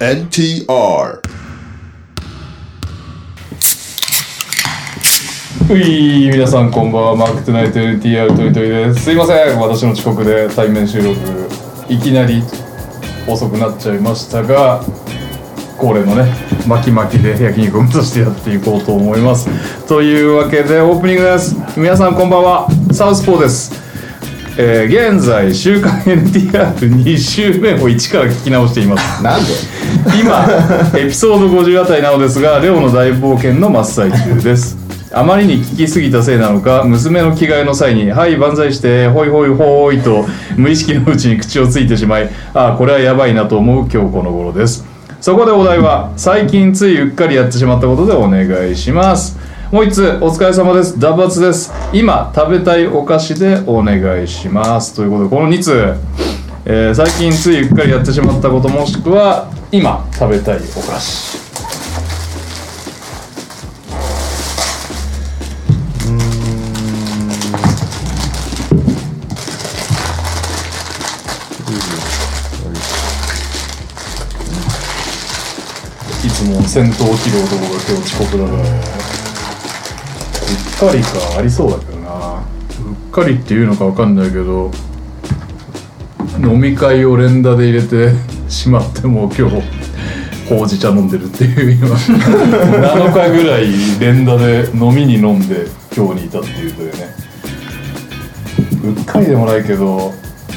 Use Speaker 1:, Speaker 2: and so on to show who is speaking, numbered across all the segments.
Speaker 1: NTR
Speaker 2: うい皆さんこんばんはマークトゥナイト LTR とりとりですすいません私の遅刻で対面収録いきなり遅くなっちゃいましたが恒例のね巻き巻きで焼肉を目指してやっていこうと思いますというわけでオープニングです皆さんこんばんはサウスポーですえー現在「週刊 NTR」2週目を1から聞き直しています
Speaker 1: なんで
Speaker 2: 今エピソード50あたりなのですがレオの大冒険の真っ最中ですあまりに聞きすぎたせいなのか娘の着替えの際に「はい万歳してほいほいほーい」と無意識のうちに口をついてしまいああこれはやばいなと思う今日この頃ですそこでお題は最近ついうっかりやってしまったことでお願いしますもう一つお疲れ様ですダバツです今食べたいお菓子でお願いしますということでこの2通えー最近ついうっかりやってしまったこともしくは今食べたいお菓子いつも戦闘機動とこが今日遅刻だからうっかりかありそうだけどなうっかりっていうのかわかんないけど飲み会を連打で入れてしまってもう今日ほうじ茶飲んでるっていう今7日ぐらい連打で飲みに飲んで今日に至っているというねうっかりでもないけど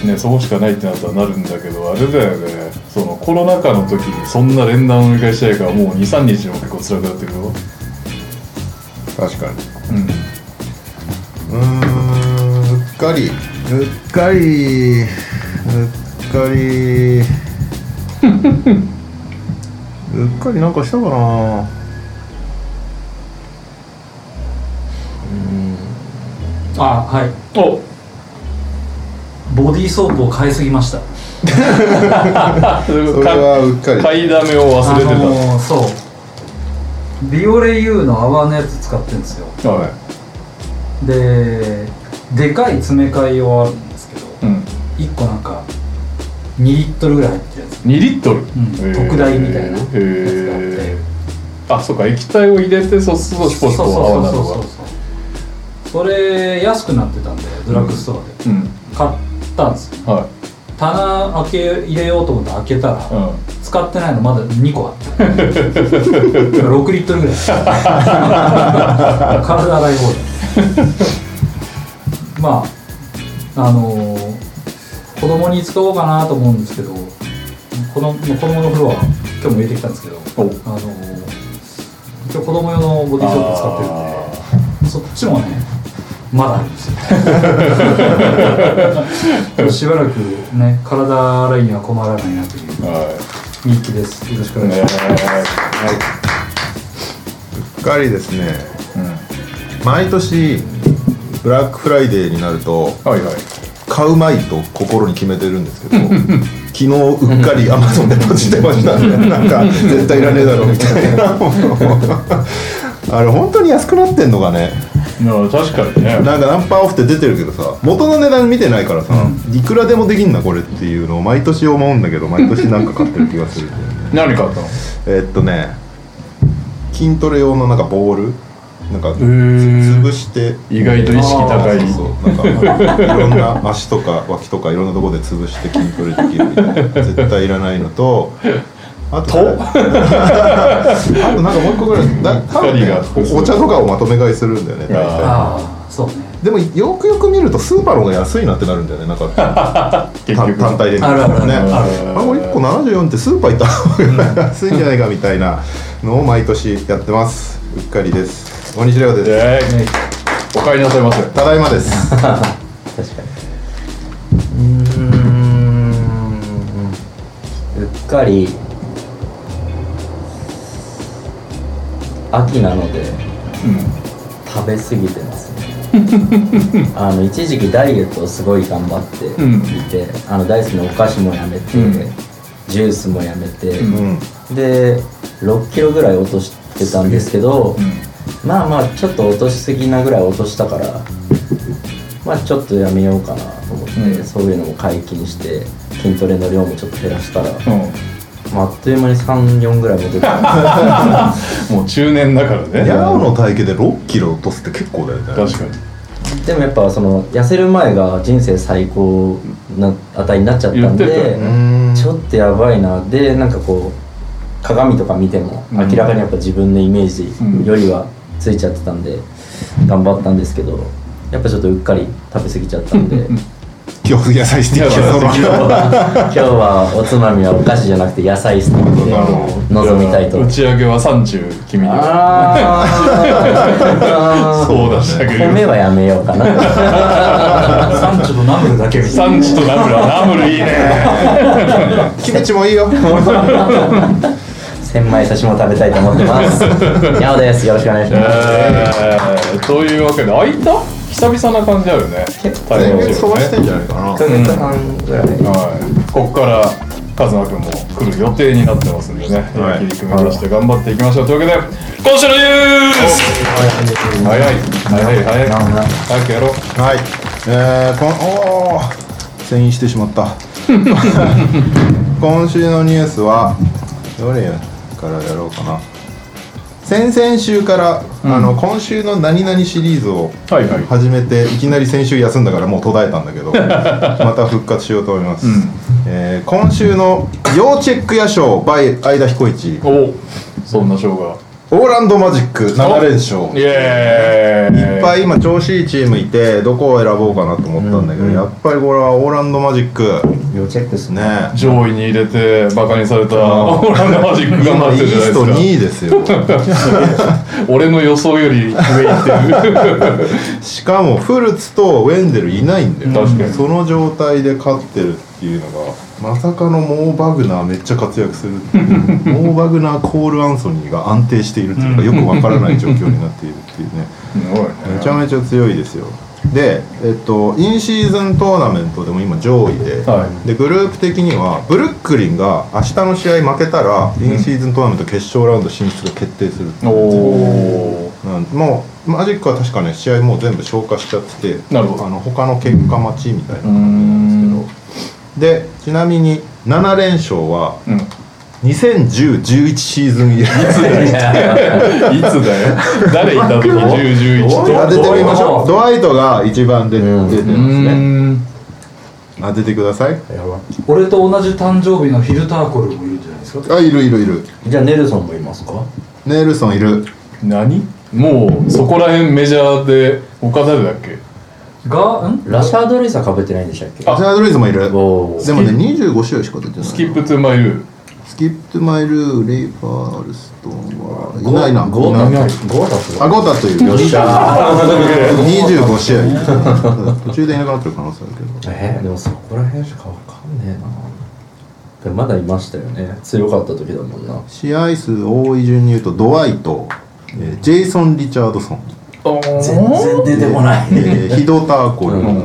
Speaker 2: ねそうしかないってなったらなるんだけどあれだよねそのコロナ禍の時にそんな連打の飲み会したいからもう23日も結構辛くなってくるよ
Speaker 1: 確かにう
Speaker 2: うん
Speaker 1: ーんうっかりうっかりうっかりうっかりなんかしたかなう
Speaker 3: あはい
Speaker 2: お
Speaker 3: ボディーソープを買いすぎました
Speaker 2: それ
Speaker 1: それはうっかり
Speaker 2: 買いだめを忘れてた、
Speaker 3: あのーそうビオレ U の泡のやつ使ってるんですよ
Speaker 2: は
Speaker 3: ででかい詰め替え用あるんですけど
Speaker 2: い、うん、
Speaker 3: 1個なんか2リットルぐらい入ってるやつ
Speaker 2: 2リットル、
Speaker 3: うん特大みたいなやつがあって
Speaker 2: へーあそうか液体を入れてそうそうポ
Speaker 3: そう
Speaker 2: ッ
Speaker 3: そ
Speaker 2: と
Speaker 3: うそ
Speaker 2: 泡
Speaker 3: う
Speaker 2: な
Speaker 3: そ
Speaker 2: の
Speaker 3: うそう
Speaker 2: が
Speaker 3: それ安くなってたんでドラッグストアで
Speaker 2: うん
Speaker 3: 買ったんですよ
Speaker 2: は
Speaker 3: 棚開け入れようと思って開けたら、
Speaker 2: い、うん
Speaker 3: 使ってないのまだ2個あった6リットルぐらい 体洗い放題まああのー子供に使おうかなと思うんですけど子供子供の風呂は今日も入れてきたんですけど
Speaker 2: お
Speaker 3: あのー一応子供用のボディーソープ使ってるんでそっちもねまだあるんですよ ちょっとしばらくね体洗いには困らないなという
Speaker 2: は
Speaker 3: ミッキーです。よろしくお
Speaker 2: い
Speaker 3: 願いし
Speaker 2: ね
Speaker 3: ます。
Speaker 1: うっかりですね毎年ブラックフライデーになると
Speaker 2: はいはい
Speaker 1: 買うまいと心に決めてるんですけど昨日うっかりアマゾンでポチってましたねなんか絶対いらねえだろみたいなものあれ本当に安くなってんのかね
Speaker 2: いや確かにね
Speaker 1: なんか何パーオフって出てるけどさ元の値段見てないからさ、いくらでもできんなこれっていうのを毎年思うんだけど毎年なんか買ってる気がするんだよね
Speaker 2: 何買ったの
Speaker 1: えっとね筋トレ用のなんかボールなんかつ
Speaker 2: ー
Speaker 1: 潰して
Speaker 2: 意外と意識高い
Speaker 1: そうそうなんかいろんな足とか脇とかいろんなところで潰して筋トレできるみたいな絶対いらないのとあとあとなんかもう一個ぐらいだ多分、ね
Speaker 2: 光が、
Speaker 1: おお茶とかをまとめ買いするんだよね大体
Speaker 3: ああ、そうね。
Speaker 1: でもよくよく見るとスーパーの方が安いなってなるんだよねなんか
Speaker 2: 結
Speaker 1: 単
Speaker 2: 局
Speaker 1: 単体で見ると
Speaker 3: あるあるある
Speaker 1: ね
Speaker 3: あ
Speaker 2: るある
Speaker 1: あこれ1個74ってスーパー行った方が安いんじゃないかみたいなのを毎年やってますうっかりです大西レオです
Speaker 2: え
Speaker 3: え
Speaker 2: ーお帰りなさいませ
Speaker 1: ただいまです
Speaker 4: 確かにうーんうっかり秋なので
Speaker 2: う
Speaker 4: 食べ過ぎてますね あの一時期ダイエットをすごい頑張っていて、あの大好きなお菓子もやめて、
Speaker 2: うん
Speaker 4: ジュースもやめて、
Speaker 1: う
Speaker 2: う
Speaker 1: ん
Speaker 4: で6キロぐらい落としてたんですけど、
Speaker 2: ん
Speaker 4: まあまあちょっと落としすぎなぐらい落としたからまあちょっとやめようかなと思って、
Speaker 2: うん
Speaker 4: そういうのも解禁して筋トレの量もちょっと減らしたら
Speaker 2: うん
Speaker 4: まああっという間に34ぐらい戻ってた
Speaker 2: もう中年だからね
Speaker 1: ヤーの体型で6キロ落とすって結構だよね
Speaker 2: 確かに
Speaker 4: でもやっぱその痩せる前が人生最高な値になっちゃったん
Speaker 2: 言ってたよ
Speaker 4: で、
Speaker 1: うーん
Speaker 4: ちょっとやばいなでなんかこう鏡とか見ても
Speaker 2: うん
Speaker 4: 明らかにやっぱ自分のイメージ
Speaker 2: うん
Speaker 4: よりはついちゃってたんで頑張ったんですけどやっぱちょっとうっかり食べ過ぎちゃったん で今
Speaker 1: 気をつけ野菜していきま
Speaker 2: いや
Speaker 4: 日
Speaker 1: しょう
Speaker 4: は今日はおつまみはお菓子じゃなくて野菜スティックで
Speaker 1: なるほ
Speaker 4: 臨みたいと
Speaker 2: 打ち上げは30君に
Speaker 4: あーあー
Speaker 2: そうだしたけど
Speaker 4: 米はやめようかな
Speaker 3: 産地とナムルだけみたいな
Speaker 2: サンチとナムルはナムルいいね
Speaker 1: キムチもいいよ
Speaker 4: 千枚刺しも食べたいと思って ます。ヤオです。よろしくお願いします。
Speaker 2: えーというわけで開いた久々な感じあるね
Speaker 4: 結構
Speaker 2: 対
Speaker 1: 全
Speaker 2: 面
Speaker 1: 然
Speaker 2: して
Speaker 1: 飛
Speaker 2: る
Speaker 1: ばして
Speaker 2: ね
Speaker 1: んじゃないかな
Speaker 4: 一ヶ月半ぐらい。
Speaker 2: はいここからカズマくんも来る予定になってますんでね、
Speaker 1: はい
Speaker 2: 切り組み出して頑張っていきましょうというわけで今週のニュース早い早い早い
Speaker 4: なんなん
Speaker 2: 早くやろう
Speaker 1: はいえー、このおお遷移してしまった今週のニュースはどれからやろうかな先々週から、あの今週の何々シリーズを
Speaker 2: はいはい
Speaker 1: 始めていきなり先週休んだからもう途絶えたんだけ どまた復活しようと思います、
Speaker 2: ん
Speaker 1: えー今週の「要チェック夜賞 by 相田彦一」
Speaker 2: おそんな賞が
Speaker 1: オーランドマジック7連勝
Speaker 2: イエーイ
Speaker 1: いっぱい今調子いいチームいてどこを選ぼうかなと思ったんだけど、やっぱりこれはオーランドマジック
Speaker 4: 要チェックですね。
Speaker 1: ね
Speaker 2: 上位に入れてバカにされたオーランドマジックが
Speaker 1: 今イー
Speaker 2: 待ってるじゃ
Speaker 1: スト
Speaker 2: な
Speaker 1: 2
Speaker 2: いで
Speaker 1: 位ですよ
Speaker 2: すか俺の予想より上行ってる
Speaker 1: しかもフルツとウェンデルいないんだよ
Speaker 2: 確かに
Speaker 1: その状態で勝ってるっていうのがまさかのモー・バグナーめっちゃ活躍するっていうモー・バグナーコール・アンソニーが安定しているっていうかよくわからない状況になっているっていうね
Speaker 2: すごい
Speaker 1: め
Speaker 2: ね
Speaker 1: ちゃめちゃ強いですよでえっとインシーズントーナメントでも今上位で、
Speaker 2: はい
Speaker 1: でグループ的にはブルックリンが明日の試合負けたら、インシーズントーナメント決勝ラウンド進出が決定するってい
Speaker 2: お
Speaker 1: う
Speaker 2: お
Speaker 1: なんもうマジックは確かね試合もう全部消化しちゃってて
Speaker 2: なるほど
Speaker 1: あの他の結果待ちみたいな
Speaker 2: うー
Speaker 1: 感じ
Speaker 2: ん
Speaker 1: なんですけどでちなみに7連勝は
Speaker 2: うんい
Speaker 1: 201011シーズン以来
Speaker 2: つだよ誰いた時1011
Speaker 1: 当ててみましょう
Speaker 3: お
Speaker 1: ドワイトが一番で
Speaker 4: うん
Speaker 1: 出て
Speaker 2: う
Speaker 1: ますね
Speaker 2: ーん
Speaker 1: 当ててください
Speaker 3: 俺と同じ誕生日のフィルターコルもいるんじゃないですか
Speaker 1: あいるいるいる
Speaker 4: じゃあネルソンもいますか。
Speaker 1: ネルソンいる
Speaker 2: 何もうそこら辺メジャーで他誰だっけ
Speaker 3: がん
Speaker 4: ラシャードレイサー被ってないんでしたっけ。
Speaker 1: ジャードルイズもいるで
Speaker 4: おー
Speaker 1: もね25試合しか出てない
Speaker 2: スキップトゥマイル
Speaker 1: スキップマイルレイファールストンはいないな
Speaker 4: ゴー
Speaker 1: いない
Speaker 4: タス。ゴータス
Speaker 1: あ
Speaker 4: は。
Speaker 1: ゴータというよっしゃ
Speaker 2: あ
Speaker 1: 25試合途中でいなくなってる可能性あるけど
Speaker 4: えーでもそこら辺しかわかんねえな。でもまだいましたよね。強かった時だもんな。
Speaker 1: 試合数多い順に言うとドワイト、えージェイソン・リチャードソン
Speaker 4: 全然出てこない。
Speaker 1: え ーヒドターコル、
Speaker 4: うん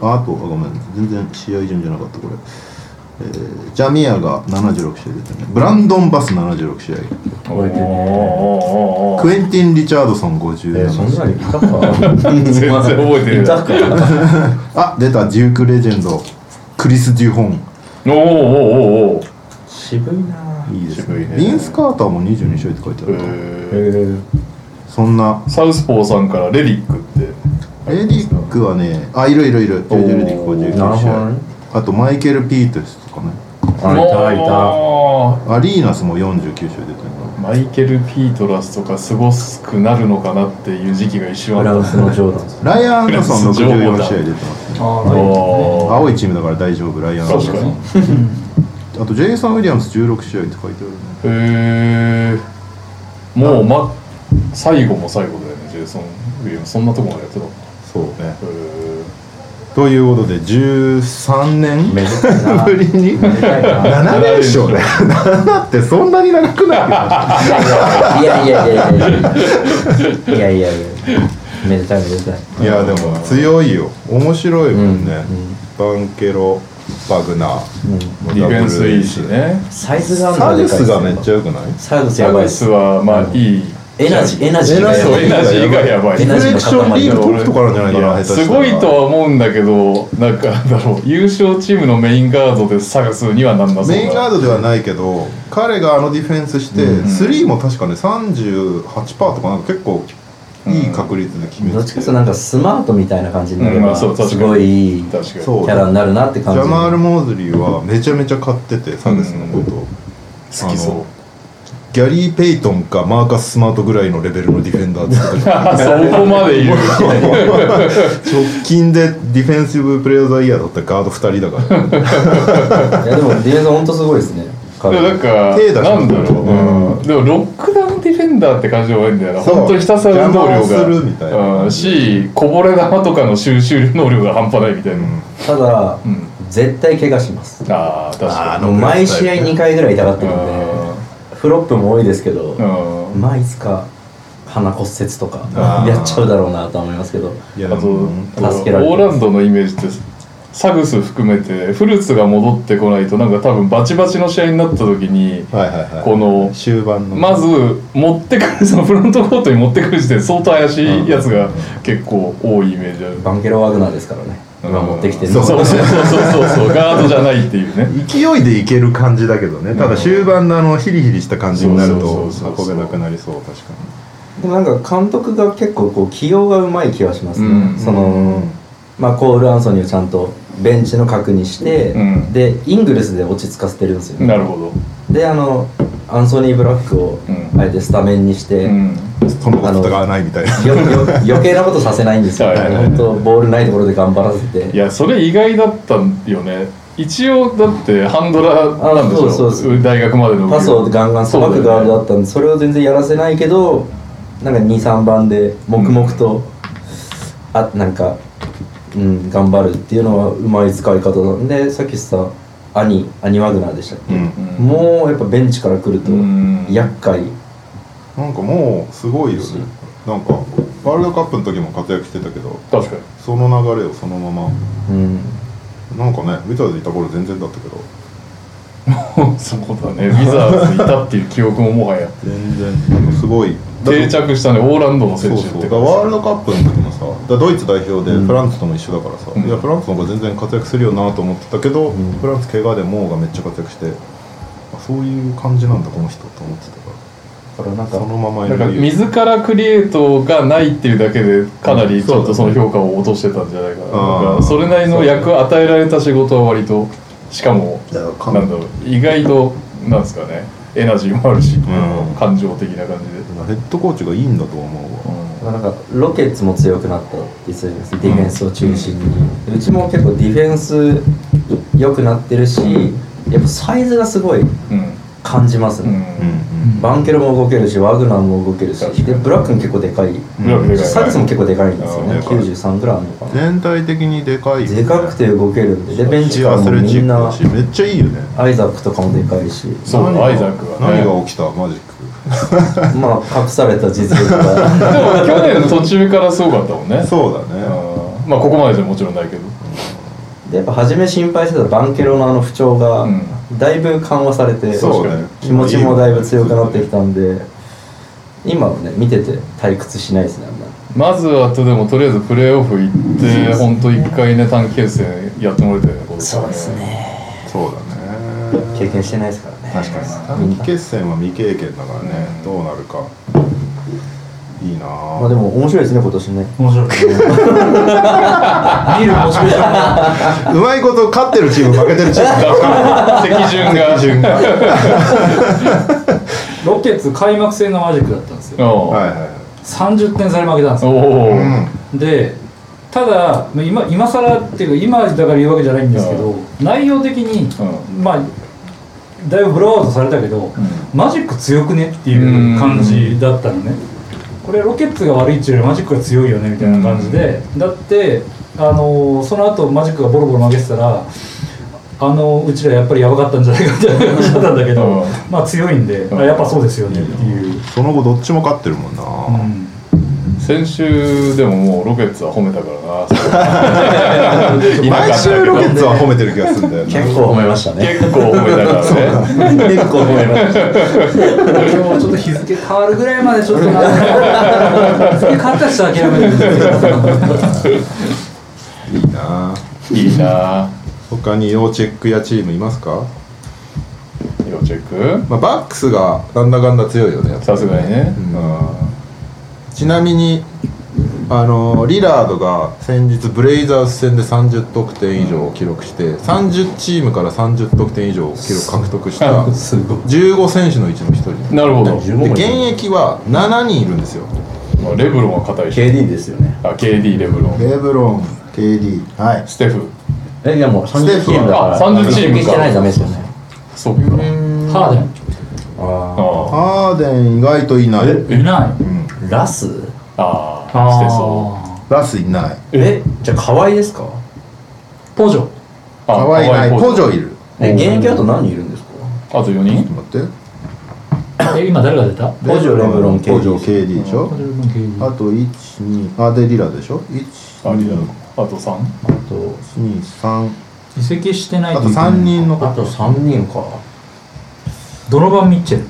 Speaker 1: ああとあごめん全然試合順じゃなかったこれ、えージャミアが76試合出てねブランドン・バス76試合
Speaker 4: 覚えてね。
Speaker 2: 全
Speaker 1: クエンティン・リチャードソン
Speaker 4: えー、そん
Speaker 1: 57
Speaker 4: なにいたか。
Speaker 2: 然覚えてない
Speaker 4: いたか。
Speaker 1: あ出たデューク・レジェンドクリス・デュホン
Speaker 2: おーおーおーおー
Speaker 4: 渋いない
Speaker 1: いです
Speaker 2: 渋
Speaker 1: ね
Speaker 2: いね
Speaker 1: ビンス・カーターも22試合って書いてあ
Speaker 2: え
Speaker 1: るな、
Speaker 4: え
Speaker 2: ー
Speaker 4: ー、
Speaker 1: そんな
Speaker 2: サウスポーさんからレリックって
Speaker 1: レディックはねあいるいるいるジョージ・レディック
Speaker 4: な
Speaker 1: 59
Speaker 4: るほ
Speaker 1: 試
Speaker 4: どね
Speaker 1: 合あとマイケル・ピートスとかね
Speaker 4: あいたいた。
Speaker 2: た
Speaker 1: アリーナスも49試合出てるな
Speaker 2: マイケル・ピートラスとかすごくなるのかなっていう時期が一瞬
Speaker 4: フ
Speaker 2: あ
Speaker 4: ラ
Speaker 2: っ
Speaker 4: ンスのジョーダンさん
Speaker 1: ライアン・アンダソン64試合出てますね
Speaker 3: あ
Speaker 2: たお
Speaker 1: 青いチームだから大丈夫ライアン・アンダソ
Speaker 2: 確かに
Speaker 1: ンあとジェイソン・ウィリアムス16試合って書いてあるね
Speaker 2: へえもう、ま、最後も最後だよねジェイソン・ウィリアムそんなとこまでやってたのへ
Speaker 1: そうね
Speaker 2: え
Speaker 1: ということで13年
Speaker 4: めでたいな。
Speaker 1: ぶりに
Speaker 4: めでたいな。
Speaker 1: 7連勝ね7ってそんなに長くない
Speaker 4: いやいやいやいやいやいやいやいやめでたいめでたい
Speaker 1: いやでも強いよ面白いもんね、バンケロバグナー
Speaker 2: ディフェンスいいしね
Speaker 4: サイズが
Speaker 1: サウスがめっち
Speaker 4: ゃ
Speaker 1: ゃ良くない
Speaker 4: サウス
Speaker 2: サ
Speaker 4: やばい
Speaker 2: ウ
Speaker 4: っ
Speaker 2: ス
Speaker 4: す
Speaker 2: はまあいい
Speaker 4: エナジーエナジーがやばい
Speaker 2: エナジーがやばい
Speaker 1: リフレクションリーグトップとかあるんじゃないか
Speaker 2: い
Speaker 1: な
Speaker 2: や
Speaker 1: 下手
Speaker 2: す
Speaker 1: した
Speaker 2: ご
Speaker 1: ら
Speaker 2: いとは思うんだけどなんかなんだろう優勝チームのメインガードで探すにはなんだそうな
Speaker 1: メインガードではないけど彼があのディフェンスして、スリーも確かね38%とかなんか結構いい確率で決めて
Speaker 4: どっちかというとなんかスマートみたいな感じになれ
Speaker 2: うんま
Speaker 4: ば
Speaker 2: あそう確かに
Speaker 4: すごいいいキ
Speaker 2: 確かに
Speaker 1: そう
Speaker 4: ャラになるなって
Speaker 1: ジ
Speaker 4: 感じ
Speaker 1: ャマール・モーズリーはめちゃめちゃ買っててサグスのことを、
Speaker 2: 好きそう
Speaker 1: ギャリー・ペイトンかマーカス・スマートぐらいのレベルのディフェンダーって言ってた
Speaker 2: そこまでいる
Speaker 1: 直近でディフェンシブ・プレーヤー・オブザ・イヤーだったガード2人だから
Speaker 4: いやでもディフェンス本当すごいですね
Speaker 2: で
Speaker 4: 彼
Speaker 2: もなんか
Speaker 1: 手出しな
Speaker 2: なんだろう、
Speaker 1: うん
Speaker 2: でもロックダウンディフェンダーって感じが多いんだよな
Speaker 1: そう
Speaker 2: 本当にひたすら運動量
Speaker 1: 邪魔をするみたいな
Speaker 2: がうんしこぼれ球とかの収集能力が半端ないみたいな、
Speaker 4: ただ、
Speaker 2: ん
Speaker 4: 絶対怪我します
Speaker 2: ああ確
Speaker 1: あ
Speaker 2: か
Speaker 1: の
Speaker 4: 毎試合2回ぐらい痛がってるん
Speaker 2: あ
Speaker 4: でフロップも多いですけど、
Speaker 2: にうん
Speaker 4: まあいつか鼻骨折とか
Speaker 1: あー
Speaker 4: やっちゃうだろうなとは思いますけど
Speaker 1: いや
Speaker 2: あ
Speaker 1: で
Speaker 2: と
Speaker 1: も
Speaker 4: 助けられて
Speaker 2: オーランドのイメージってサグス含めてフルーツが戻ってこないとなんか多分バチバチの試合になった時に
Speaker 1: はいはいはい
Speaker 2: この
Speaker 1: 終盤の
Speaker 2: まず持ってくるそのフロントコートに持ってくる時点で相当怪しいやつが結構多いイメージある
Speaker 4: バンケロワグナーですからね今持ってきてるの
Speaker 2: そうそうそうそうそう そうガードじゃないっていうね
Speaker 1: 勢いでいける感じだけどねただ終盤のあのヒリヒリした感じになると
Speaker 2: そうそうそうそう
Speaker 1: 運べなくなりそう確か
Speaker 4: でもなんか監督が結構こう起用がうまい気はしますね、
Speaker 2: うん
Speaker 4: そ
Speaker 1: うん
Speaker 4: のまあ、コール・アンソニーをちゃんとベンチの確認して、
Speaker 2: うん
Speaker 4: でイングルスで落ち着かせてるんですよ、
Speaker 2: なるほど
Speaker 4: であのアンソニー・ブラックを
Speaker 2: うん
Speaker 4: あえてスタメンにして、
Speaker 2: うん
Speaker 1: にそのことがないみたいな
Speaker 4: よよ余計なことさせないんですよ、
Speaker 2: はいはいはい
Speaker 4: 本当ボールないところで頑張らせ
Speaker 2: い
Speaker 4: て
Speaker 2: やそれ意外だったんよね一応だってハンドラーなんでしょ
Speaker 4: あそうそうそ
Speaker 2: 大学までの
Speaker 4: パスをガンガンさばく側だったんでそれを全然やらせないけどなんか23番で黙々と、あなんか、うん、頑張るっていうのはうまい使い方なんでさっきさ兄兄ワグナーでしたっけ、
Speaker 1: うん
Speaker 2: うん
Speaker 4: もうやっぱベンチから来ると
Speaker 2: うん
Speaker 4: 厄介、
Speaker 1: なんかもうすごいよねなんかワールドカップの時も活躍してたけど
Speaker 2: 確かに
Speaker 1: その流れをそのまま
Speaker 4: うん、
Speaker 1: なんかねウィザーズいた頃全然だったけど
Speaker 2: そうだね、ウィザーズいたっていう記憶ももはや
Speaker 1: 全然すごい
Speaker 2: 定着したね、オーランドの
Speaker 1: そ
Speaker 2: 選
Speaker 1: う
Speaker 2: 手っ
Speaker 1: そう
Speaker 2: て
Speaker 1: だからワールドカップの時もさだからドイツ代表でフランスとも一緒だからさ、
Speaker 2: うん
Speaker 1: いやフランスの方が全然活躍するよなと思ってたけど、
Speaker 4: うん
Speaker 1: フランス怪我でモーがめっちゃ活躍してあそういう感じなんだこの人と思ってたから
Speaker 4: だからなん
Speaker 1: そ
Speaker 4: か
Speaker 1: のまま
Speaker 2: なんか
Speaker 1: る
Speaker 2: 自らクリエイトがないっていうだけでかなりちょっとその評価を落としてたんじゃないかな
Speaker 1: あー
Speaker 2: なんかそれなりの役与えられた仕事は割としかも
Speaker 1: いやか
Speaker 2: なんだろう意外となんですかねエナジーもあるし、
Speaker 1: ん
Speaker 2: 感情的な感じで、
Speaker 1: ヘッドコーチがいいんだと思うわ
Speaker 4: なんかロケッツも強くなったって言ってたじゃないですかディフェンスを中心に、うちも結構ディフェンス良くなってるしやっぱサイズがすごい
Speaker 2: うん
Speaker 4: 感じます
Speaker 2: う
Speaker 4: ね、
Speaker 2: ん、
Speaker 1: うん
Speaker 4: バンケロも動けるしワグナーも動けるし
Speaker 2: 確かに
Speaker 4: でブラックも結構でかい
Speaker 1: うん
Speaker 2: ブラックでかい
Speaker 4: サルスも結構でかいんですよ
Speaker 2: あ
Speaker 4: ね
Speaker 1: でかい
Speaker 4: 93ぐらいあるのかな
Speaker 1: 全体的にでかいよね
Speaker 4: でかくて動けるんででベンチから
Speaker 1: アス
Speaker 4: も
Speaker 1: レチ
Speaker 4: みん
Speaker 1: ッ
Speaker 4: な
Speaker 1: クだしめっちゃいいよね
Speaker 4: アイザックとかもでか いし
Speaker 2: そう
Speaker 1: 何
Speaker 2: アイザックが、ね、
Speaker 1: 何が起きたマジック
Speaker 4: まあ隠された実力が
Speaker 2: でも去年の途中からすごかったもんね
Speaker 1: そうだね、
Speaker 2: うんまあここまでじゃもちろんないけど、
Speaker 4: でやっぱ初め心配してたバンケロのあの不調が
Speaker 2: うん
Speaker 4: だいぶ緩和されて
Speaker 1: そうね
Speaker 4: 気持ちもだいぶ強くなってきたんで今はね見てて退屈しないですねあんまり
Speaker 2: まずはとでもとりあえずプレーオフ行って本当一回ね短期決戦やってもらいたいねそう ですね
Speaker 1: そうだね
Speaker 4: 経験してないですからね
Speaker 1: 確かに短期決戦は未経験だからね、
Speaker 2: うん
Speaker 1: どうなるかいいなあ
Speaker 4: まあでも面白いですね今年ね
Speaker 3: 面白い見る面白いじゃん
Speaker 1: うまいこと勝ってるチーム負けてるチーム
Speaker 2: 敵順が
Speaker 1: 順がはい
Speaker 3: ロケッツ開幕戦のマジックだったんですよ
Speaker 2: おう
Speaker 1: はいは
Speaker 3: 30点差で負けたんですよ
Speaker 2: おう、
Speaker 1: い、うん、
Speaker 3: でただまあ今今更っていうか今だから言うわけじゃないんですけど内容的に、まあだいぶブローアウトされたけど、マジック強くねっていう感じだったのねこれロケッツが悪いっていうよりマジックが強いよねみたいな感じでだってあのーその後マジックがボロボロ負けてたらあのうちらやっぱりやばかったんじゃないかみたいな感じだったんだけ
Speaker 2: う
Speaker 3: ど
Speaker 2: ん
Speaker 3: まあ強いんで
Speaker 2: ん
Speaker 3: あやっぱそうですよねっていう、
Speaker 1: その後どっちも勝ってるもんな、
Speaker 3: うん、
Speaker 2: 先週でももうロケッツは褒めたから な
Speaker 1: 毎週ロケッ
Speaker 2: ツ
Speaker 1: ツは褒めてる気がするんだよね
Speaker 4: 結構褒めましたね
Speaker 2: 結構褒めたからね
Speaker 4: 結構褒めました
Speaker 3: 今日ちょっと日付変わるぐらいまでちょっと な日付変わったらちょっと諦める
Speaker 1: いいない
Speaker 2: いな
Speaker 1: 他に要チェックやチームいますか、
Speaker 2: 要チェッ
Speaker 1: まあ、バックスがなんだかんだ強いよねやっ
Speaker 2: ク
Speaker 1: ぱ
Speaker 2: さすがにね、
Speaker 1: うん
Speaker 2: うん
Speaker 1: ちなみにあのリラードが先日ブレイザーズ戦で30得点以上を記録して30チームから30得点以上を記録獲得した
Speaker 4: すごい
Speaker 1: 15選手のうちの1人
Speaker 2: なるほど
Speaker 1: で現
Speaker 4: 現
Speaker 1: 役は7人いるんですよ
Speaker 2: まあレブロンは硬いし
Speaker 4: KD ですよね
Speaker 2: あ KD レブロン
Speaker 1: レブロン KD はい
Speaker 2: ステフ
Speaker 4: えいやもう30チームだから
Speaker 2: あ30チームか
Speaker 4: 移籍してないとダメですよね
Speaker 2: そうか
Speaker 3: ハー
Speaker 4: あ
Speaker 2: あ
Speaker 1: ハーデン意外といない
Speaker 3: デンいない
Speaker 4: あラス
Speaker 2: ああ
Speaker 3: あ
Speaker 2: あ
Speaker 3: ー
Speaker 2: してそう
Speaker 1: ラスいない
Speaker 4: えじゃあ河合ですか
Speaker 3: ポジョ
Speaker 2: あ
Speaker 1: 河合いない
Speaker 2: 可愛
Speaker 1: ポジョいる
Speaker 4: え現役だと何人いるんですか
Speaker 2: あと4人
Speaker 1: 待って
Speaker 3: え今誰が出た
Speaker 4: ポジョレブロン KD
Speaker 1: ポジョ KD でしょ
Speaker 3: ポジョル君経由
Speaker 1: あと12あでリラでしょ
Speaker 2: あリラ
Speaker 1: 123
Speaker 2: あと 3?
Speaker 4: あと
Speaker 3: 移籍してない
Speaker 1: あと3人の
Speaker 4: あと3人か
Speaker 3: ドロバン・ミッチェル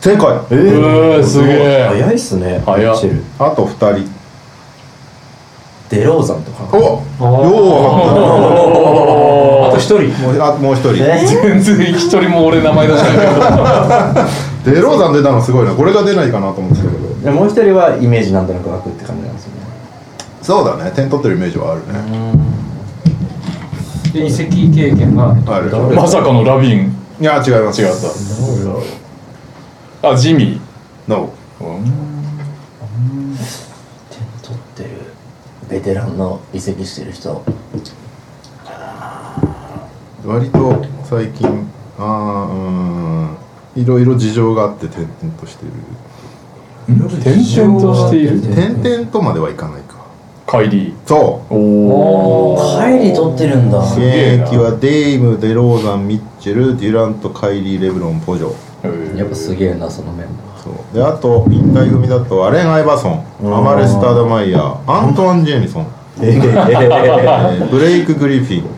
Speaker 1: 正解
Speaker 2: えー、すげえ
Speaker 4: 早いっすね
Speaker 2: 早い
Speaker 4: ミッチェル
Speaker 1: あと2人
Speaker 4: デローザンとか
Speaker 1: およう
Speaker 3: あと一人
Speaker 1: もうあもう一人
Speaker 4: え
Speaker 2: 全然一人も俺名前出してないけど
Speaker 1: デローザン出たのすごいなこれが出ないかなと思ってたけど
Speaker 4: でもう一人はイメージなんとなく湧くって感じなんですよね
Speaker 1: そうだね点取ってるイメージはあるね
Speaker 3: で移籍経験が
Speaker 1: ある
Speaker 4: 誰
Speaker 2: まさかのラビン
Speaker 1: いや違います
Speaker 2: 違
Speaker 1: 違
Speaker 2: っ
Speaker 1: った
Speaker 2: たあジミ
Speaker 1: No
Speaker 2: ー、うん、
Speaker 4: 点取ってるベテランの移籍してる人
Speaker 1: 割と最近あーうーんいろいろ事情があって転々としている
Speaker 2: 転々としている
Speaker 1: 転々とまではいかないか
Speaker 2: カイリ
Speaker 1: そ
Speaker 2: ーおお
Speaker 4: 帰り取ってるんだ
Speaker 1: う
Speaker 2: す
Speaker 1: 現
Speaker 2: げえな
Speaker 1: 役はデイムデローザンミッチェルデュラントカイリーレブロンポジョ
Speaker 4: やっぱすげえなそのメンバ
Speaker 1: そうであと引退組だとアレン・アイバソンアマレスター・ダマイヤーアントワン・ジェミソン、え
Speaker 4: ー
Speaker 1: ーブレイク・グリフィン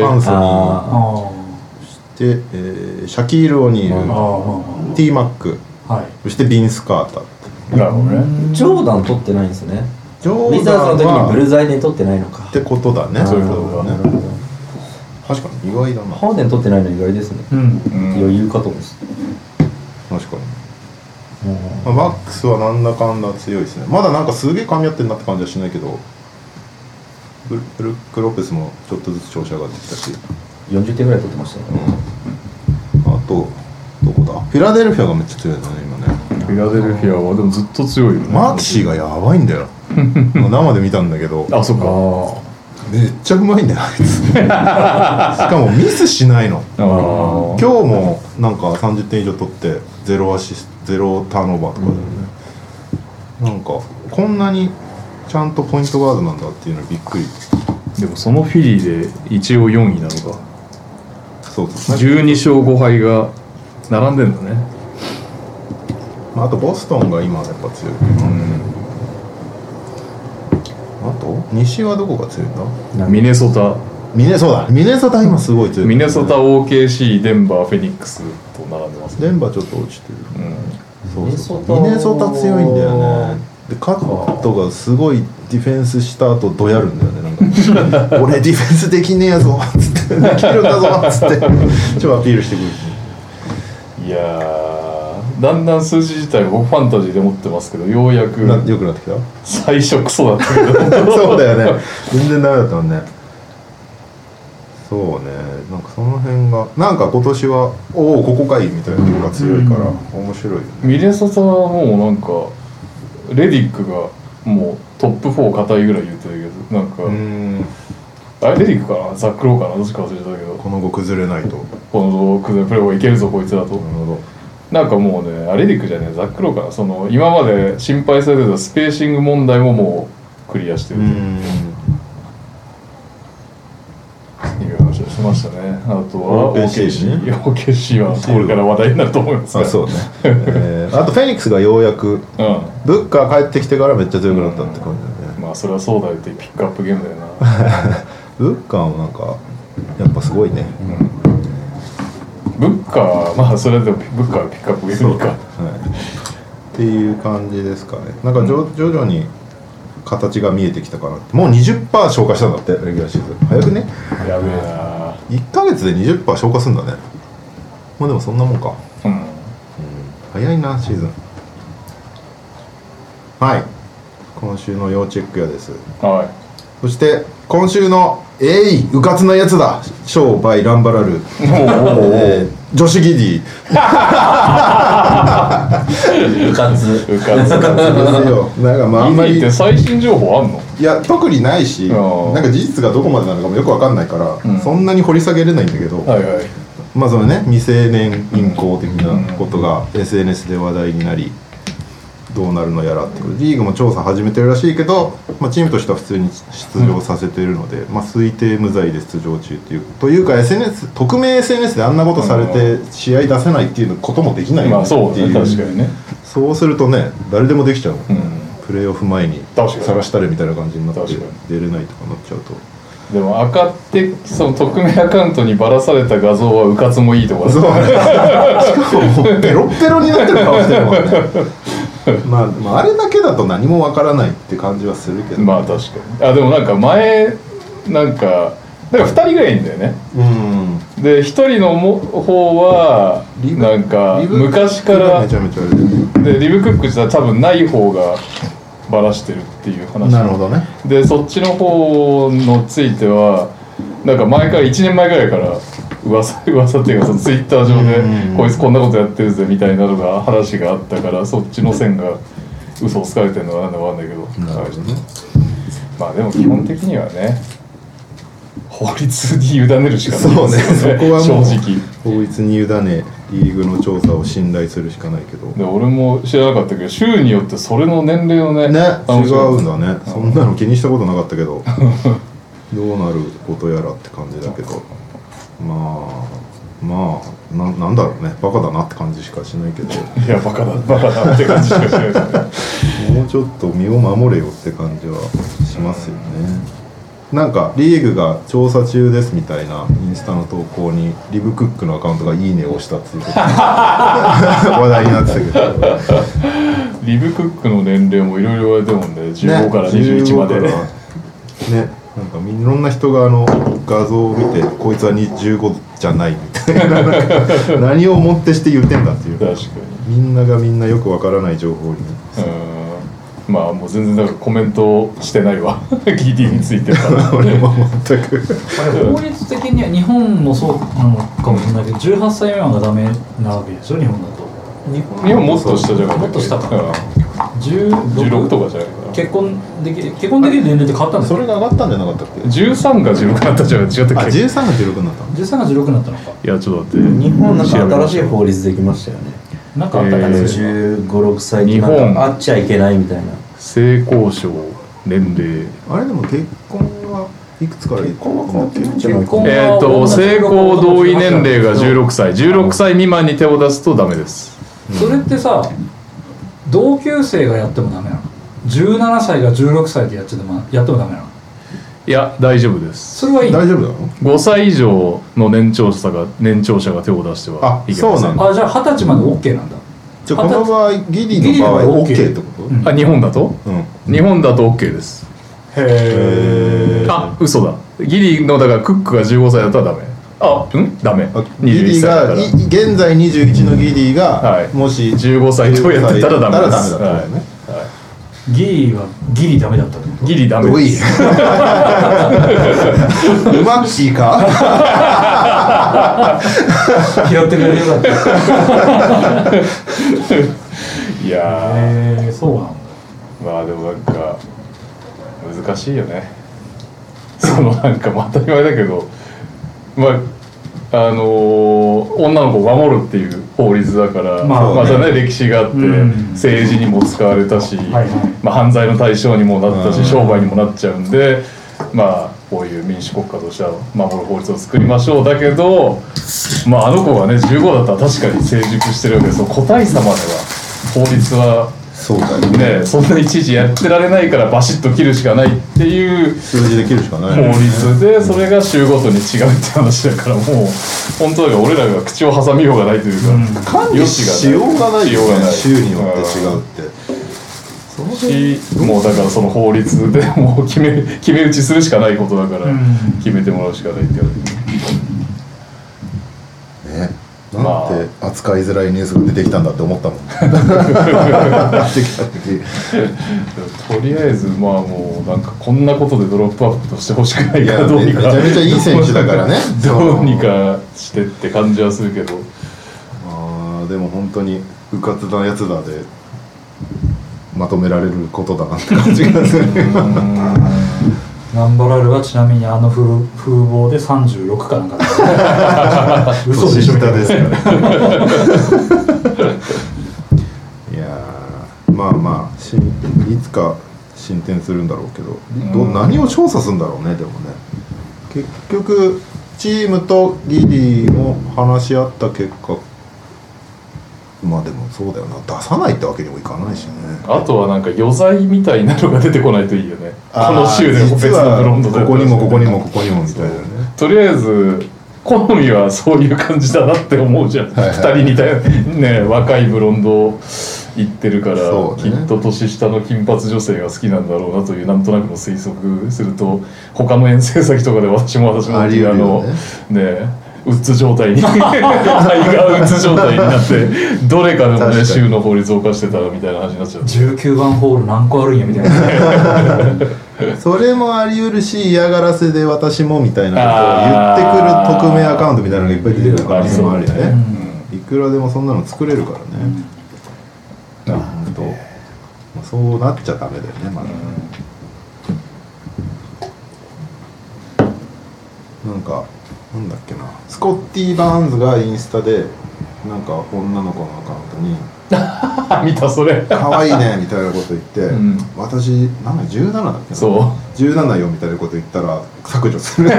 Speaker 1: カーレロ・パンソニー
Speaker 4: あ
Speaker 3: あ
Speaker 1: で、えーシャキール・オニー
Speaker 3: あ
Speaker 1: ル、
Speaker 3: は
Speaker 1: ティーマック
Speaker 3: い
Speaker 1: そしてビンス・カーター
Speaker 2: なるほどね
Speaker 4: ージョーダン取ってないんですね
Speaker 1: ジョ
Speaker 4: ウィザーズの時にブルーザイで取ってないのか
Speaker 1: ってことだね
Speaker 2: そういうこと
Speaker 1: ね
Speaker 2: だ
Speaker 1: 確かに意外だな
Speaker 4: ハーデン取ってないの意外ですね
Speaker 3: うん
Speaker 2: うん
Speaker 4: 余裕かと思います
Speaker 1: 確かに、まあ、バックスはなんだかんだ強いですねまだなんかすげえ噛み合ってんなって感じはしないけどブルブルック・ロペスもちょっとずつ調子上がってきたし
Speaker 4: 40点ぐらい取ってましたね
Speaker 1: あとどこだフィラデルフィアがめっちゃ強いんだね今ね
Speaker 2: フィラデルフィアはでもずっと強いよね
Speaker 1: マーキシーがやばいんだ よ生で見たんだけど
Speaker 2: あそっか
Speaker 1: めっちゃうまいんだよあいつし かもミスしないの
Speaker 2: あー
Speaker 1: 今日もなんか30点以上取ってゼロアシスゼロターンオーバーとかだよね、なんかこんなにちゃんとポイントガードなんだっていうのびっくり
Speaker 2: でもそのフィリーで一応4位なのか
Speaker 1: そうですね、
Speaker 2: 12勝5敗が並んでんだね
Speaker 1: まあ、あとボストンが今やっぱ強い、あと西はどこが強いんだ
Speaker 2: ミネソタ
Speaker 1: ミネそうだミネソタ今すごい強い
Speaker 2: ミネソタ OKC デンバーフェニックスと並んでますね
Speaker 1: 電波ちょっと落ちてる
Speaker 2: うん
Speaker 1: そうそう
Speaker 4: ミ
Speaker 1: ミ
Speaker 4: ネ
Speaker 1: ネ
Speaker 4: ソ
Speaker 1: ソ
Speaker 4: タ
Speaker 1: タ強いんだよねでカットがすごいディフェンスした後どやるんだよねなん か俺ディフェンスできねえやぞっつってできるんだぞっつ ってちょっとアピールしてくるし
Speaker 2: いやーだんだん数字自体僕ファンタジーで持ってますけどようやく
Speaker 1: な良くなってきた
Speaker 2: 最初クソだったけど
Speaker 1: そうだよね全然ダメだったもんねそうねなんかその辺がなんか今年はおおここかいみたいなのが強いから面白いよね
Speaker 2: ミネソタはもうなんかレディックがもうトップ4固いぐらい言ってるけどなんか、
Speaker 1: うん
Speaker 2: あれレディックかなザックローかなどっちか忘れたけど
Speaker 1: この後崩れないとなる
Speaker 2: このクズプレーオフいけるぞこいつだと、
Speaker 1: ほど
Speaker 2: なんかもうねあレディックじゃねえザックローかなその今まで心配されてたスペーシング問題ももうクリアして
Speaker 1: う
Speaker 2: る
Speaker 1: ん
Speaker 2: っていう話ですしてましたねあとは
Speaker 1: OKC
Speaker 2: OKC はこれから話題になると思いますか
Speaker 1: あ
Speaker 2: ら
Speaker 1: そうね、えーあとフェニックスがようやく
Speaker 2: う
Speaker 1: ブッカー帰ってきてからめっちゃ強くなったって感じだよね
Speaker 2: んまあそれはそうだよってピックアップゲームだよな
Speaker 1: ブッカーもなんかやっぱすごいね、
Speaker 2: ブッカーまあそれでもブッカーはピックアップゲームか
Speaker 1: はい、っていう感じですかねなんかじょ徐々に形が見えてきたかなってもう20%消化したんだってレギュラーシーズン早くね
Speaker 2: やべえな
Speaker 1: 1ヶ月で20%消化するんだねまあでもそんなもんか
Speaker 2: うん
Speaker 1: 早いなシーズンはい今週の要チェックやです
Speaker 2: は
Speaker 1: そして今週の「えいうかつなやつだ」ショーバイランバラル
Speaker 2: いもう
Speaker 1: えー女子ギディ
Speaker 2: う
Speaker 4: 部活
Speaker 2: かつか
Speaker 1: ですよなんかまああんま
Speaker 2: イ
Speaker 1: り
Speaker 2: ニって最新情報あんの
Speaker 1: いや特にないし
Speaker 2: あー
Speaker 1: なんか事実がどこまでなのかもよくわかんないから、
Speaker 2: うん
Speaker 1: そんなに掘り下げれないんだけど、
Speaker 2: はいはい
Speaker 1: まあそのね未成年銀行的なことが SNS で話題になりどうなるのやらっていうリーグも調査始めてるらしいけど、まあ、チームとしては普通に出場させてるので、まあ、推定無罪で出場中っていうというか SNS 匿名 SNS であんなことされて試合出せないっていうこともできない
Speaker 2: ま
Speaker 1: よ
Speaker 2: あ
Speaker 1: ってい
Speaker 2: そうだね確かにね
Speaker 1: そうするとね誰でもできちゃう、
Speaker 2: ん
Speaker 1: プレーオフ前に
Speaker 2: 確かに
Speaker 1: 探したれみたいな感じになって
Speaker 2: 確か
Speaker 1: 出れないとかなっちゃうと
Speaker 2: でも赤ってその匿名アカウントにばらされた画像はうかつもいいところ
Speaker 1: そう
Speaker 2: だ
Speaker 1: ねしかももうペロッペロになってる顔してるもんねまあ、まあ、あれだけだと何もわからないって感じはするけど、
Speaker 2: まあ確かにあでもなんか前なんかなんか2人ぐらいいんだよね
Speaker 1: うん
Speaker 2: で1人のも方は
Speaker 1: リブ
Speaker 2: なんか
Speaker 1: リブ
Speaker 2: 昔から
Speaker 1: めちゃめちゃあれだよね
Speaker 2: でリブクック自体は多分ない方がバラしてるっていう話
Speaker 1: なるほどね
Speaker 2: でそっちの方のついてはなんか前から1年前ぐらいから噂 噂っていうかそのツイッター上
Speaker 1: うん
Speaker 2: でこいつこんなことやってるぜみたいなのが話があったからそっちの線が嘘をつかれてるのはなんだかわかんないけど
Speaker 1: なるほどね
Speaker 2: まあでも基本的にはね法律に委ねるしかない
Speaker 1: そう ね
Speaker 2: です
Speaker 1: そ
Speaker 2: よね
Speaker 1: こはもう
Speaker 2: 正直
Speaker 1: 法律に委ねリーグの調査を信頼するしかないけど
Speaker 2: で俺も知らなかったけど州によってそれの年齢のね
Speaker 1: ね
Speaker 2: 話
Speaker 1: 違
Speaker 2: が
Speaker 1: うんだねそんなの気にしたことなかったけ どどうなることやらって感じだけどまあまあななんだろうねバカだなって感じしかしないけど
Speaker 2: いやバカだバカだって感じしかしないですね
Speaker 1: もうちょっと身を守れよって感じはしますよねなんかリーグが調査中ですみたいなインスタの投稿にリブクックのアカウントが「 いいね」を押したっていうこと話題になってたけど
Speaker 2: リブクックの年齢もいろいろ言われてるもんね15から21まで、
Speaker 1: ね15からねなんかみいろんな人があの画像を見てこいつは15じゃないみたいななんか何をもってして言ってんだってい
Speaker 2: 確か
Speaker 1: うみんながみんなよくわからない情報に
Speaker 2: にうんまあもう全然だからコメントしてないわ GD について は
Speaker 1: 俺も全く
Speaker 3: 法律的には日本もそうなのかもしれないけど18歳未満がダメなわけでしょ日本だと
Speaker 2: 日本もっと下じゃなか
Speaker 3: もっと下
Speaker 2: た
Speaker 3: か
Speaker 2: うん16
Speaker 3: 16
Speaker 2: とかじゃないかな
Speaker 3: 結婚でき結婚できる年齢って変わったんです
Speaker 1: そ
Speaker 3: か
Speaker 1: れが上がったんじゃなかったっけ
Speaker 2: 13が16だったじゃん違っ
Speaker 1: あ
Speaker 2: たっけい
Speaker 1: 13が16になったの
Speaker 3: 13が16になったのか
Speaker 2: やちょっと待って
Speaker 4: 日本なん
Speaker 2: 調べまょ
Speaker 4: か
Speaker 2: う
Speaker 4: 新しい法律できましたよね
Speaker 3: なんかあった
Speaker 2: え
Speaker 3: か
Speaker 2: ー
Speaker 3: なそれ
Speaker 4: 1 5 6歳
Speaker 2: 日
Speaker 4: に
Speaker 2: 本
Speaker 4: なんか会っちゃいけないみたいな
Speaker 2: 性交渉年齢
Speaker 1: あれでも結婚はいくつから結婚は
Speaker 3: 結婚は
Speaker 2: えっ、と
Speaker 3: 女
Speaker 2: 性交同意年齢が
Speaker 3: 16
Speaker 2: 16歳16歳未満に手を出すとダメです
Speaker 3: それってさ同級生がやってもダメなの17歳が16歳でやっちゃダメやってもダメなの
Speaker 2: いや大丈夫です
Speaker 3: それはいい
Speaker 1: 大
Speaker 3: の
Speaker 1: 丈夫なの
Speaker 2: 5歳以上の年長者が年長者が手を出しては
Speaker 1: あ
Speaker 2: いけま
Speaker 1: そう
Speaker 2: せ
Speaker 1: なん
Speaker 2: ん
Speaker 1: だ
Speaker 3: あじゃあ二十歳まで OK なんだ
Speaker 1: じゃあこの場合ギリの場合は OK ってこと
Speaker 3: うん
Speaker 2: あ日本だと
Speaker 1: うん
Speaker 2: 日本だと OK です
Speaker 1: へー
Speaker 2: あ嘘だギリのだからクックが15歳だったらダメあうんダメ
Speaker 1: あギ
Speaker 2: 21
Speaker 1: リ
Speaker 2: 歳だった
Speaker 1: が
Speaker 2: ら
Speaker 1: い現在21のギリが、
Speaker 2: はい
Speaker 1: もし
Speaker 2: 15歳とやってたらダメです
Speaker 1: 15歳だったらダメだったんだよね、
Speaker 3: ギリはギリダメだったってこと
Speaker 2: ギリダメ
Speaker 1: どい
Speaker 2: です
Speaker 1: うまくいいか
Speaker 3: 拾ってくれるよかった
Speaker 2: いやー
Speaker 3: へえそうなんだ
Speaker 2: まあでもなんか難しいよね そのなんかまあ当たり前だけどまああのー女の子を守るっていう法律だから、
Speaker 3: まあ
Speaker 2: またね歴史があって、
Speaker 3: うん
Speaker 2: 政治にも使われたし、
Speaker 3: はいはい
Speaker 2: まあ、犯罪の対象にもなったし、
Speaker 1: うん
Speaker 2: 商売にもなっちゃうんでまあこういう民主国家としては守る法律を作りましょうだけど、まあ、あの子がね15だったら確かに成熟してるわけですよ個体差までは法律は
Speaker 1: そうだよね
Speaker 2: ねそんないちいちやってられないからバシッと切るしかないっていう
Speaker 1: 数字できるしかな
Speaker 2: 法
Speaker 1: いよね
Speaker 2: 律でそれが州ごとに違うって話だからもう本当に俺らが口を挟みようがないというか、
Speaker 1: 管理しようがないよ
Speaker 2: しようが
Speaker 1: ね
Speaker 2: ない
Speaker 1: 州によって違うって
Speaker 2: しもうだからその法律でもう決め 決め打ちするしかないことだから
Speaker 3: うん
Speaker 2: 決めてもらうしかないっていう
Speaker 1: ね
Speaker 2: ま
Speaker 1: な
Speaker 2: あ
Speaker 1: んて扱いづらいニュースが出てきたんだって思ったもん 出てきた時
Speaker 2: とりあえずまあもうなんかこんなことでドロップアップとしてほしくない
Speaker 1: い
Speaker 2: か
Speaker 1: や
Speaker 2: らどうにか
Speaker 1: めちゃめちゃいい選手だからね
Speaker 2: どうにか してって感じはするけど
Speaker 1: あーでも本当にうかつなやつだでまとめられることだなって感じがする
Speaker 3: ナンバラルはちなみにあの風風貌で36かなんかだ 嘘でしょみたいな
Speaker 1: 年下ですからいやーまあまあしいつか進展するんだろうけどどう何を調査するんだろうねでもね結局チームとギリーも話し合った結果まあでもそうだよな出さないってわけにもいかないしね
Speaker 2: あとはなんか余罪みたいなのが出てこないといいよねこの州で
Speaker 1: あー
Speaker 2: も別
Speaker 1: 実
Speaker 2: のブロンド
Speaker 1: は
Speaker 2: で
Speaker 1: ここにもここにもここにもみたいなね
Speaker 2: とりあえず好みはそういう感じだなって思うじゃん、二
Speaker 1: はいはい
Speaker 2: 人似たよね若いブロンド行ってるから、
Speaker 1: そう
Speaker 2: き
Speaker 1: ね
Speaker 2: っと年下の金髪女性が好きなんだろうなというなんとなくの推測すると他の遠征先とかで私も私も
Speaker 1: あり得るよね
Speaker 2: ねうつ状 態に肺がうつ状態になってどれかでも
Speaker 1: 確か
Speaker 2: ね
Speaker 1: に
Speaker 2: 州の法律を犯してたらみたいな話になっちゃう
Speaker 3: 19番ホール何個あるんやみたいな
Speaker 1: それもあり得るし嫌がらせで私もみたいなことを言ってくる匿名アカウントみたいなのがいっぱい出てるから
Speaker 2: あー
Speaker 1: それもあるよね
Speaker 2: ありそうだ
Speaker 1: いくらでもそんなの作れるからね、本当まあそうなっちゃダメだよねまだ、なんかなんだっけなスコッティ・バーンズがインスタでなんか女の子のアカウント に
Speaker 2: あ見たそれ
Speaker 1: 「可愛いね」みたいなこと言って「
Speaker 2: ん
Speaker 1: 私なんだ17だっけな
Speaker 2: そう
Speaker 1: 17よみたいなこと言ったら削除 するその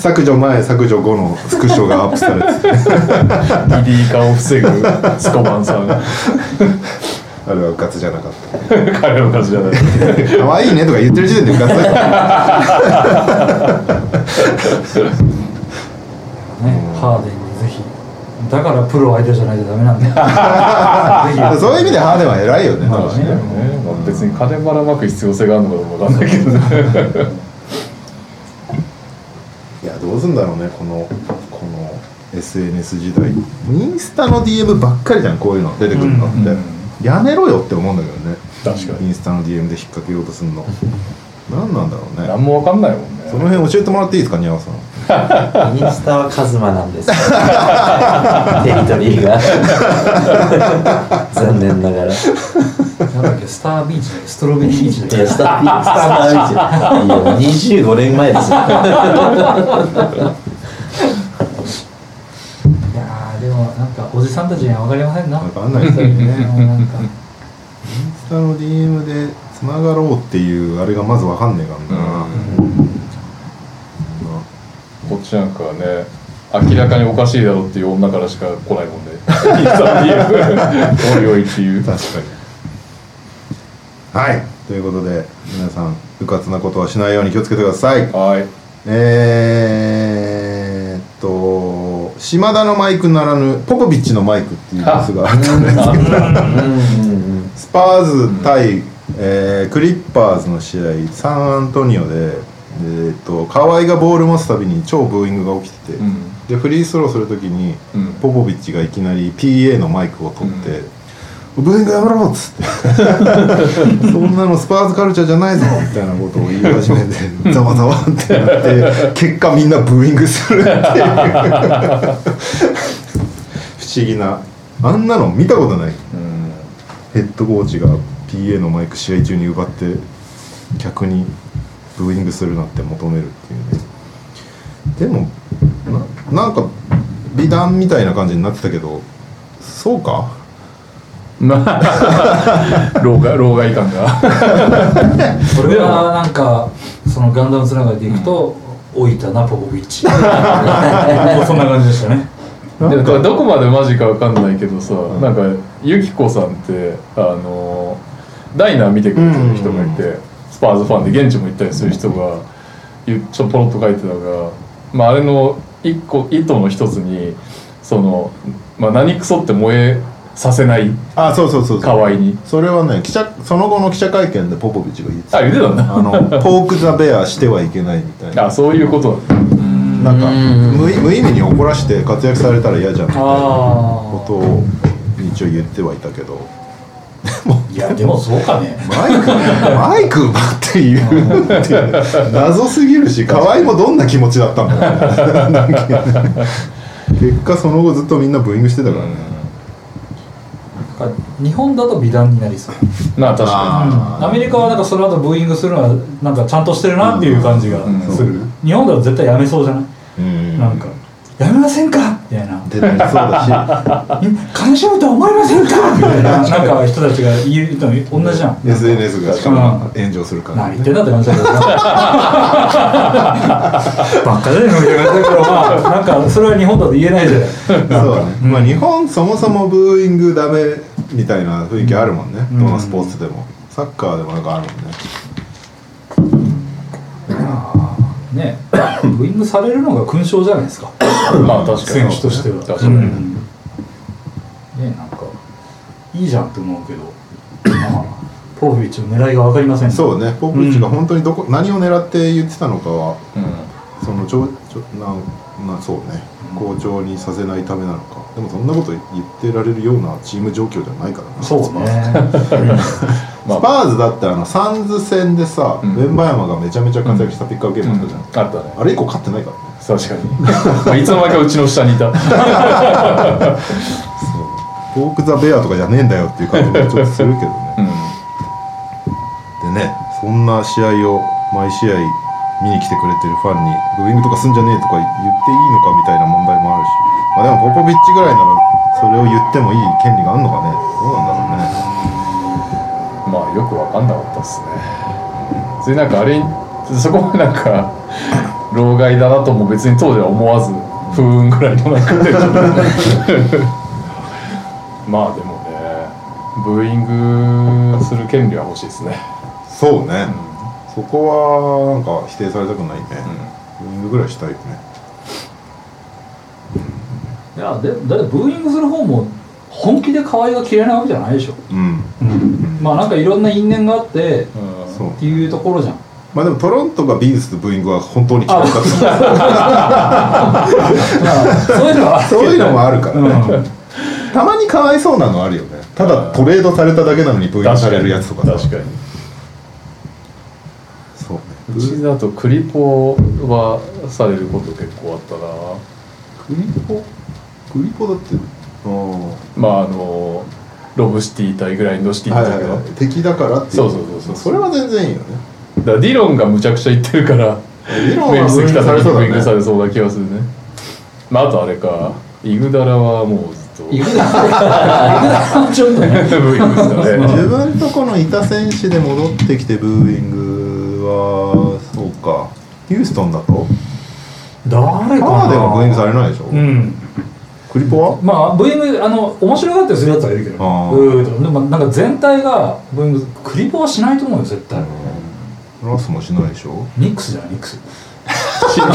Speaker 1: 削除前削除後のスクショがアップされてて
Speaker 2: リリー化を防ぐスコバンさん
Speaker 1: あれはうかつじゃなかった
Speaker 2: 彼の感じじゃない
Speaker 1: 可愛いねとか言ってる時点でうかつだから
Speaker 3: ねハーデンにぜひだからプロ相手じゃないとダメなんだよ ぜ
Speaker 1: そういう意味でハーデンは偉いよね
Speaker 2: まあねまあ、別に金ばらまく必要性があるのかどうかわかんないけどね
Speaker 1: いやどうすんだろうねこのこの SNS 時代インスタの DM ばっかりじゃんこういうの出てくるのって、
Speaker 2: うんうん
Speaker 1: やめろよって思うんだけどね
Speaker 2: 確か
Speaker 1: イ
Speaker 2: に
Speaker 1: ンスタの DM で引っ掛けようとすんの何なんだろうね
Speaker 2: 何もわかんないもんね
Speaker 1: その辺教えてもらっていいですか庭さん
Speaker 4: インスタはカズマ なんですテリトリー が残念ながらいや
Speaker 3: ひ
Speaker 4: ス
Speaker 3: なんだっけスタービーチだっけストロベリービーチだっ
Speaker 4: タ
Speaker 3: け
Speaker 4: ースタービーチいや25年前ですよ
Speaker 3: いやーでもなんかおじさんたちには分かりませんな
Speaker 1: わかんないですよ
Speaker 3: ね
Speaker 1: ね
Speaker 3: もうなんか
Speaker 1: インスタの DM でつながろうっていうあれがまずわかんねえからな、
Speaker 2: こっちなんかはね明らかにおかしいだろっていう女からしか来ないもんで、ね、インスタの DM おいおいっていう
Speaker 1: 確かにはいということで皆さんうかつなことはしないように気をつけてください
Speaker 2: はい
Speaker 1: えー、っと島田のマイクならぬポポビッチのマイクっていうニュースがあったんですけど
Speaker 4: うんうんうん
Speaker 1: スパーズ対、えークリッパーズの試合サンアントニオで、えーっと河合がボール持つたびに超ブーイングが起きてて、
Speaker 2: うん
Speaker 1: でフリースローするときに、
Speaker 2: うん
Speaker 1: ポポビッチがいきなり PA のマイクを取って「ブーイングやめろ!」っつって「そんなのスパーズカルチャーじゃないぞ!」みたいなことを言い始めてざわざわってなって結果みんなブーイングする っていう不思議なあんなの見たことない
Speaker 2: うん
Speaker 1: ヘッドコーチが PA のマイク試合中に奪って客にブーイングするなって求めるっていうねでもななんか美談みたいな感じになってたけどそうか
Speaker 2: 老害老害感が
Speaker 3: それはなんかそのガンダムつながりでいくと、老いたなポポビッ チもうそんな感じでしたね
Speaker 2: でもどこまでマジかわかんないけどさ、なんかゆきこさんってあのダイナー見てくれてる人がいて、スパーズファンで現地も行ったりする人が、ゆちょポロっと書いてたのが、まあ、あれの一個意図の一つにその、まあ、何クソって燃えさせない
Speaker 1: あそうそうそうそう
Speaker 2: 河合に
Speaker 1: それはね記者その後の記者会見でポポビッチが言ってた
Speaker 2: あ言ってたんだ
Speaker 1: あの ポーク・ザ・ベアしてはいけないみたいな
Speaker 2: あそういうことなんだ
Speaker 1: なんか無意無意味に怒らして活躍されたら嫌じゃんみたいなこ
Speaker 3: あ
Speaker 1: とを一応言ってはいたけど
Speaker 3: あいやでもそうかね
Speaker 1: マイクマイク奪って言うっていう謎すぎるし河合もどんな気持ちだったんだろう ねなんかね結果その後ずっとみんなブーイングしてたからね
Speaker 3: なんか日本だと美談になりそう
Speaker 2: まあ確か
Speaker 3: アメリカはなんかその後ブーイングするのはなんかちゃんとしてるなっていう感じがする、
Speaker 1: うん
Speaker 3: 日本だと絶対やめそうじゃない、
Speaker 1: うん
Speaker 3: なんか「やめませんか?」みたいな
Speaker 1: 出てそうだ
Speaker 3: 「悲しむとは思いませんか?」みた いななんか人たちが言うと同じじゃん
Speaker 1: し SNS がしかも炎上するから
Speaker 3: 何言ってんだって感じだけどなばっかじゃねえのみたいな感じだけどまあ なんかそれは日本だと言えないじゃない
Speaker 1: そうだね、まあ日本そもそもブーイングダメみたいな雰囲気あるもんね、どのスポーツでもサッカーでもなんかあるもんね
Speaker 3: ねえブーイングされるのが勲章じゃないですか
Speaker 2: にまあ確かに
Speaker 3: 選手としては
Speaker 2: 確かに、
Speaker 3: うんねえなんかいいじゃんって思うけどまあポポビッチの狙いが分かりませんね
Speaker 1: そうねポップイッチが本当にどこ、何を狙って言ってたのかは
Speaker 2: うん
Speaker 1: そのちょちょなんなんそうね好調にさせないためなのかでもそんなこと言ってられるようなチーム状況じゃないからな
Speaker 3: そうね
Speaker 2: まあ
Speaker 1: スパーズだってあのサンズ戦でさ、
Speaker 2: うん
Speaker 1: メンバー山がめちゃめちゃ活躍したピックアップゲームあったじゃん、
Speaker 2: あったね
Speaker 1: あれ以降勝ってないからね
Speaker 2: 確かに まあいつの間にかうちの下にいた
Speaker 1: フォーク・ザ・ベアとかじゃねえんだよっていう感じもちょっとするけどね
Speaker 2: うん
Speaker 1: でねそんな試合を毎試合見に来てくれてるファンに「ブーイングとかすんじゃねえ」とか言っていいのかみたいな問題もあるし、まあ、でもポポビッチぐらいならそれを言ってもいい権利があるのかねどうなんだろうね
Speaker 2: まあよく分かんなかったっすねそれなんかあれそこはなんか 老害だなとも別に当時は思わず不運ぐらいのなんかで まあでもねブーイングする権利は欲しいですね
Speaker 1: そうね、そこはなんか否定されたくないね、ブーイングぐらいしたいよね
Speaker 3: いやでだってブーイングする方も本気で可愛が嫌いなわけじゃないでしょ、
Speaker 1: うん
Speaker 3: まあなんかいろんな因縁があって
Speaker 2: う
Speaker 3: っ
Speaker 2: ん
Speaker 1: そう
Speaker 3: ていうところじゃん
Speaker 1: まあでもトロントがビーンスとブーイングは本当に 嫌いだった
Speaker 3: まあ そういうのはあるけ
Speaker 1: そ
Speaker 3: ど
Speaker 1: ういうのもあるからね、
Speaker 3: うん
Speaker 1: たまにかわいそうなのあるよねただトレードされただけなのにブーイングされるやつとかさ
Speaker 2: 確かに
Speaker 1: そうね
Speaker 2: うちだとクリポはされること結構あったな
Speaker 1: クリポクリポだってあ
Speaker 2: まああのロブシティ対グラインドシティ
Speaker 1: あ、は
Speaker 2: 対
Speaker 1: い
Speaker 2: か、
Speaker 1: はいはい、敵だからっていう
Speaker 2: そうそうそうそう
Speaker 1: それは全然いいよね
Speaker 2: だからディロンがむちゃくちゃ言ってるから
Speaker 1: 理論
Speaker 2: ウェ
Speaker 1: は
Speaker 2: ブス来た時にブーイングさ
Speaker 1: ね
Speaker 2: れそうな気がするねまああとあれかイグダラはもうずっと
Speaker 3: 行
Speaker 2: ブ
Speaker 3: くな行くなちょっとね
Speaker 2: ーイングしたね
Speaker 1: 自分とこのいた選手で戻ってきてブーイングはそうかヒューストンだと
Speaker 3: 誰
Speaker 1: カナでもブーイングされないでしょ、
Speaker 3: うん
Speaker 1: クリポは
Speaker 3: まあブーイングあの面白がってするやつはいるけど
Speaker 1: あー
Speaker 3: うーんでもなんか全体がブーイングクリポはしないと思うよ絶対
Speaker 1: ラスもしないでしょ
Speaker 3: ニックスじゃないニックス
Speaker 2: だか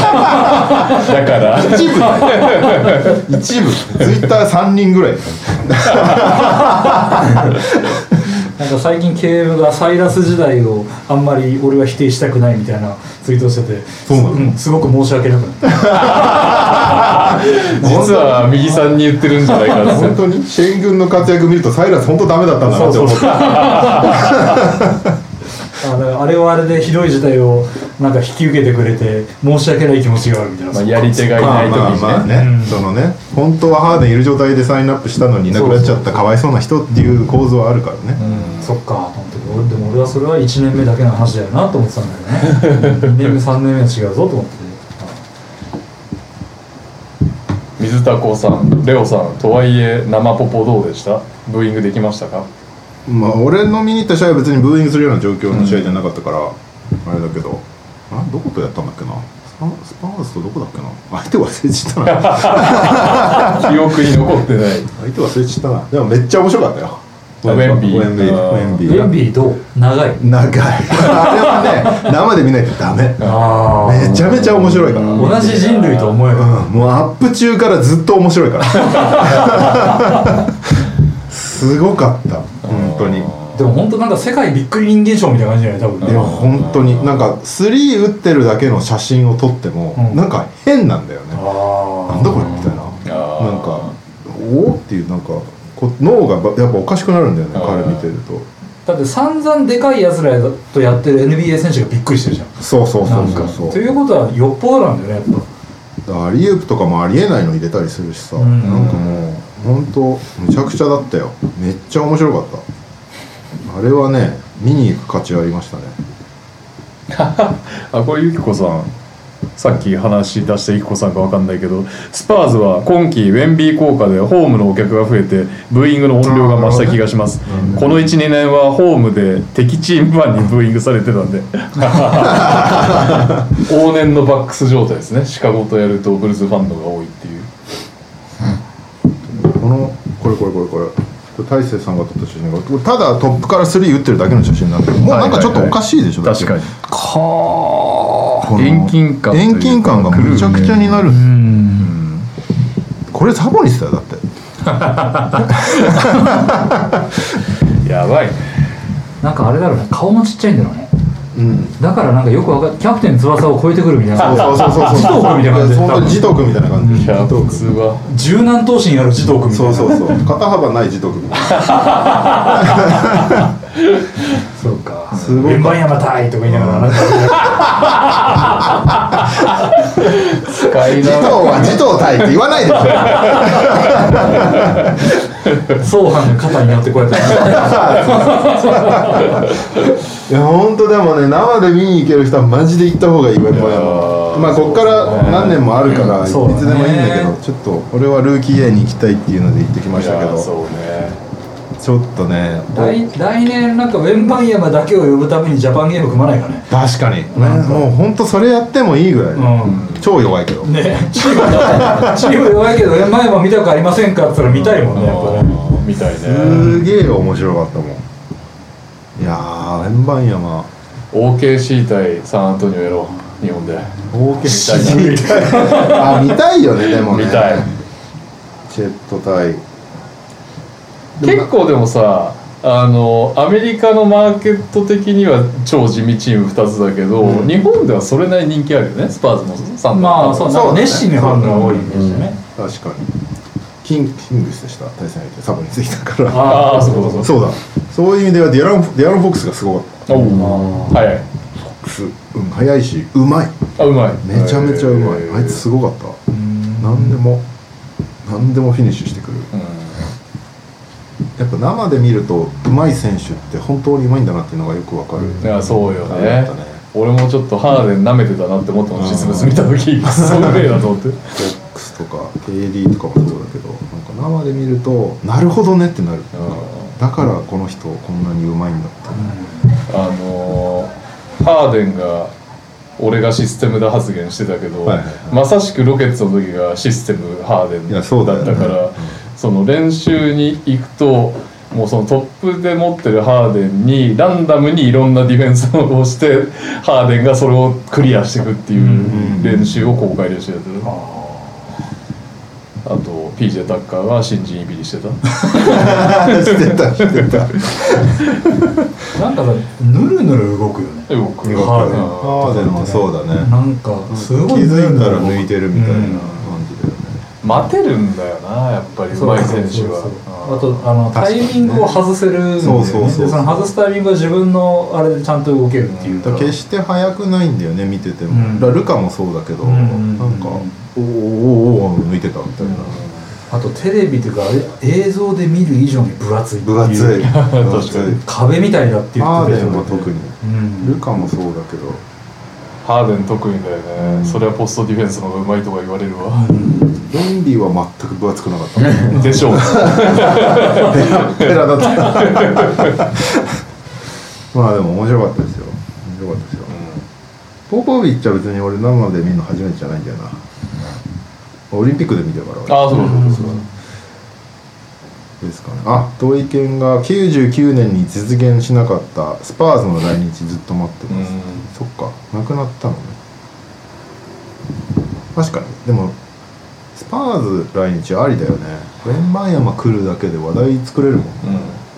Speaker 2: ら
Speaker 1: 一部一部ツイッター3人ぐらい
Speaker 3: なんか最近 KM がサイラス時代をあんまり俺は否定したくないみたいなツイートをしてて
Speaker 1: そうなの
Speaker 3: んすごく申し訳なくなった
Speaker 2: 実は右さんに言ってるんじゃないかな
Speaker 1: 本当にシェン軍の活躍見るとサイラス本当ダメだったんだなって思った
Speaker 3: あだからあれはあれでひどい事態をなんか引き受けてくれて申し訳ない気持ちがあるみたいな、
Speaker 2: まあやり手がい
Speaker 1: ま
Speaker 2: な
Speaker 1: あ
Speaker 2: い時
Speaker 1: まあまあ
Speaker 2: にね
Speaker 1: ね、そのね本当はハーデンいる状態でサインアップしたのにいなくなっちゃったかわいそうな人っていう構造はあるからね、
Speaker 3: そっかと思って俺でも俺はそれは1年目だけの話だよなと思ってたんだよね2年目3年目は違うぞと思って
Speaker 2: 見水田子さんレオさんとはいえ生ポポどうでしたブーイングできましたか
Speaker 1: まあ俺の見に行った試合は別にブーイングするような状況の試合じゃなかったから、あれだけどあどことやったんだっけなスパスパーズとどこだっけな相手忘れちゃったな
Speaker 2: 記憶に残ってない
Speaker 1: 相手忘れちゃったなでもめっちゃ面白かったよ
Speaker 2: あウェンビー
Speaker 1: ウェンビー
Speaker 2: あ
Speaker 1: ウ
Speaker 2: ー
Speaker 1: ェンビ
Speaker 3: ウ
Speaker 1: ーが
Speaker 3: ェンビーどう長い
Speaker 1: 長いあれはね生で見ないとダメ
Speaker 3: あ
Speaker 1: めちゃめちゃ面白いから、うん、
Speaker 3: 同じ人類と思えば
Speaker 1: もうアップ中からずっと面白いからすごかった本当に
Speaker 3: でも本当なんか世界びっくり人間賞みたいな感じじゃない多分
Speaker 1: いや本当になんか3打ってるだけの写真を撮っても、
Speaker 3: うん
Speaker 1: なんか変なんだよね
Speaker 3: あ
Speaker 1: なんだこれみたいな
Speaker 2: あー
Speaker 1: なんかおおっていうなんかこ脳がばやっぱおかしくなるんだよね
Speaker 2: あー
Speaker 1: 彼見てると
Speaker 3: だって散々でかいやつらとやってる NBA 選手がびっくりしてるじゃん
Speaker 1: そうそう
Speaker 3: な
Speaker 1: そ
Speaker 3: ん
Speaker 1: う
Speaker 3: か
Speaker 1: そう
Speaker 3: と
Speaker 1: そう
Speaker 3: いうことはよっぽどなんだよねやっ
Speaker 1: だからアリウープとかもありえないの入れたりするしさ、
Speaker 3: うん
Speaker 1: なんかもう本当むちゃくちゃだったよめっちゃ面白かったあれはね見に行く価値ありましたね
Speaker 2: あこれゆきこさんさっき話し出したゆきこさんかわかんないけどスパーズは今季ウェンビー効果でホームのお客が増えてブーイングの音量が増した気がします、この12年はホームで敵チームファンにブーイングされてた んで往年のバックス状態ですねシカゴとやるとブルーズファンのが多いっていう
Speaker 1: このこれこれこれこれこれ大勢さんが撮った写真がこれただトップから3打ってるだけの写真なんだけどもうなんかちょっとおかしいでしょ、
Speaker 2: 確かに
Speaker 1: この
Speaker 2: 遠近感というか
Speaker 1: 遠近感がむちゃくちゃになるうんこれサボにしたよだって
Speaker 2: やばいね
Speaker 3: ぱなんかあれだろうね顔もちっちゃいんだろうね
Speaker 1: うん
Speaker 3: だからなんかよくわかキャプテン翼を超えてくるみたい
Speaker 1: そう
Speaker 3: な
Speaker 1: そうそうそう
Speaker 3: 児童君みたいな感じ
Speaker 1: 本当に児童君みたいな感じ
Speaker 2: キャプツは
Speaker 3: 柔軟闘神やる児童君みたい
Speaker 1: そ
Speaker 3: な
Speaker 1: うそうそう肩幅ない児童君みたいな
Speaker 3: そうか
Speaker 1: すごい
Speaker 3: 円盤山隊とか言いながらな んか
Speaker 2: 使い
Speaker 1: 児
Speaker 2: な
Speaker 1: 童は児童対って言わないでしょ
Speaker 3: 総犯が肩になってこうやって
Speaker 1: いや本当でもね生で見に行ける人はマジで行った方がいいわやっぱ
Speaker 2: いやー
Speaker 1: まあこっから何年もあるから
Speaker 3: うん
Speaker 1: いつで
Speaker 3: そ
Speaker 1: も
Speaker 3: う
Speaker 1: いい
Speaker 3: だね
Speaker 1: んだけどちょっと俺はルーキー A に行きたいっていうので行ってきま
Speaker 2: い
Speaker 1: したけ
Speaker 2: や
Speaker 1: ど
Speaker 2: そうね
Speaker 1: ちょっとね
Speaker 3: 来来年なんか円盤山だけを呼ぶためにジャパンゲーム組まないかね
Speaker 1: 確かにねもう本当それやってもいいぐらい超弱いけど
Speaker 3: ねチームチーム弱いけど円盤山見たくありませんかって言ったら見たいもんねやっぱね
Speaker 2: あーみたいね
Speaker 1: すげえ面白かったもんいやー円盤山
Speaker 2: OKC 対サンアントニオやろう日本で
Speaker 1: 大けし
Speaker 2: 見
Speaker 1: あ見たいよねでもね
Speaker 2: 見たい
Speaker 1: チェット対
Speaker 2: 結構でもさあのアメリカのマーケット的には超地味チーム2つだけど、日本ではそれなりに人気あるよねスパーズもサンダー
Speaker 3: まあ
Speaker 2: も
Speaker 3: そう
Speaker 1: そうだ
Speaker 3: なん
Speaker 1: ね
Speaker 3: か熱心にファンが多いイメージだね
Speaker 1: 確かにキンキングスでした対戦相手サボについたから
Speaker 2: ああそうそうそう
Speaker 1: そうだそういう意味ではディアランディアラン・フォックスがすごかった
Speaker 2: おう早い
Speaker 1: フォックス、うん、速いしうまい
Speaker 2: あうまい
Speaker 1: めちゃめちゃうまい、あいつすごかった何でも何でもフィニッシュしてくる
Speaker 2: うん
Speaker 1: やっぱ生で見るとうまい選手って本当にうまいんだなっていうのがよくわかる、
Speaker 2: いやそうよ
Speaker 1: あれだ
Speaker 2: ね
Speaker 1: ったね
Speaker 2: 俺もちょっとハーデン舐めてたなって思ったの実物見 た時クソうめえなと思って
Speaker 1: フォックスとか KD とかもそうだけどなんか生で見るとなるほどねってなるだからこの人こんなにうまいんだ って
Speaker 2: あのーハーデンが俺がシステムだ発言してたけど、
Speaker 1: はいはいは
Speaker 2: まさしくロケッツの時がシステムハーデン
Speaker 1: いやそうだ
Speaker 2: だ
Speaker 1: よ
Speaker 2: っ
Speaker 1: ね
Speaker 2: たからその練習に行くともうそのトップで持ってるハーデンにランダムにいろんなディフェンスをしてハーデンがそれをクリアしていくっていう練習を公開練習やってる、あと PJ タッカーが新人いびりして た
Speaker 1: してたして た
Speaker 3: なんかさぬるぬる動くよね
Speaker 2: 動く
Speaker 3: ハーデン
Speaker 1: ハーデンもそうだね
Speaker 3: なんかすごい
Speaker 1: 気
Speaker 3: ぬる
Speaker 1: づい
Speaker 3: ぬ
Speaker 1: た
Speaker 3: る
Speaker 1: ら
Speaker 3: 動く
Speaker 1: 抜いてるみたいな
Speaker 3: う
Speaker 1: 感
Speaker 3: ん
Speaker 1: じだよね
Speaker 2: 待てるんだよなやっぱりう
Speaker 3: そう
Speaker 2: まい
Speaker 3: そう
Speaker 2: 選手
Speaker 3: そう
Speaker 2: は
Speaker 3: そうあとあの
Speaker 1: 確
Speaker 3: タ
Speaker 1: かに
Speaker 3: イ
Speaker 1: ね
Speaker 3: ミングを外せるんだよね
Speaker 1: そうそうそう
Speaker 3: での外すタイミングは自分のあれでちゃんと動けるっていう
Speaker 1: だから決して速くないんだよね見てても、
Speaker 3: うん
Speaker 1: だからルカもそうだけど、
Speaker 3: うん
Speaker 1: なんかおーおーおーおー抜いてたみたいな、
Speaker 3: あとテレビというかあれ映像で見る以上に分厚いっていう
Speaker 1: 分厚い分厚
Speaker 2: 確かに
Speaker 1: い
Speaker 3: 壁みたいだって言
Speaker 1: ハー
Speaker 3: って
Speaker 1: デン
Speaker 3: よ
Speaker 1: は特に、
Speaker 3: うん
Speaker 1: ルカもそうだけど
Speaker 2: ハーデン特にだよね、それはポストディフェンスの方がうまいとか言われるわ、
Speaker 1: ロンリーは全く分厚くなかった
Speaker 2: でしょうね
Speaker 1: ペラだったまあでも面白かったですよ面白かったですよ、ポポビッチは別に俺生で見るの初めてじゃないんだよなオリンピックで見てるから俺
Speaker 2: ああそうそうそうそう
Speaker 1: ですかねあ同意見が99年に実現しなかったスパーズの来日ずっと待ってます、
Speaker 2: うん
Speaker 1: そっかなくなったのね確かにでもスパーズ来日ありだよねウェンバンヤマ来るだけで話題作れるもんね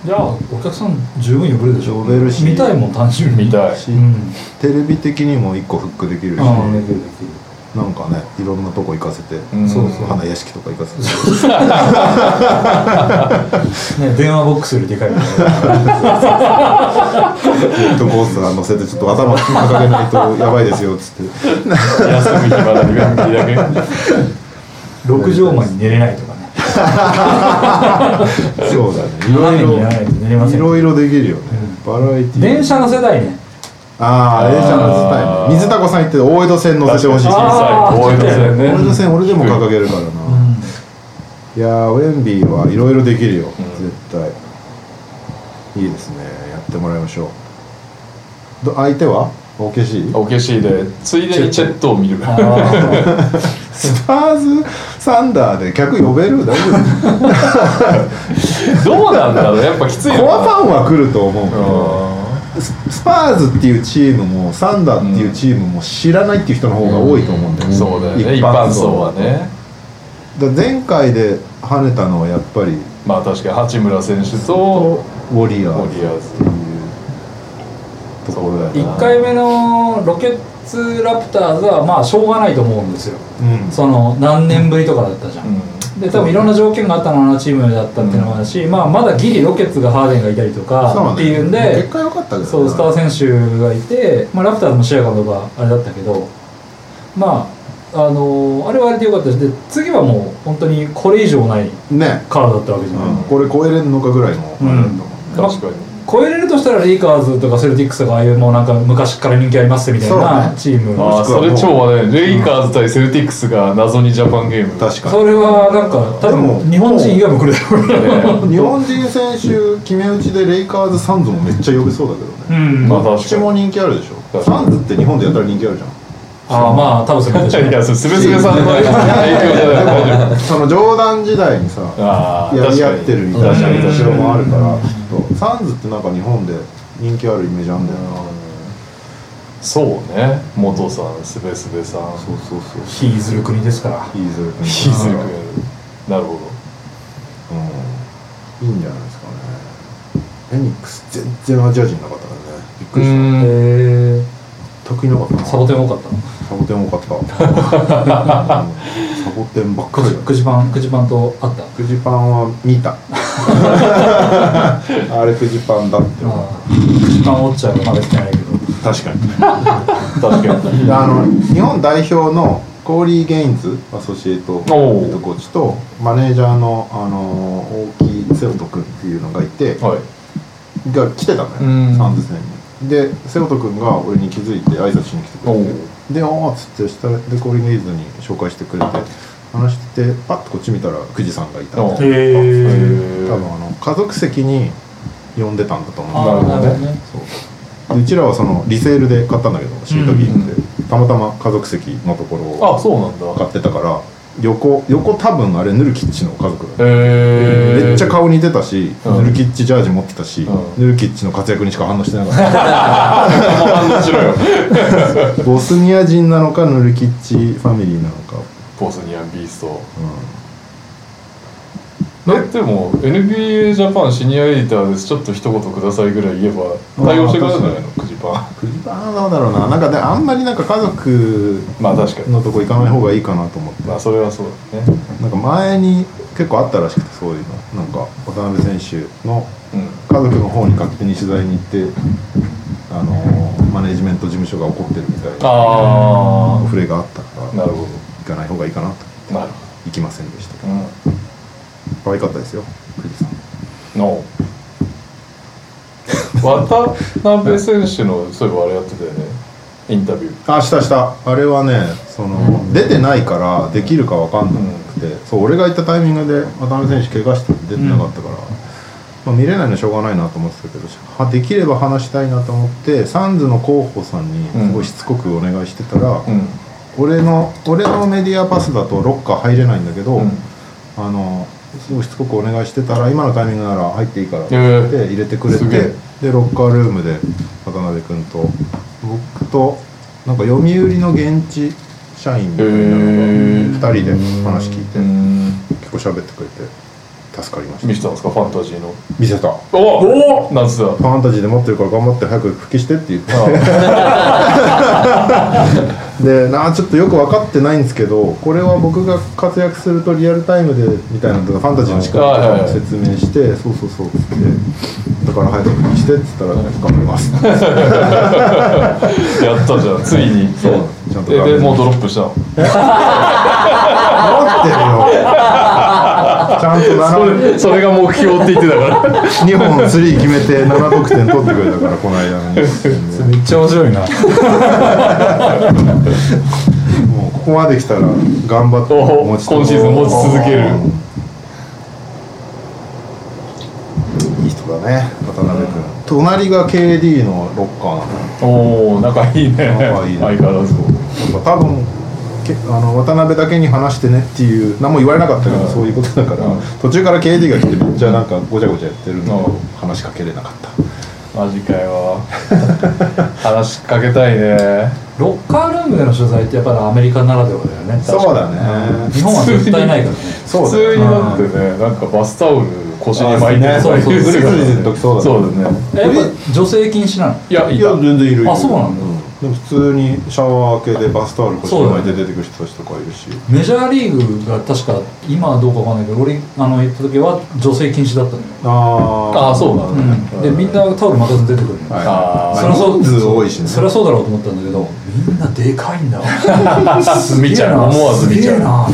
Speaker 3: じゃあお客さん十分呼べるでしょ
Speaker 1: 呼べるし
Speaker 3: 見たいもん単純
Speaker 2: うん
Speaker 3: に
Speaker 2: 見たい
Speaker 1: し
Speaker 3: うん
Speaker 1: テレビ的にも一個フックできるし
Speaker 3: ああ
Speaker 1: なんかねいろんなとこ行かせて、
Speaker 2: うん
Speaker 1: そうそう花屋敷とか行かせて
Speaker 3: ね電話ボックスよりでかい から
Speaker 1: ヘッドコースター乗せてちょっと頭掲げないとやばいですよっつって
Speaker 2: 休む暇だけ元気だけ
Speaker 3: 6畳間に寝れないとかね
Speaker 1: そうだねいろい
Speaker 3: 斜
Speaker 1: ろ
Speaker 3: めにならないと寝れませ
Speaker 1: い
Speaker 3: ん
Speaker 1: ろいろできるよね、バラエティー
Speaker 3: 電車の世代ね
Speaker 1: ああ電車のスタイル水田子さん言ってた大江戸線乗せてほしい
Speaker 2: 小
Speaker 1: 大
Speaker 2: さい大江戸線ね
Speaker 1: 江戸線俺でも掲げるからな、いやーウェンビーはいろいろできるよ、絶対いいですねやってもらいましょうど相手は OKC?
Speaker 2: おけしでついでにチェットを 見る
Speaker 3: あー
Speaker 1: スパーズサンダーで客呼べる大丈夫
Speaker 2: どうなんだろうやっぱきついよな
Speaker 1: コアファンは来ると思うけど
Speaker 2: う
Speaker 1: ススパーズっていうチームもサンダーっていうチームも知らないっていう人の方が多いと思うんだよ
Speaker 2: んそうだよね一
Speaker 1: 一
Speaker 2: 般
Speaker 1: 般
Speaker 2: 層
Speaker 1: 層
Speaker 2: は
Speaker 1: は
Speaker 2: ね
Speaker 1: だから前回で跳ねたのはやっぱり
Speaker 2: まあ確かに八村選手と
Speaker 1: ウォリアーズっ
Speaker 2: ウォリアーズ
Speaker 1: ていうところだよ
Speaker 3: 一
Speaker 1: な
Speaker 3: 回目のロケッツラプターズはまあしょうがないと思うんですよ
Speaker 1: うん
Speaker 3: その何年ぶりとかだったじゃん、
Speaker 2: う
Speaker 3: で多分いろんな条件があったのあのチームだったっていうのもあるし、まあ、まだギリロケッツがハーデンがいたりとかっていう
Speaker 1: そうなん
Speaker 3: ん
Speaker 1: だよ
Speaker 3: で
Speaker 1: 結果良かったけどね
Speaker 3: そうスター選手がいて、まあ、ラプターズもシェアかどうかあれだったけどまああのーあれはあれでよかったしで次はもう本当にこれ以上ない
Speaker 1: ね、
Speaker 3: カードだったわけじゃない、
Speaker 1: うんこれ超えれんのかぐらいのあれだったもんね
Speaker 2: ん確かに
Speaker 3: 超えれるとしたらレイカーズとかセルティックスとかああいうもうなんか昔から人気ありますみたい
Speaker 1: そう
Speaker 3: な
Speaker 1: ね
Speaker 3: チーム
Speaker 2: ああそれ超話題レイカーズ対セルティックスが謎にジャパンゲーム
Speaker 1: 確か
Speaker 3: それはなんか多
Speaker 1: で
Speaker 3: 分
Speaker 1: も
Speaker 3: 日本人以外も来るだろうね
Speaker 2: ね
Speaker 1: に日本人選手決め打ちでレイカーズサンズもめっちゃ呼べそうだけどね
Speaker 3: うん
Speaker 2: まあ
Speaker 1: ど
Speaker 2: 確
Speaker 1: っち
Speaker 2: かに
Speaker 1: も人気あるでしょ
Speaker 2: 確か
Speaker 1: サンズって日本でやったら人気あるじゃん
Speaker 3: ああまあ多分それでしょう
Speaker 2: いやそれすべすべさんの影響じゃない大丈夫
Speaker 1: その冗談時代にさ
Speaker 2: ああ
Speaker 1: や
Speaker 2: 確
Speaker 1: り
Speaker 2: か
Speaker 1: 合
Speaker 2: に
Speaker 1: ってるみたいな後ろもあるからちょっとサンズってなんか日本で人気あるイメージあんだよな
Speaker 2: そうね元さんすべすべさん
Speaker 1: そうそうそう
Speaker 3: ヒーズル国ですから
Speaker 1: ヒーズル君
Speaker 2: ヒーズル君なるほ
Speaker 1: うんいいんじゃないですかねフェニックス全然アジア人なかったからねびっく
Speaker 2: ど
Speaker 1: りし
Speaker 3: へえ
Speaker 1: た全くいなかったな
Speaker 3: サボテン多かったの
Speaker 1: サボテン多か ったうんサボテンばっか
Speaker 3: く
Speaker 1: り
Speaker 3: じ
Speaker 1: だ
Speaker 3: くじパンくじパンとあった
Speaker 1: くじパンは見た あれくじパンだって思っ
Speaker 3: ああくじパン折っちゃうまだ来てないけど
Speaker 1: た確かに
Speaker 2: 確か に
Speaker 1: であの日本代表のコーリー・ゲインズアソシエイトヘ
Speaker 2: おう
Speaker 1: ッドコーチとマネージャーの、あのー大木瀬尾君っていうのがいて
Speaker 2: はい
Speaker 1: が来てたの
Speaker 2: うん
Speaker 1: よサンズ戦にで瀬尾君が俺に気づいて挨拶しに来てく
Speaker 2: お
Speaker 1: れ
Speaker 2: お
Speaker 1: てで「おお」っつって下でコーリー・ゲインズに紹介してくれて話しててパッとこっち見たら久慈さんがいた
Speaker 2: お
Speaker 1: 多
Speaker 2: う
Speaker 1: 分
Speaker 3: へ
Speaker 1: あの家族席に呼んでたんだと思うんだ
Speaker 3: ああなるほどね
Speaker 1: そうでうちらはそのリセールで買ったんだけどシートギームで、たまたま家族席のところを
Speaker 2: あそうなんだ
Speaker 1: 買ってたから横横多分あれヌルキッチの家族だよ
Speaker 2: へえ
Speaker 1: めっちゃ顔似てたし、
Speaker 2: うん
Speaker 1: ヌルキッチジャージ持ってたし、
Speaker 2: う
Speaker 1: ヌルキッチの活躍にしか反応してなかった
Speaker 2: 面白いよ
Speaker 1: ボスニア人なのかヌルキッチファミリーなのか、
Speaker 2: ボスニアンビースト
Speaker 1: う
Speaker 2: えでも NBA ジャパンシニアエディターですちょっと一言くださいぐらい言えば対応してくれるんじゃないのくじパ
Speaker 1: ん、クリバーどうだろうななんかであんまりなんか家族
Speaker 2: ンまあ確かに
Speaker 1: のとこ行かない方がいいかなと思って
Speaker 2: まあそれはそうだね
Speaker 1: なんか前に結構あったらしくてそういうのなんか渡辺選手の
Speaker 2: うん
Speaker 1: 家族の方に勝手に取材に行って、あのーマネジメント事務所が怒ってるみたいな
Speaker 2: あ
Speaker 1: 触れがあったから
Speaker 2: あなるほ
Speaker 1: 行かない方がいいかなと
Speaker 2: どなる
Speaker 1: 行きませんでした
Speaker 2: ほどうん
Speaker 1: 可愛かったですよ富士山
Speaker 2: の渡辺選手のそういえばあれやってたよねインタビュー
Speaker 1: あしたしたあれはねその、出てないからできるか分かんなくて、そう俺が行ったタイミングで渡辺選手怪我して出てなかったから、まあ、見れないのはしょうがないなと思ってたけどはできれば話したいなと思ってサンズの候補さんにすごいしつこくお願いしてたら、
Speaker 2: うん
Speaker 1: 俺の俺のメディアパスだとロッカー入れないんだけど、
Speaker 2: うん
Speaker 1: あのすごいしつこくお願いしてたら今のタイミングなら入っていいからって
Speaker 2: え
Speaker 1: 言
Speaker 2: ー
Speaker 1: って入れてくれて、
Speaker 2: すげえ
Speaker 1: でロッカールームで渡辺君と僕となんか読売の現地社員みたいなのが2人で話聞いて、結構喋ってくれて助かりま
Speaker 2: 見
Speaker 1: し
Speaker 2: せたんですかファンタジーの
Speaker 1: た見せたフ
Speaker 2: おおなんつった
Speaker 1: ァンタジーで持ってるから頑張って早く復帰してって言って
Speaker 2: あ
Speaker 1: でなあちょっとよく分かってないんですけどこれは僕が活躍するとリアルタイムでみたいなのとかファンタジーの力とかも説明してそうそうそうっつってだから早く復帰してっつったら頑張りますって
Speaker 2: あやったじゃんついに
Speaker 1: そうちゃんと
Speaker 2: えでもう ドロップしたの
Speaker 1: 待ってるよちゃんと
Speaker 2: そ
Speaker 1: 7
Speaker 2: れそれが目標って言ってたから
Speaker 1: 2本スリー決めて7得点取ってくれたからこの間の日本戦で
Speaker 3: めっちゃ面白いな
Speaker 1: もうここまで来たら頑張って
Speaker 2: お
Speaker 1: 持ち
Speaker 2: 今シーズン持ち続ける
Speaker 1: いい人だね渡辺君隣が KD のロッカーなの
Speaker 2: おお仲いいね
Speaker 1: 仲いいね
Speaker 2: 相変わらず
Speaker 1: なんか多分けあの渡辺だけに話してねっていう何も言われなかったけど、そういうことだから、途中から KD が来てめっちゃなんかごちゃごちゃやってるんだけど、
Speaker 2: うん
Speaker 1: 話しかけれなかった
Speaker 2: マジかよ話しかけたいね
Speaker 3: ロッカールームでの取材ってやっぱりアメリカならではだよね
Speaker 1: そうだね
Speaker 3: 日本は絶対ないからね
Speaker 1: そう
Speaker 2: 普
Speaker 1: だよ
Speaker 2: 通になってねなんかバスタオル腰に巻いて
Speaker 1: あ
Speaker 2: る
Speaker 1: そう
Speaker 3: ね
Speaker 2: そう
Speaker 3: そうそ
Speaker 1: グ
Speaker 3: う
Speaker 1: リズリーズの時そうだね
Speaker 2: そうだね
Speaker 3: えやっぱ女性禁止なの
Speaker 2: いやい
Speaker 1: い
Speaker 2: た
Speaker 1: や全然いるよ
Speaker 3: あそうなんだ
Speaker 1: でも普通にシャワー系でバスタオルこっちに巻いて出てくる人たちとかいるし
Speaker 3: メジャーリーグが確か今はどうかわかんないけど俺あの行った時は女性禁止だったのよ、
Speaker 1: あ
Speaker 2: ああそうなんだね、
Speaker 3: でみんなタオル巻かずに出てくるのよ、
Speaker 1: はい
Speaker 2: あ
Speaker 1: ま
Speaker 2: ー
Speaker 1: あ人数多いしね
Speaker 3: そりゃそうだろうと思ったんだけどみんなでか いんだわす
Speaker 2: 見ちゃう思わず見ちゃう
Speaker 3: 本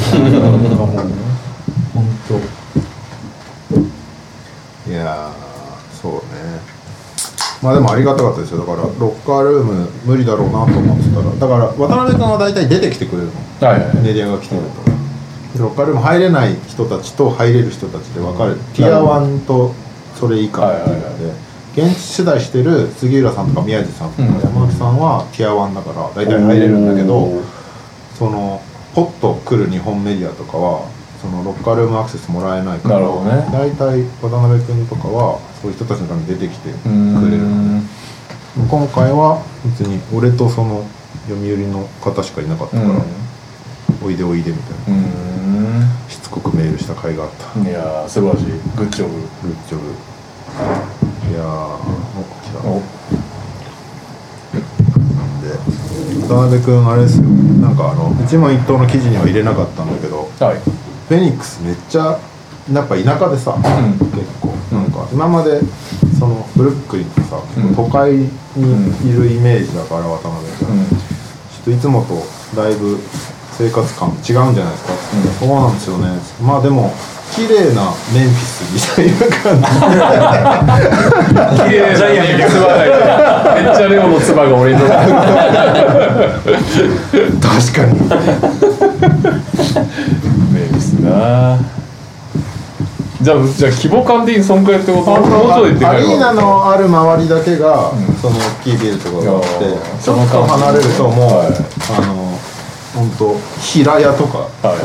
Speaker 3: 当
Speaker 1: いやーそうねまあでもありがたかったですよだからロッカールーム無理だろうなと思ってたらだから渡辺君は大体出てきてくれるの
Speaker 2: はいはい
Speaker 1: メディアが来てるとでロッカールーム入れない人たちと入れる人たちで分かれて、ティア1とそれ以下っていうので、現地取材してる杉浦さんとか宮地さんとか
Speaker 2: うん
Speaker 1: 山内さんはティア1だから大体入れるんだけど、そのポッと来る日本メディアとかはそのロッカールームアクセスもらえないから
Speaker 2: なるほどね
Speaker 1: 大体渡辺君とかはそういう人たちのために出てきてく
Speaker 2: うー
Speaker 1: れる
Speaker 2: ん
Speaker 1: 今回は別に俺とその読売の方しかいなかった
Speaker 2: う
Speaker 1: から、
Speaker 2: ん
Speaker 1: おいでおいでみたいな
Speaker 2: う
Speaker 1: しつこくメールした甲斐があった
Speaker 2: ーんいやー素晴らしいグッジョブ
Speaker 1: グッジョブいやーお来た
Speaker 2: お
Speaker 1: なんで渡辺君あれですよなんかあの一問一答の記事には入れなかったんだけど
Speaker 2: はい
Speaker 1: フェニックスめっちゃやっぱ田舎でさ、
Speaker 2: ん
Speaker 1: 結構なんか今までそのブルックリンってさ、
Speaker 2: うん
Speaker 1: 都会にいるイメージだから渡辺君、ちょっといつもとだいぶ生活感違うんじゃないですか、そうなんですよねまあでも綺麗なメンフィスみたいな感じ
Speaker 2: 綺麗なジャイアンつばないめっちゃレオのつばが俺に乗ってる
Speaker 1: 確かに
Speaker 2: 名物なじゃあじゃあ規模感的にそんくらいってこともうちょいで
Speaker 1: ア
Speaker 2: かい
Speaker 1: リーナ
Speaker 2: わ
Speaker 1: のある周りだけが、その大きいビルとかがあっ
Speaker 2: いや
Speaker 1: て
Speaker 2: ー
Speaker 1: ちょっと離れるともう、
Speaker 2: はい
Speaker 1: あの本当平屋とか
Speaker 2: はいはいはい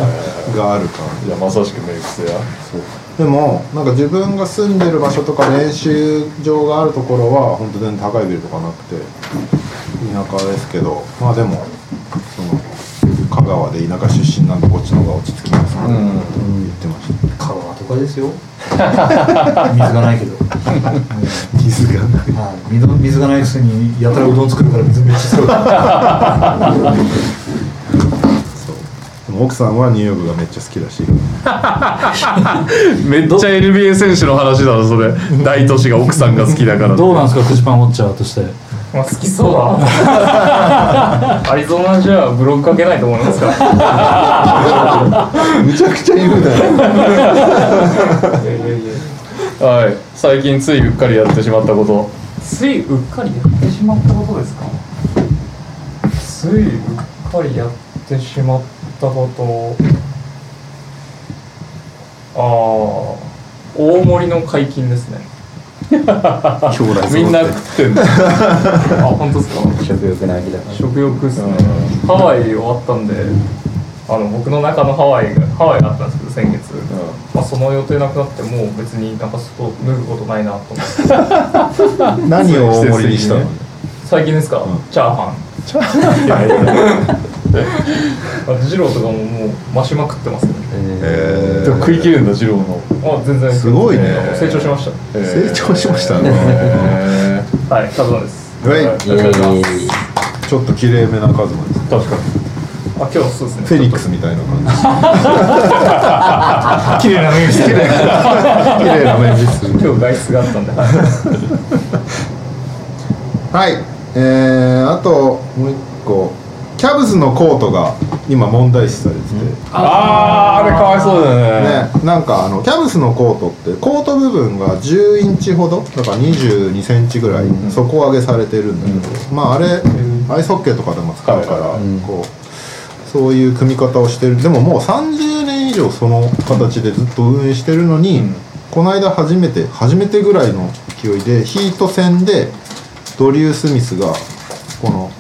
Speaker 1: がある感じ
Speaker 2: じゃあまさしく名 物や
Speaker 1: でもなんか自分が住んでる場所とか練習場があるところは本当全然高いビルとかなくて田舎ですけどまあでもその香川で田舎出身なんでこっちの方が落ち着きますね、言ってました
Speaker 3: 香川とかです よ水がないけど、
Speaker 1: 水がない
Speaker 3: はい、水水がないくせにやたらうどん作るから水めっちゃ作る
Speaker 1: そうでも奥さんはニューヨークがめっちゃ好きだし
Speaker 2: めっちゃ NBA 選手の話だなそ れ大都市が奥さんが好きだから
Speaker 3: どうなんですかクジパンウォッチャーとして
Speaker 5: まあ、好きそうだ アリゾナじゃブログかけないと思いますか
Speaker 1: むちゃくちゃ言うなよ
Speaker 2: はい最近ついうっかりやってしまったこと
Speaker 5: ついうっかりやってしまったことですかついうっかりやってしまったことああ大盛りの解禁ですね
Speaker 2: みんな食ってんだ
Speaker 5: あ本当ですか
Speaker 4: 食欲の秋だから
Speaker 5: 食欲ですねハワイ終わったんであの僕の中のハワイがハワイがあったんですけど先月、まあ、その予定なくなってもう別になんか外脱ぐことないなと思って
Speaker 1: 何を大盛りにしたの
Speaker 5: 最近ですか、チャーハン チャーハンジローとかももう増しまくってますけどね
Speaker 1: えー
Speaker 2: 食い切るんだ二郎の
Speaker 5: あ全然
Speaker 1: すごいね
Speaker 5: 成長しまし
Speaker 1: 成長しましたね
Speaker 2: ね
Speaker 5: たはいカズマです
Speaker 1: はい
Speaker 4: いやいやいや
Speaker 1: ちょっと綺麗めな数もですね
Speaker 2: 確かに
Speaker 5: あ今日そうですね
Speaker 1: フェニックスみたいな感じ
Speaker 2: 綺麗な目してる
Speaker 1: 綺麗な面です
Speaker 5: 今日外出があったんではい
Speaker 1: はいえー、あともう一個キャブスのコートが今問題視されてて、
Speaker 2: あーあれかわいそうだよね
Speaker 1: ね、なんかあのキャブスのコートってコート部分が10インチほどだから2 2センチぐらい底上げされてるんだけど、まああれアイスホッケーとかでも使うから、こうそういう組み方をしてるでももう30年以上その形でずっと運営してるのに、この間初めて初めてぐらいの勢いでヒート戦でドリュー・スミスがこの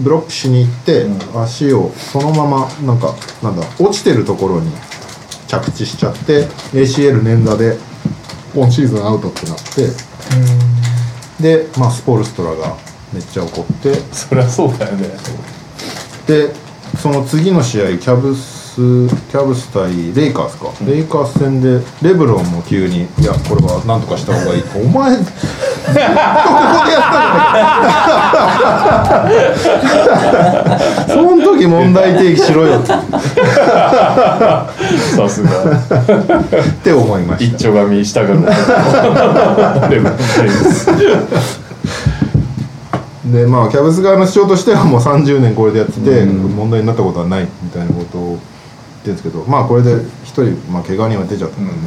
Speaker 1: ブロックしに行って足をそのままなんかなんだ落ちてるところに着地しちゃって ACL 捻挫で今シーズンアウトってなってで、まあ、スポルストラがめっちゃ怒って
Speaker 2: そりゃそうだよね
Speaker 1: でその次の試合キャブスキャブス対レイカーズか、レイカーズ戦でレブロンも急に「いやこれは何とかした方がいい」お前ずっとここでやったのにその時問題提起しろよっ
Speaker 2: さすが
Speaker 1: て思いまし
Speaker 2: 一
Speaker 1: た
Speaker 2: 丁紙したがるレブロンジェームズ
Speaker 1: でまあキャブス側の主張としてはもう30年これでやってて、問題になったことはないみたいなことを言ってるんですけどまあこれで一人、まあ、怪我には出ちゃったんでね、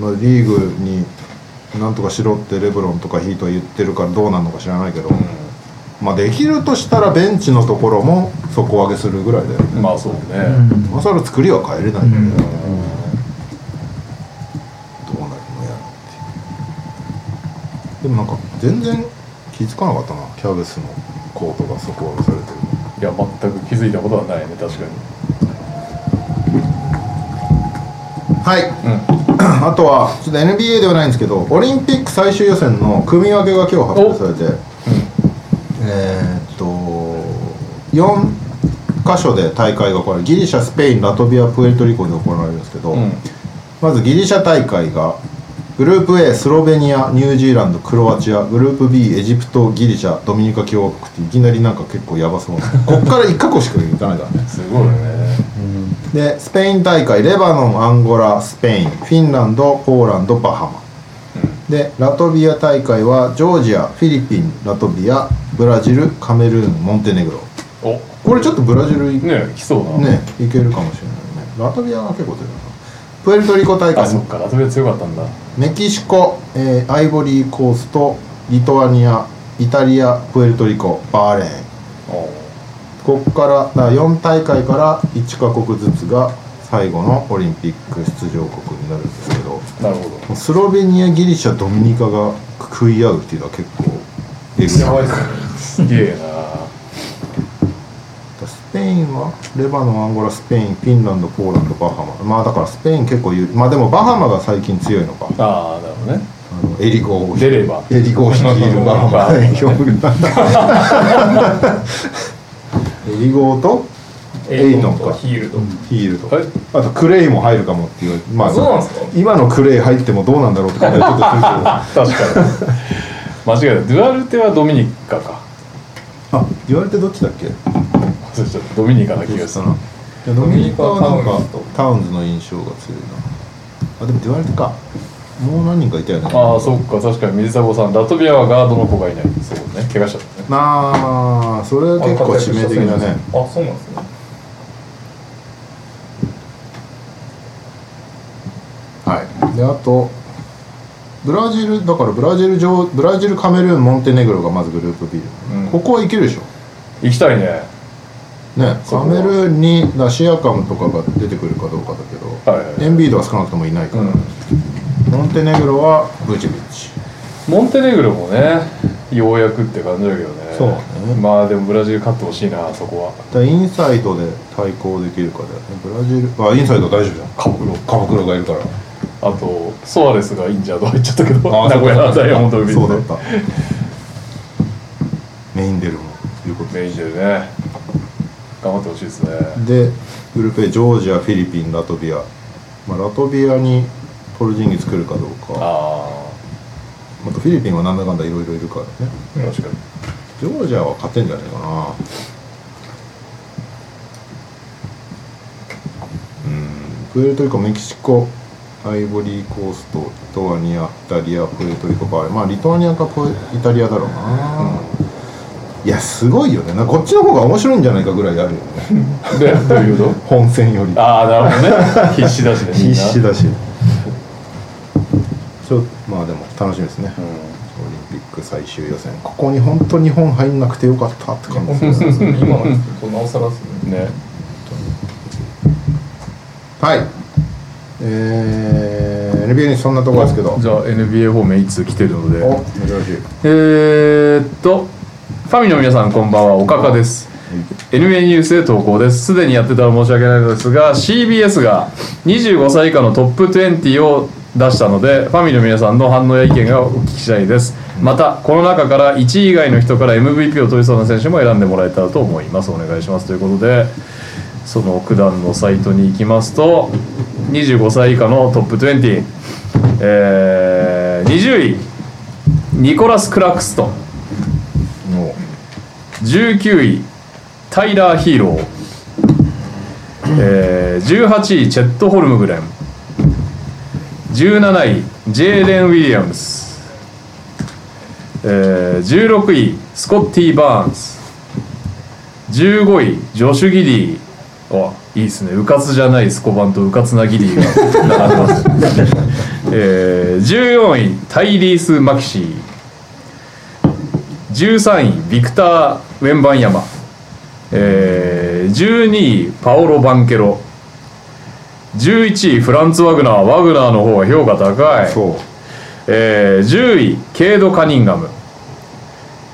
Speaker 1: まあ、リーグになんとかしろってレブロンとかヒートは言ってるからどうなるのか知らないけど、まあできるとしたらベンチのところも底上げするぐらいだよね
Speaker 2: まあそうね、
Speaker 1: 今更作りは変えれないんだよね、どうなるのやらっていうでもなんか全然気づかなかったなキャベツのコートが底上げされてる
Speaker 2: いや全く気づいたことはないね確かに
Speaker 1: のはい、あとはちょっと NBA ではないんですけどオリンピック最終予選の組み分けが今日発表されて、えーっと4箇所で大会が行われるギリシャスペインラトビアプエルトリコで行われるんですけど、まずギリシャ大会がグループ A スロベニアニュージーランドクロアチアグループ B エジプトギリシャドミニカ共和国っていきなりなんか結構やばそうなこっから1か国しか行かないからね
Speaker 2: すごいね
Speaker 1: でスペイン大会レバノンアンゴラスペインフィンランドポーランドバハマ、でラトビア大会はジョージアフィリピンラトビアブラジルカメルーンモンテネグロ
Speaker 2: お
Speaker 1: これちょっとブラジルい
Speaker 2: ねえ来そうだな、
Speaker 1: ねいけるかもしれないねラトビアは結構強いなプエルトリコ大
Speaker 2: あ
Speaker 1: 会
Speaker 2: そっかラトビア強かったんだ
Speaker 1: メキシコ、えーアイボリーコーストリトアニアイタリアプエルトリコバーレーン
Speaker 2: お
Speaker 1: ここからだから4大会から1カ国ずつが最後のオリンピック出場国になるんですけど
Speaker 2: なるほど
Speaker 1: スロベニアギリシャドミニカが食い合うっていうのは結構えぐい
Speaker 2: やばいっすねすげえな
Speaker 1: スペインはレバノンアンゴラスペインフィンランドポーランドバハマまあだからスペイン結構有利まあでもバハマが最近強いのか
Speaker 2: ああなるほどね
Speaker 1: あのエリゴを
Speaker 2: 出れば
Speaker 1: エリゴを率いるバハマ代表が エリゴとエイトンか
Speaker 5: ヒールド
Speaker 1: ヒールと
Speaker 2: え
Speaker 1: あとクレイも入るかもっていうまあ
Speaker 5: そうなんですか
Speaker 1: 今のクレイ入ってもどうなんだろうって考えてちょっとするけどあ
Speaker 2: 確かに 間違えたドゥアルテはドミニカか
Speaker 1: 言われてどっちだっけ
Speaker 2: 忘れちゃったドミニカな気がす
Speaker 1: そ
Speaker 2: る
Speaker 1: のいやドミニカはなん
Speaker 5: ドミ
Speaker 1: か
Speaker 5: ニカ
Speaker 1: タ
Speaker 5: は
Speaker 1: ウンズの印象が強いなあでも言われてかもう何人かいたよね
Speaker 2: ああそっか確かに水迫さんラトビアはガードの子がいないそうね怪我しちゃったね
Speaker 1: まあそれは結構致命的だね
Speaker 5: あそうなんですね
Speaker 1: はいであとブラジルだからブラジル上ブラジルカメルーンモンテネグロがまずグループ B で、
Speaker 2: うん
Speaker 1: ここはいけるでしょ
Speaker 2: 行きたいね
Speaker 1: ねカメルーンにだシアカムとかが出てくるかどうかだけど、
Speaker 2: はいはい
Speaker 1: エンビードは少なくともいないから、
Speaker 2: うん
Speaker 1: モンテネグロはブチブチ
Speaker 2: モンテネグロもねようやくって感じだけどね
Speaker 1: そうね
Speaker 2: まあでもブラジル勝ってほしいなそこは
Speaker 1: だからインサイドで対抗できるかだよねブラジルあインサイド大丈夫じゃんカブクロカブクロがいるから
Speaker 2: あとソアレスがインジャード入っちゃったけど名古屋ダイヤモンドビー
Speaker 1: そうだったメインデルもいうこと
Speaker 2: メイ
Speaker 1: で
Speaker 2: ンでね頑張ってほしいですね
Speaker 1: でグループ A ジョージアフィリピンラトビア、まあ、ラトビアにポルジンギ作るかどうかあ
Speaker 2: あ
Speaker 1: とフィリピンはなんだかんだいろいろいるからね
Speaker 2: あ確かに
Speaker 1: ジョージアは勝てんじゃないかなうんプエルトリコメキシコアイボリーコーストリトアニアイタリアプエルトリコバーレまあリトアニアかポエイタリアだろうな、いやすごいよねなんかこっちの方が面白いんじゃないかぐらいあるよね
Speaker 2: でどういうこ
Speaker 1: 本戦より
Speaker 2: とああなるほどね必死だしねみんな
Speaker 1: 必死だしちょまあでも楽しみですね、
Speaker 2: う
Speaker 1: オ
Speaker 2: ん
Speaker 1: リンピック最終予選ここに本当に日本入んなくてよかったって感じですね
Speaker 5: 今の聞くとなおさらですね
Speaker 2: ね
Speaker 1: はい。えー、NBA にそんなところですけど。
Speaker 2: じゃあ NBA 方面いつ来てるので
Speaker 1: お、珍しい。
Speaker 2: えーっとファミの皆さんこんばんはおかかです NBA ニュースへ投稿ですすでにやってたら申し訳ないのですが CBS が25歳以下のトップ20を出したのでファミの皆さんの反応や意見がお聞きしたいですまたこの中から1位以外の人から MVP を取りそうな選手も選んでもらえたらと思いますお願いしますということでその九段のサイトに行きますと25歳以下のトップ20、えー、20位ニコラス・クラクストン
Speaker 1: も
Speaker 2: 19位タイラー・ヒーロー、えー18位チェット・ホルムグレン17位ジェーデン・ウィリアムス、えー16位スコッティ・バーンズ15位ジョシュ・ギディあいいですねうかつじゃないスコバンとうかつなギディが 並んでます、えー14位タイリース・マキシー13位ビクター・ウェンバンヤマ、えー12位パオロ・バンケロ11位フランツ・ワグナーワグナーの方が評価高
Speaker 1: う、
Speaker 2: い、
Speaker 1: そう。
Speaker 2: えー10位ケイド・カニンガム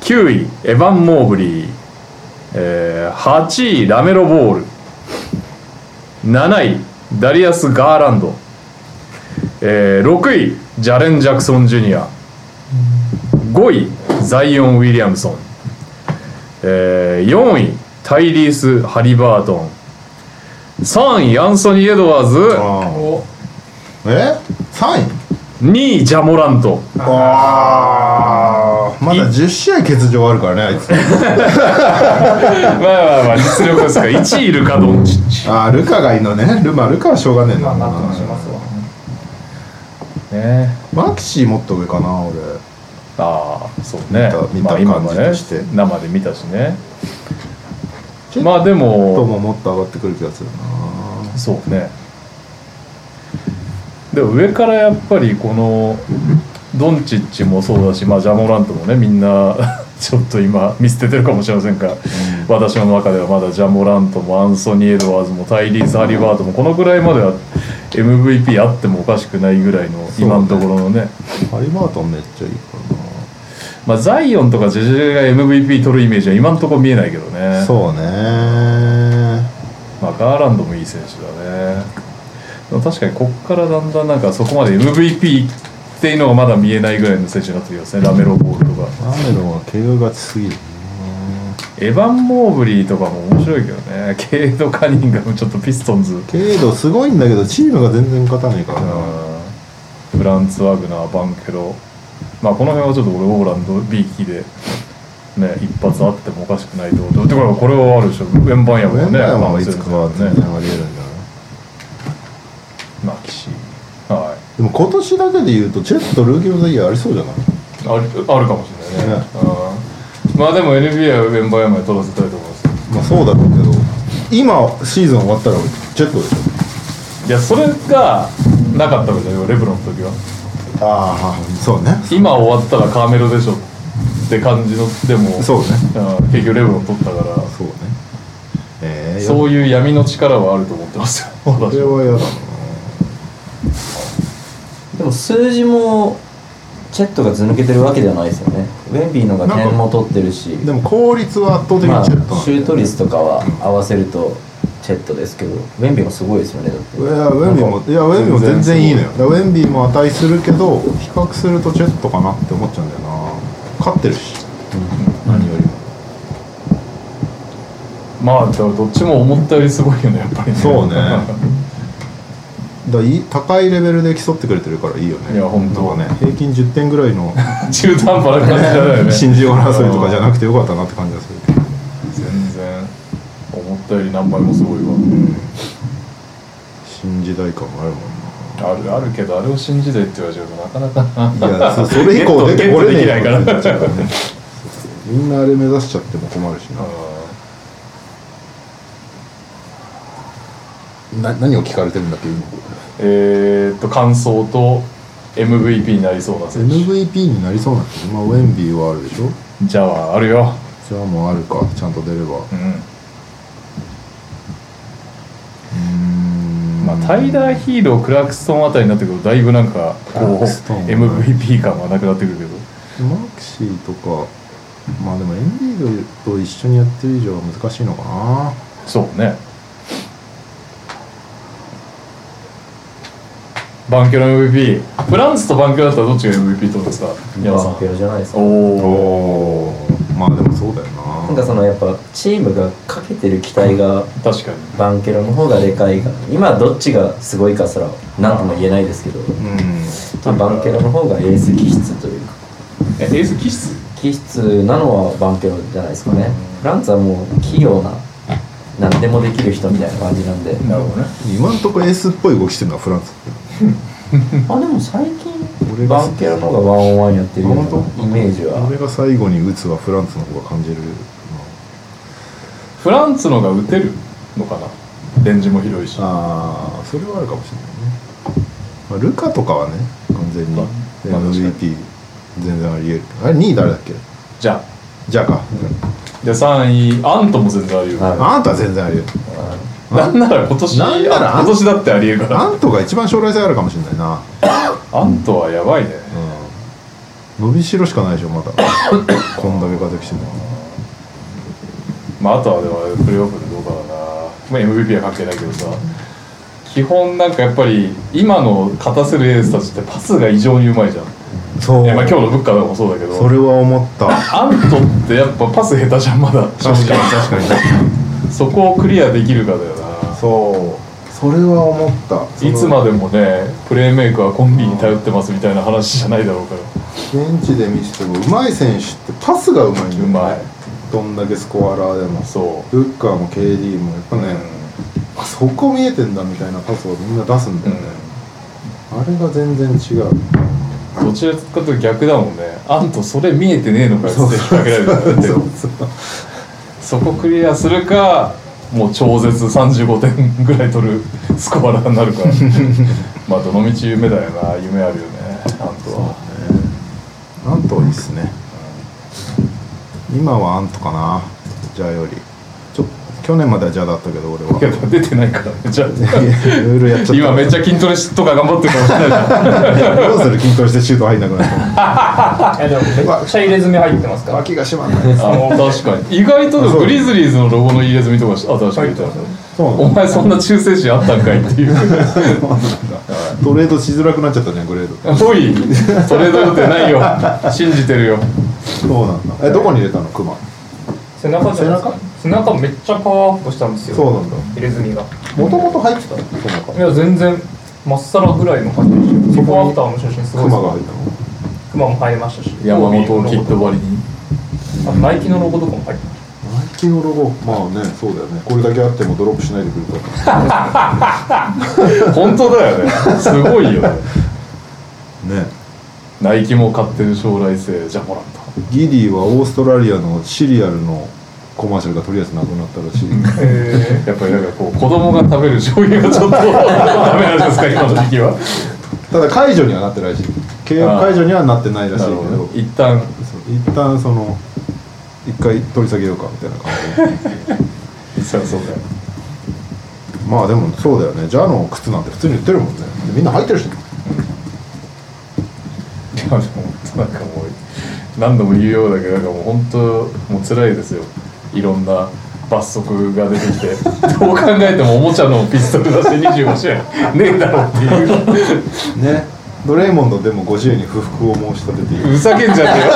Speaker 2: 9位エヴァン・モーブリー、えー8位ラメロ・ボール7位ダリアス・ガーランド、えー6位ジャレン・ジャクソン・ジュニア5位ザイオン・ウィリアムソン、えー4位タイリース・ハリバートン3位アンソニー・エドワーズ
Speaker 1: あ
Speaker 5: お
Speaker 1: あ。え ?3 位
Speaker 2: 2位ジャモラント
Speaker 1: ああ。まだ10試合欠場あるからね、あ いつ。
Speaker 2: まあまあまあ実力ですから1位ルカ・ドンチッチ
Speaker 1: ああ、ルカがいいのね。ルマ、ルカはしょうがねえ
Speaker 5: ま
Speaker 1: な。
Speaker 5: あ納得しますわ
Speaker 2: ね
Speaker 1: マキシーもっと上かな、俺。
Speaker 2: ああそうね
Speaker 1: 見
Speaker 2: ま
Speaker 1: た見た
Speaker 2: あ今も
Speaker 1: 感じ
Speaker 2: ね
Speaker 1: として
Speaker 2: 生で見たしね
Speaker 1: ちょ
Speaker 2: まあで
Speaker 1: と
Speaker 2: も
Speaker 1: ももっと上がってくる気がするな。
Speaker 2: そうねでも上からやっぱりこのドンチッチもそうだし、まあ、ジャモラントもねみんな ちょっと今見捨ててるかもしれませんが、私の中ではまだジャモラントもアンソニー・エドワーズもタイリース・ハリバートもこのぐらいまでは MVP あってもおかしくないぐらいの今のところのね
Speaker 1: ハリバートンめっちゃいいから
Speaker 2: まあ、ザイオンとかジェジェが MVP 取るイメージは今のところ見えないけどね
Speaker 1: な。そうね。
Speaker 2: まあ、ガーランドもいい選手だねでも確かにここからだんだんなんかそこまで MVP っていうのがまだ見えないぐらいの選手になってきますねラメロボールとか
Speaker 1: ラメロは怪我がちすぎる。
Speaker 2: エヴァン・モーブリーとかも面白いけどねケイド・カニンガムちょっとピストンズ
Speaker 1: けどすごいんだけど、チームが全然勝たねえからな。
Speaker 2: うんフランツ・ワグナー、バンケロ、まあ、この辺はちょっと俺、オーランド B 機で、ね、一発あってもおかしくないと思う。で、これはこれはあるでしょ、ウェンバンヤ
Speaker 1: ウ
Speaker 2: も
Speaker 1: ェン
Speaker 2: ね、
Speaker 1: バヤマはいつかは全
Speaker 2: ね、
Speaker 1: 然ありえるんじゃない
Speaker 2: マキシー、はい、
Speaker 1: でも今年だけで言うとチェットルーキー・オブ・ザ・イヤーありそうじゃない
Speaker 2: あるあるかもしれないね。
Speaker 1: ね
Speaker 2: うんまあでも NBA はウェンバンヤマに取らせたいと思います。
Speaker 1: まあそうだろうけど今シーズン終わったらチェットでし
Speaker 2: いや、それがなかったわけだよ、レブロンの時は。
Speaker 1: ょああそうね
Speaker 2: 今終わったらカーメロでしょっって感じのでも
Speaker 1: そうね
Speaker 2: うん結局レブロン取ったから
Speaker 1: そうねえー、
Speaker 2: そういう闇の力はあると思ってますよ
Speaker 1: こ
Speaker 2: 私
Speaker 1: れ
Speaker 2: は
Speaker 1: は嫌だな
Speaker 4: でも数字もチェットが図抜けてるわけではないですよねウェンビーのが点も取ってるし
Speaker 1: でも効率は圧倒的に
Speaker 4: まあ、
Speaker 1: チ
Speaker 4: シ
Speaker 1: ェットなんだよ
Speaker 4: ュート率とかは合わせるとチェットですけどウェンビーもすごいですよねだって
Speaker 1: いやウェンビーもいやウェンビーも全然いいのよだからウェンビーも値するけど比較するとチェットかなって思っちゃうんだよな勝ってるし、何よりも
Speaker 2: まあだからどっちも思ったよりすごいよねやっぱりね
Speaker 1: そうねだいい高いレベルで競ってくれてるからいいよね
Speaker 2: いや本当
Speaker 1: なんかね平均10点ぐらいの
Speaker 2: 中途半端な感じじゃないよ ね
Speaker 1: 新人王争いとかじゃなくてよかったなって感じがする
Speaker 2: 全然思ったより何倍もすごいわ
Speaker 1: 新時代感もあるもん
Speaker 2: あるあるけどあれを信じてって言われちゃうとなかなかない
Speaker 1: やそそれ以降出てこれねえ
Speaker 2: ゲットゲットできないから
Speaker 1: よみんなあれ目指しちゃっても困るしなな何を聞かれてるんだっけ今
Speaker 2: えーっと感想と MVP になりそうな選手
Speaker 1: MVP になりそうなんですまあウェンビーはあるでしょ
Speaker 2: じゃああるよ
Speaker 1: じゃあもうあるかちゃんと出ればう
Speaker 2: うん
Speaker 1: ーん
Speaker 2: まあタイダー・ヒーロークラクストンあたりになってくるとだいぶなんか
Speaker 1: ク
Speaker 2: こ
Speaker 1: ラ
Speaker 2: う
Speaker 1: クストン
Speaker 2: MVP 感はなくなってくるけど
Speaker 1: マークシーとかまあでもエンビードと一緒にやってる以上は難しいのかな
Speaker 2: そうねバンキョの MVP フランスとバンキョだったらどっちが MVP 取るんですか
Speaker 4: ま
Speaker 2: 皆さ
Speaker 4: あ
Speaker 2: ん
Speaker 4: ペロじゃないですか
Speaker 2: おお
Speaker 1: おまあでもそうだよな
Speaker 4: なんかそのやっぱチームがかけてる期待が
Speaker 2: 確かに
Speaker 4: バンケロの方がでかいが今どっちがすごいかすら何とも言えないですけど、
Speaker 1: うん
Speaker 4: まあ、バンケロの方がエース気質というか
Speaker 2: えエース気質
Speaker 4: 気質なのはバンケロじゃないですかねフランツはもう器用な何でもできる人みたいな感じなんで
Speaker 2: なるほどね
Speaker 1: 今んとこエースっぽい動きしてるのはフランス
Speaker 4: あでも最
Speaker 1: 俺
Speaker 4: 近
Speaker 1: が
Speaker 4: バンケロの方がワンオンワンやってるような
Speaker 1: あ本当
Speaker 4: イメージは
Speaker 1: 俺が最後に打つはフランスの方が感じるな
Speaker 2: フランツのが打てるのかなレンジも広いし
Speaker 1: ああそれはあるかもしれないね、まあ、ルカとかはね完全に
Speaker 2: まあまあ確かに
Speaker 1: MVP 全然ありえるあれ2位誰だっけ
Speaker 2: じゃあ
Speaker 1: じゃあか、
Speaker 2: で3位アントも全然あり得る
Speaker 4: はい
Speaker 1: あんたは全然ありえる
Speaker 2: なんなら今年
Speaker 1: なんなら
Speaker 2: あ今年だってありえるから
Speaker 1: アントが一番将来性あるかもしれないな、
Speaker 2: アントはやばいね
Speaker 1: うん、伸びしろしかないでしょまだこんだけ活躍してるのは
Speaker 2: まああとはでもプレーオフでどうだろうな、まあ、MVP は関係ないけどさ基本なんかやっぱり今の勝たせるエースたちってパスが異常にうまいじゃん
Speaker 1: そう
Speaker 2: いやまあ今日のブッカーでもそうだけど
Speaker 1: それは思った
Speaker 2: アントってやっぱパス下手じゃんまだ
Speaker 1: 確かに確かに
Speaker 2: そこをクリアできるかだよな
Speaker 1: そうそれは思ったその
Speaker 2: いつまでもねプレーメイクはコンビに頼ってますみたいな話じゃないだろうから
Speaker 1: ベンチで見ててもうまい選手ってパスがうまいん
Speaker 2: う
Speaker 1: よ
Speaker 2: まい
Speaker 1: どんだけスコアラーでも
Speaker 2: そ
Speaker 1: ブッカーも KD もやっぱ
Speaker 2: う、
Speaker 1: ね、あそこ見えてんだみたいなパスをみんな出すんだ
Speaker 2: う
Speaker 1: よ
Speaker 2: ん
Speaker 1: ね、あれが全然違う
Speaker 2: どちらかというと逆だもんねあんとそれ見えてねえのかよっつって引っ掛けられるからねそこクリアするかもう超絶35点ぐらい取るスコアラーになるからまあどの道夢だよな夢あるよねあんとは
Speaker 1: アントいいっすね、今はアントかなジャーよりちょ去年まではジャーだったけど俺は
Speaker 2: けど出てないからねじゃあ
Speaker 1: いろいろやっちゃった
Speaker 2: 今めっちゃ筋トレとか頑張ってるかもしれないじゃん
Speaker 1: どうする筋トレしてシュート入んなくなった
Speaker 5: いやでもめっちゃ入れ墨入ってますから
Speaker 1: 脇が閉まんない
Speaker 2: あの確かに意外とでもグリズリーズのロゴの入れ墨とかし新しく
Speaker 5: 入
Speaker 2: 出
Speaker 5: って
Speaker 2: た
Speaker 5: ますよ
Speaker 1: そうなの
Speaker 2: お前そんな忠誠心あったんかいっていう
Speaker 1: トレードしづらくなっちゃったじゃんグレード
Speaker 2: おいトレード予定 ないよ信じてるよ
Speaker 1: そうなんだえどこに入れたのクマ
Speaker 5: 背中じゃないですか背中めっちゃパワーアップしたんですよ
Speaker 1: そうなんだ
Speaker 5: 入れ墨が
Speaker 1: もともと入ってたのクマ
Speaker 5: いや全然まっさらぐらいの感じでしたビフォーアフターの写真すごい
Speaker 1: クマが入っ
Speaker 5: ったたクマも入りましたし
Speaker 2: 山本キッド割りに
Speaker 5: あとナイキのロゴとかも入ってまし
Speaker 1: のナイキのロゴまあねそうだよねこれだけあってもドロップしないでくると
Speaker 2: 本当だよねすごいよね
Speaker 1: ね
Speaker 2: ナイキも買ってる将来性じゃもらった
Speaker 1: ギリーはオーストラリアのシリアルのコマーシャルがとりあえずなくなったらしい
Speaker 5: た へ
Speaker 2: やっぱりなんかこう子供が食べる醤油がちょっとダメなんですか今の時期は
Speaker 1: ただ解除にはなってないし契約解除にはなってないらしい
Speaker 2: な
Speaker 1: け
Speaker 2: る
Speaker 1: ど
Speaker 2: ほど一旦
Speaker 1: そう一旦その一回取り下げようかみたいな感じで
Speaker 2: そりゃそうだよ
Speaker 1: まあでもそうだよねジャーの靴なんて普通に売ってるもんねでみんな履いてるし
Speaker 2: いやでもなんかもう何度も言うようだけどなんかもう本当もう辛いですよいろんな罰則が出てきてどう考えてもおもちゃのピストル出して25試合ねえだろっていう
Speaker 1: ねドレイモンドでも50円に不服を申し立てている
Speaker 2: ふざけんじゃねえよ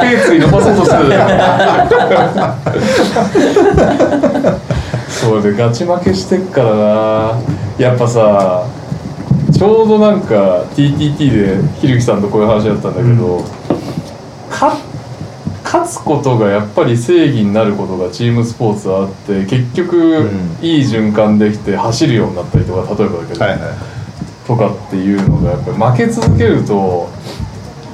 Speaker 2: ペースに伸ばそうとしてたじゃんそうでガチ負けしてっからなやっぱさちょうどなんか TTT でひるきさんとこういう話だったんだけど、勝勝つことがやっぱり正義になることがチームスポーツはあって結局
Speaker 1: うん
Speaker 2: いい循環できて走るようになったりとか例えばだけど、
Speaker 1: はいは
Speaker 2: とかっていうのがやっぱり負け続けると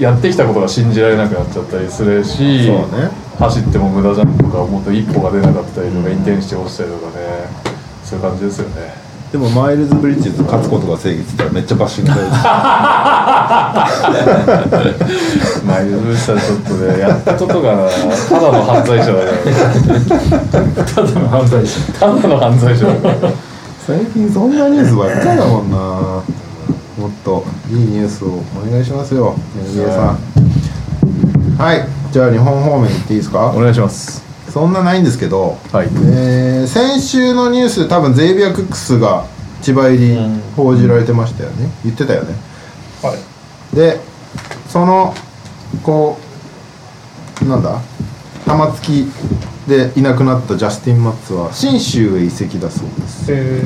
Speaker 2: やってきたことが信じられなくなっちゃったりする
Speaker 1: い
Speaker 2: し、
Speaker 1: そうね
Speaker 2: 走っても無駄じゃんとかもっと一歩が出なかったりとか一転して落ちたりとかねそういう感じですよね
Speaker 1: でもマイルズ・ブリッジズ勝つことが正義って言ったらめっちゃバッシングされる
Speaker 2: まあ許したらちょっとねやったことがただの犯罪者だから
Speaker 3: ただの犯罪者
Speaker 2: ただの犯罪者だから
Speaker 1: 最近そんなニュースばっかりだもんなもっといいニュースをお願いしますよ NBA さんはいじゃあ日本方面行っていいですか
Speaker 2: お願いします
Speaker 1: そんなないんですけど、
Speaker 2: はい
Speaker 1: えー先週のニュースで多分ゼイビア・クックスが千葉入り報じられてましたよね言ってたよね
Speaker 5: はい
Speaker 1: でそのこうなんだ玉突きでいなくなったジャスティン・マッツは信州へ移籍だそうです
Speaker 5: えー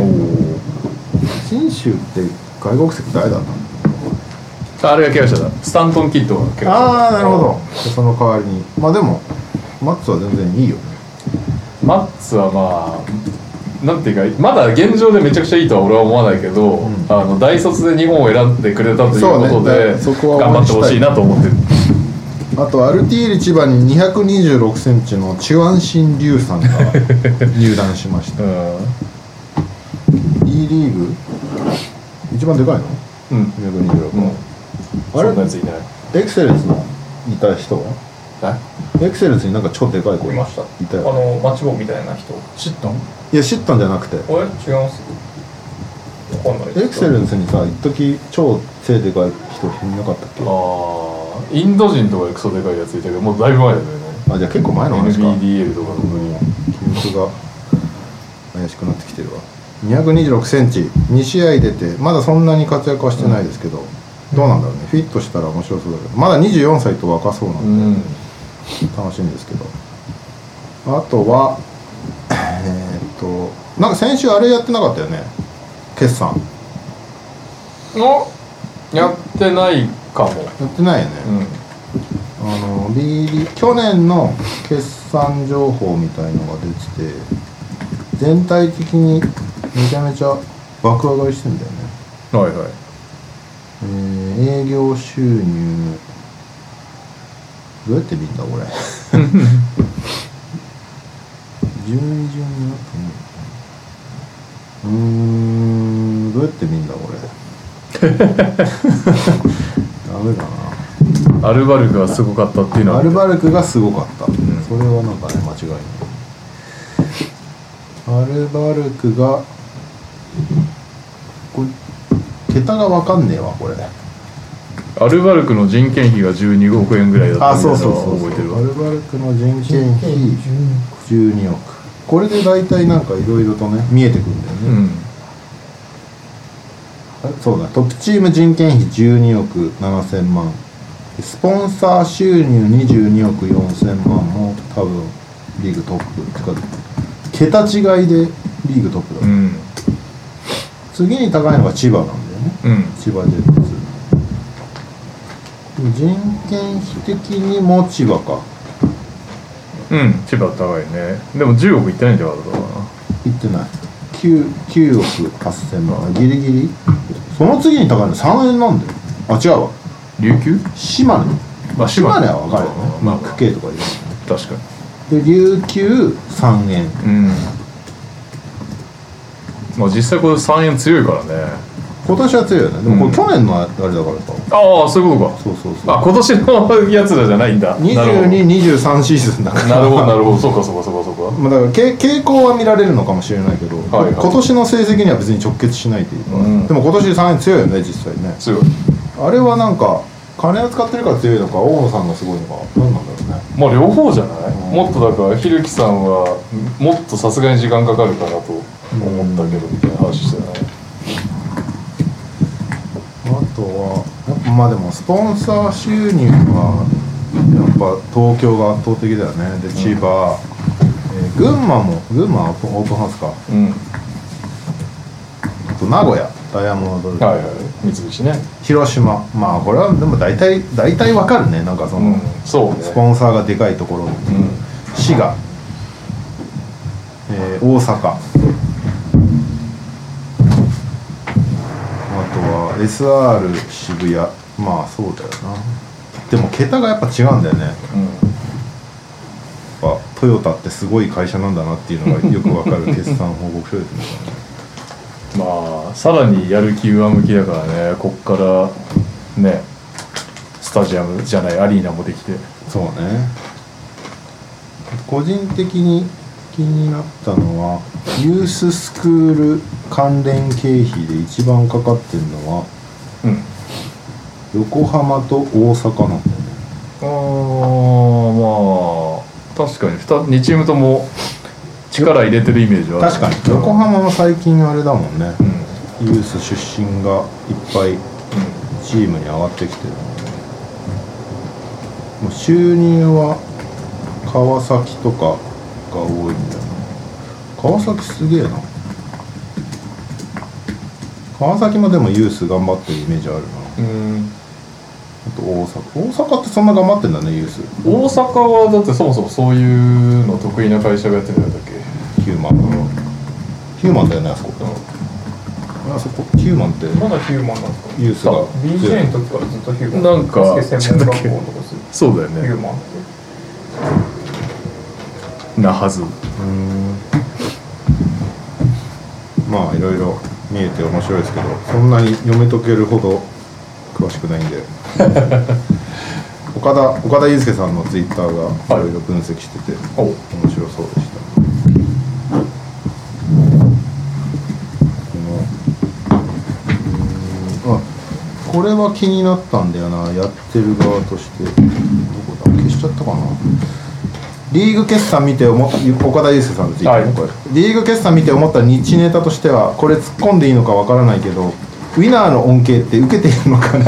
Speaker 1: 信州って外国籍誰だったの
Speaker 2: あれが怪我したスタントンキッドが怪我
Speaker 1: ああなるほどその代わりにまあでもマッツは全然いいよね
Speaker 2: マッツはまあなんていうかまだ現状でめちゃくちゃいいとは俺は思わないけど、
Speaker 1: ん
Speaker 2: あの大卒で日本を選んでくれたという
Speaker 1: そう
Speaker 2: こ
Speaker 1: ね
Speaker 2: とで、
Speaker 1: だそこは
Speaker 2: 頑張ってほしいなと思ってる
Speaker 1: あとアルティーリ千葉に2 2 6ンチのチュアンシン・リュウさんが入団しました
Speaker 2: う
Speaker 1: E リーグ一番でかいの
Speaker 2: んうん
Speaker 1: 226、
Speaker 2: もう
Speaker 1: あ
Speaker 2: そ
Speaker 1: れ
Speaker 2: んなやついない
Speaker 1: エクセレンスのいた人は
Speaker 2: あ
Speaker 1: エクセレンスになんか超でかい子
Speaker 5: いました
Speaker 1: いた
Speaker 5: あ
Speaker 1: よね
Speaker 5: のマッチ棒みたいな人
Speaker 3: 知ったん
Speaker 1: いや知ったんじゃなくて
Speaker 5: あれ違いますわかんない
Speaker 1: エクセレンスにさ一時超背でかい人いなかったっけ
Speaker 2: あーインド人とかでクソでかいやついたけどもうだいぶ前だよね
Speaker 1: あじゃあ結構前の話か
Speaker 2: NBDL とかの時に
Speaker 1: 記憶が怪しくなってきてるわ226センチ2試合出てまだそんなに活躍はしてないですけど、どうなんだろうねフィットしたら面白そうだけどまだ24歳と若そうな
Speaker 2: うん
Speaker 1: で
Speaker 2: ん
Speaker 1: 楽しみですけどあとはえーっとなんか先週あれやってなかったよね決算
Speaker 2: のやってないかも
Speaker 1: やってないよね、
Speaker 2: うん
Speaker 1: あの B リ去年の決算情報みたいのが出てて全体的にめちゃめちゃ爆上がりしてんだよね、
Speaker 2: はいはい
Speaker 1: えー営業収入どうやって見たこれ 順々になってねうーんどうやって見んだこれ ダメだな
Speaker 2: アルバルクがすごかったっていうのは
Speaker 1: アルバルクがすごかった、
Speaker 2: ん
Speaker 1: それはなんかね間違いないアルバルクがこれ桁が分かんねえわこれ
Speaker 2: アルバルクの人件費が12億円ぐらいだった
Speaker 1: あそうそう
Speaker 2: みた
Speaker 1: そう
Speaker 2: いなのは覚えてるわ
Speaker 1: アルバルクの人件費12億これで大体なんかいろいろとね見えてくるんだよね、
Speaker 2: うん
Speaker 1: あそうだトップチーム人件費12億7000万スポンサー収入22億4000万も多分リーグトップてか桁違いでリーグトップだ、
Speaker 2: うん
Speaker 1: 次に高いのが千葉なんだよね
Speaker 2: うん
Speaker 1: 千葉ジェッツでも人件費的にも千葉か
Speaker 2: うん千葉高いねでも10億いってないんじゃなかったか
Speaker 1: いってない 9, 9億8000万ギリギリその次に高いの3円なんだよあ違うわ
Speaker 2: な琉球
Speaker 1: 島根
Speaker 2: まあ
Speaker 1: 島根は分かるよね
Speaker 2: まあ
Speaker 1: 区系とか言うよね
Speaker 2: 確かに
Speaker 1: で琉球3円
Speaker 2: うんまあ実際これ3円強いからね
Speaker 1: 今年は強いよねでもこれ去年のあれだからさ、
Speaker 2: ああそういうことか
Speaker 1: そうそうそう
Speaker 2: あ今年のやつらじゃないんだなるほど
Speaker 1: 2223シーズンだから
Speaker 2: なるほどなるほどそうかそうかそうかそうか
Speaker 1: まあ、だからけ傾向は見られるのかもしれないけど、
Speaker 2: はいはい
Speaker 1: 今年の成績には別に直結しないというか、
Speaker 2: うん
Speaker 1: でも今年3位強いよね実際ね
Speaker 2: 強い
Speaker 1: あれはなんか金を使ってるから強いのか大野さんがすごいのか何なんだろうね
Speaker 2: まあ両方じゃないもっとだからひるきさんはもっとさすがに時間かかるかなと思ったけどみたいな話してない
Speaker 1: あとはやっぱまあでもスポンサー収入はやっぱ東京が圧倒的だよねで千葉、えー群馬も群馬はオープンオープンハウスか
Speaker 2: うん
Speaker 1: あと名古屋ダイヤモンドドル
Speaker 2: はいはい三菱ね
Speaker 1: 広島まあこれはでも大体大体わかるねなんかその、
Speaker 2: うんそうね
Speaker 1: スポンサーがでかいところ
Speaker 2: う
Speaker 1: 滋賀、えー大阪あとは SR 渋谷まあそうだよなでも桁がやっぱ違うんだよねやっ
Speaker 2: んうん
Speaker 1: ぱトヨタってすごい会社なんだなっていうのがよくわかる決算報告書ですね
Speaker 2: まあさらにやる気上向きだからねこっからねスタジアムじゃないアリーナもできて
Speaker 1: そうね個人的に気になったのはユーススクール関連経費で一番かかってるのは
Speaker 2: うん
Speaker 1: 横浜と大阪なんだよね
Speaker 2: あーまあ確かに 2, 2チームとも力入れてるイメージはある
Speaker 1: 確かに横浜は最近あれだもんね
Speaker 2: うん、
Speaker 1: ユース出身がいっぱいチームに上がってきてるもんねもう収入は川崎とかが多いんだよな川崎すげえな川崎もでもユース頑張ってるイメージあるな
Speaker 2: うん
Speaker 1: あと大阪大阪ってそんな頑張ってんだねユース
Speaker 2: 大阪はだってそもそもそういうの得意な会社がやってるんだっけ
Speaker 1: ヒューマンヒューマンだよねあそこあそこヒューマンって
Speaker 5: まだヒューマンなんですか
Speaker 1: ユースが
Speaker 5: BJ の時からずっとヒューマン
Speaker 2: なんか
Speaker 5: バスケ専門学校のとこです
Speaker 2: そうだよ
Speaker 5: ヒューマンって
Speaker 2: なはず
Speaker 1: うんまあいろいろ見えて面白いですけどそんなに読み解けるほど詳しくないん で岡田岡田祐介さんのツイッターがいろいろ分析してて、
Speaker 2: お
Speaker 1: 面白そうでしたこのうんあこれは気になったんだよなやってる側としてどこだ消しちゃったかなリーグ決算見て思った岡田祐介さんのツイートこれ、リーグ決算見て思った日ネタとしてはこれ突っ込んでいいのかわからないけどウィナーの恩恵って受けているのかな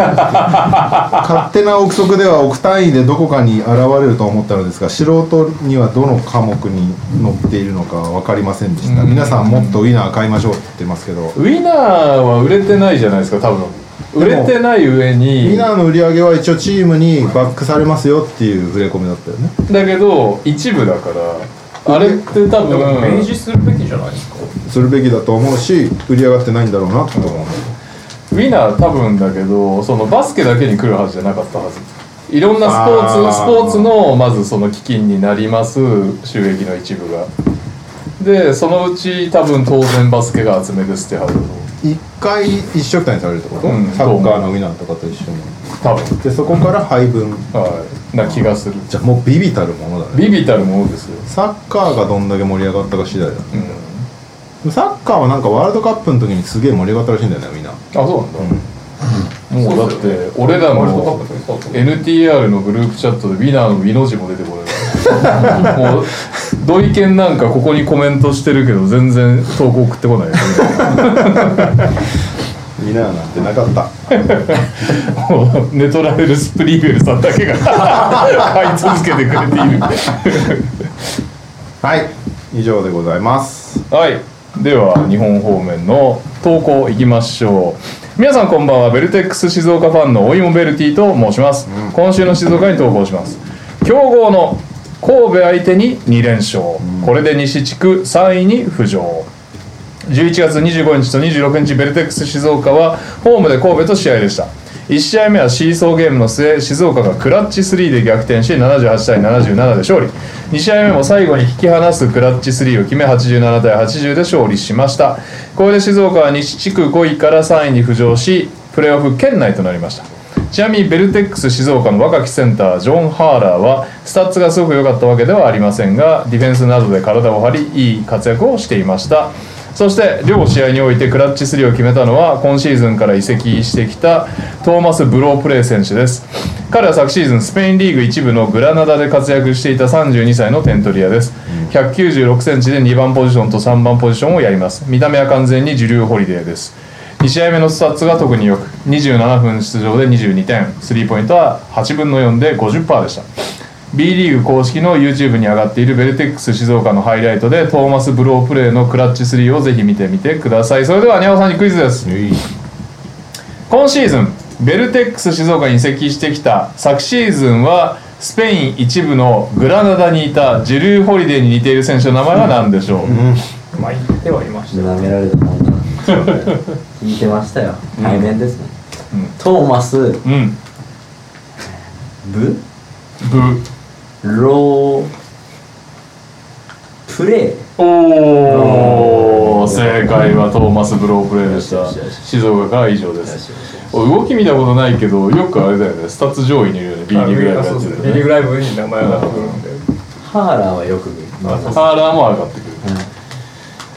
Speaker 1: 勝手な憶測では億単位でどこかに現れると思ったのですが素人にはどの科目に載っているのか分かりませんでした皆さんもっとウィナー買いましょうって言ってますけど
Speaker 2: ウィナーは売れてないじゃないですか多分売れてない上
Speaker 1: ウ
Speaker 2: に
Speaker 1: ィナーの売り上げは一応チームにバックされますよっていう触れ込みだったよね
Speaker 2: だけど一部だからあれって多
Speaker 5: でも明
Speaker 2: 分
Speaker 5: 示するべきじゃないですか
Speaker 1: するべきだと思うし売り上がってないんだろうなと思う
Speaker 2: ウィナー多分だけどそのバスケだけに来るはずじゃなかったはずいろんなスポーツ
Speaker 1: あー
Speaker 2: スポーツのまずその基金になります収益の一部がでそのうち多分当然バスケが集めですってはず
Speaker 1: 一回一緒くたにされるってこと、
Speaker 2: うん
Speaker 1: サッカーのウィナーとかと一緒に
Speaker 2: 多分
Speaker 1: でそこから配分
Speaker 2: はいな気がする
Speaker 1: じゃあもうビビたるものだね
Speaker 2: ビビたるものですよ、
Speaker 1: サッカーがどんだけ盛り上がったか次第だね
Speaker 2: うん、
Speaker 1: サッカーはなんかワールドカップの時にすげえ盛り上がったらしいんだよねみんな
Speaker 2: あそうなんだ、もうだって俺ら
Speaker 5: ワールドカッ
Speaker 2: の
Speaker 5: プでそうそう
Speaker 2: NTR のグループチャットでウィナーの「ウィ」の字も出てこ ないもう土井健なんかここにコメントしてるけど全然投稿送ってこないよ
Speaker 1: みんななんてなかった
Speaker 2: もうネトラベルスプリーベルさんだけが 買い続けてくれている
Speaker 1: はい以上でございます
Speaker 2: はい、では日本方面の投稿いきましょう皆さんこんばんはベルテックス静岡ファンのおいもベルティと申します、今週の静岡に投稿します強豪の神戸相手に2連勝、これで西地区3位に浮上11月25日と26日ベルテックス静岡はホームで神戸と試合でした1試合目はシーソーゲームの末静岡がクラッチ3で逆転し78対77で勝利2試合目も最後に引き離すクラッチ3を決め87対80で勝利しましたこれで静岡は西地区5位から3位に浮上しプレーオフ圏内となりましたちなみにベルテックス静岡の若きセンタージョン・ハーラーはスタッツがすごく良かったわけではありませんがディフェンスなどで体を張りいい活躍をしていましたそして両試合においてクラッチ3を決めたのは今シーズンから移籍してきたトーマス・ブロープレイ選手です彼は昨シーズンスペインリーグ一部のグラナダで活躍していた32歳のテントリアです1 9 6センチで2番ポジションと3番ポジションをやります見た目は完全にジュリュー・ホリデーです2試合目のスタッツが特によく27分出場で22点スリーポイントは8分の4で50%でした B リーグ公式の YouTube に上がっているベルテックス静岡のハイライトでトーマス・ブロープレイのクラッチ3をぜひ見てみてくださいそれではにゃおさんにクイズです今シーズンベルテックス静岡に移籍してきた昨シーズンはスペイン一部のグラナダにいたジュリュー・ホリデーに似ている選手の名前は何でしょう、
Speaker 5: まあ言ってはいましたよ
Speaker 4: 舐められたな 聞いてましたよ対面ですね、トーマス
Speaker 2: うん
Speaker 4: ブ
Speaker 2: ブ
Speaker 4: ロープレイ
Speaker 2: おお正解はトーマス・ブロープレイでし
Speaker 4: よ
Speaker 2: た
Speaker 4: しよしよし
Speaker 2: 静岡からは以上ですお動き見たことないけどよくあれだよねスタッツ上位にいるよね B リーグライブや
Speaker 5: そう
Speaker 2: って
Speaker 5: ですね
Speaker 2: る
Speaker 5: ビリ
Speaker 2: ね
Speaker 5: ーグライブに名前が出てくるんで
Speaker 4: ハーラーはよく見る
Speaker 2: ハーラーも上がってくる、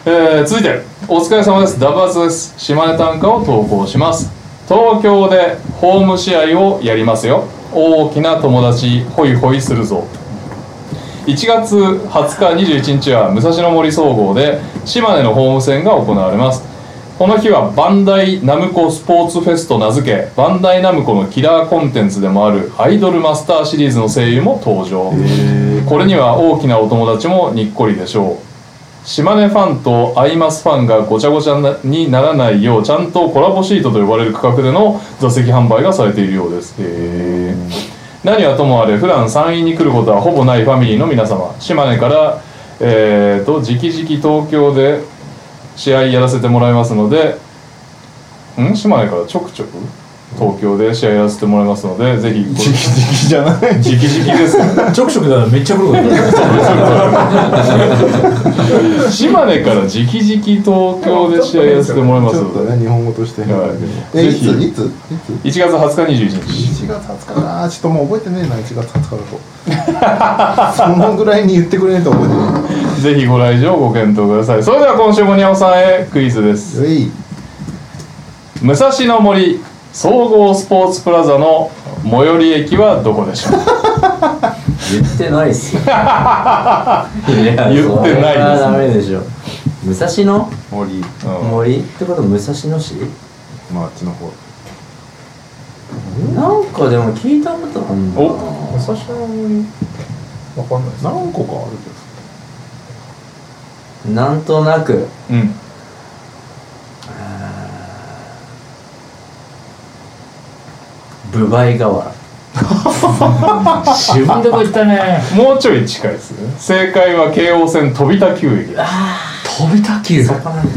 Speaker 2: えー続いてお疲れ様ですダバーズです島根短歌を投稿します東京でホーム試合をやりますよ大きな友達ホイホイするぞ1月20日21日は武蔵野森総合で島根のホーム戦が行われますこの日はバンダイナムコスポーツフェスと名付けバンダイナムコのキラーコンテンツでもあるアイドルマスターシリーズの声優も登場これには大きなお友達もにっこりでしょう島根ファンとアイマスファンがごちゃごちゃなにならないようちゃんとコラボシートと呼ばれる区画での座席販売がされているようですへー何はともあれ普段山陰に来ることはほぼないファミリーの皆様島根からえー、と直々東京で試合やらせてもらいますのでん島根からちょくちょく東京で試合やらせてもらいますのでぜひご
Speaker 1: 直々じゃない
Speaker 2: 直々ですね
Speaker 3: ちょくちょくだからめっちゃ来 るから
Speaker 2: 島根から直々東京で試合やらせてもらいま
Speaker 1: ち
Speaker 2: す
Speaker 1: ょっと
Speaker 2: 1
Speaker 1: ね日本語として
Speaker 2: はい
Speaker 1: え
Speaker 2: ぜ
Speaker 1: いつ
Speaker 2: ひ
Speaker 1: いついつ
Speaker 2: 月20日21日
Speaker 1: 1月20日なちょっともう覚えてねえな1月20日だとそのぐらいに言ってくれないと覚え
Speaker 2: ぜひご来場ご検討くださいそれでは今週もにゃおさんへクイズです
Speaker 1: てないうい
Speaker 2: 武蔵野森総合スポーツプラザの最寄り駅はどこでしょう
Speaker 4: 言ってないっ すよいや
Speaker 2: 言ってないです
Speaker 4: それはダメでしょ武蔵野
Speaker 1: 森
Speaker 2: うん
Speaker 4: 森ってことは武蔵野市
Speaker 1: まああっちの方
Speaker 4: なんかでも聞いたことあんな
Speaker 2: お
Speaker 5: 武蔵野にわかんないです
Speaker 1: 何個かあるけど
Speaker 4: なんとなく
Speaker 2: うん
Speaker 4: 部外河原
Speaker 3: 自分でこう言ったね
Speaker 2: もうちょい近いですね正解は京王線飛田急駅です
Speaker 3: 飛びた球
Speaker 4: そこなんだ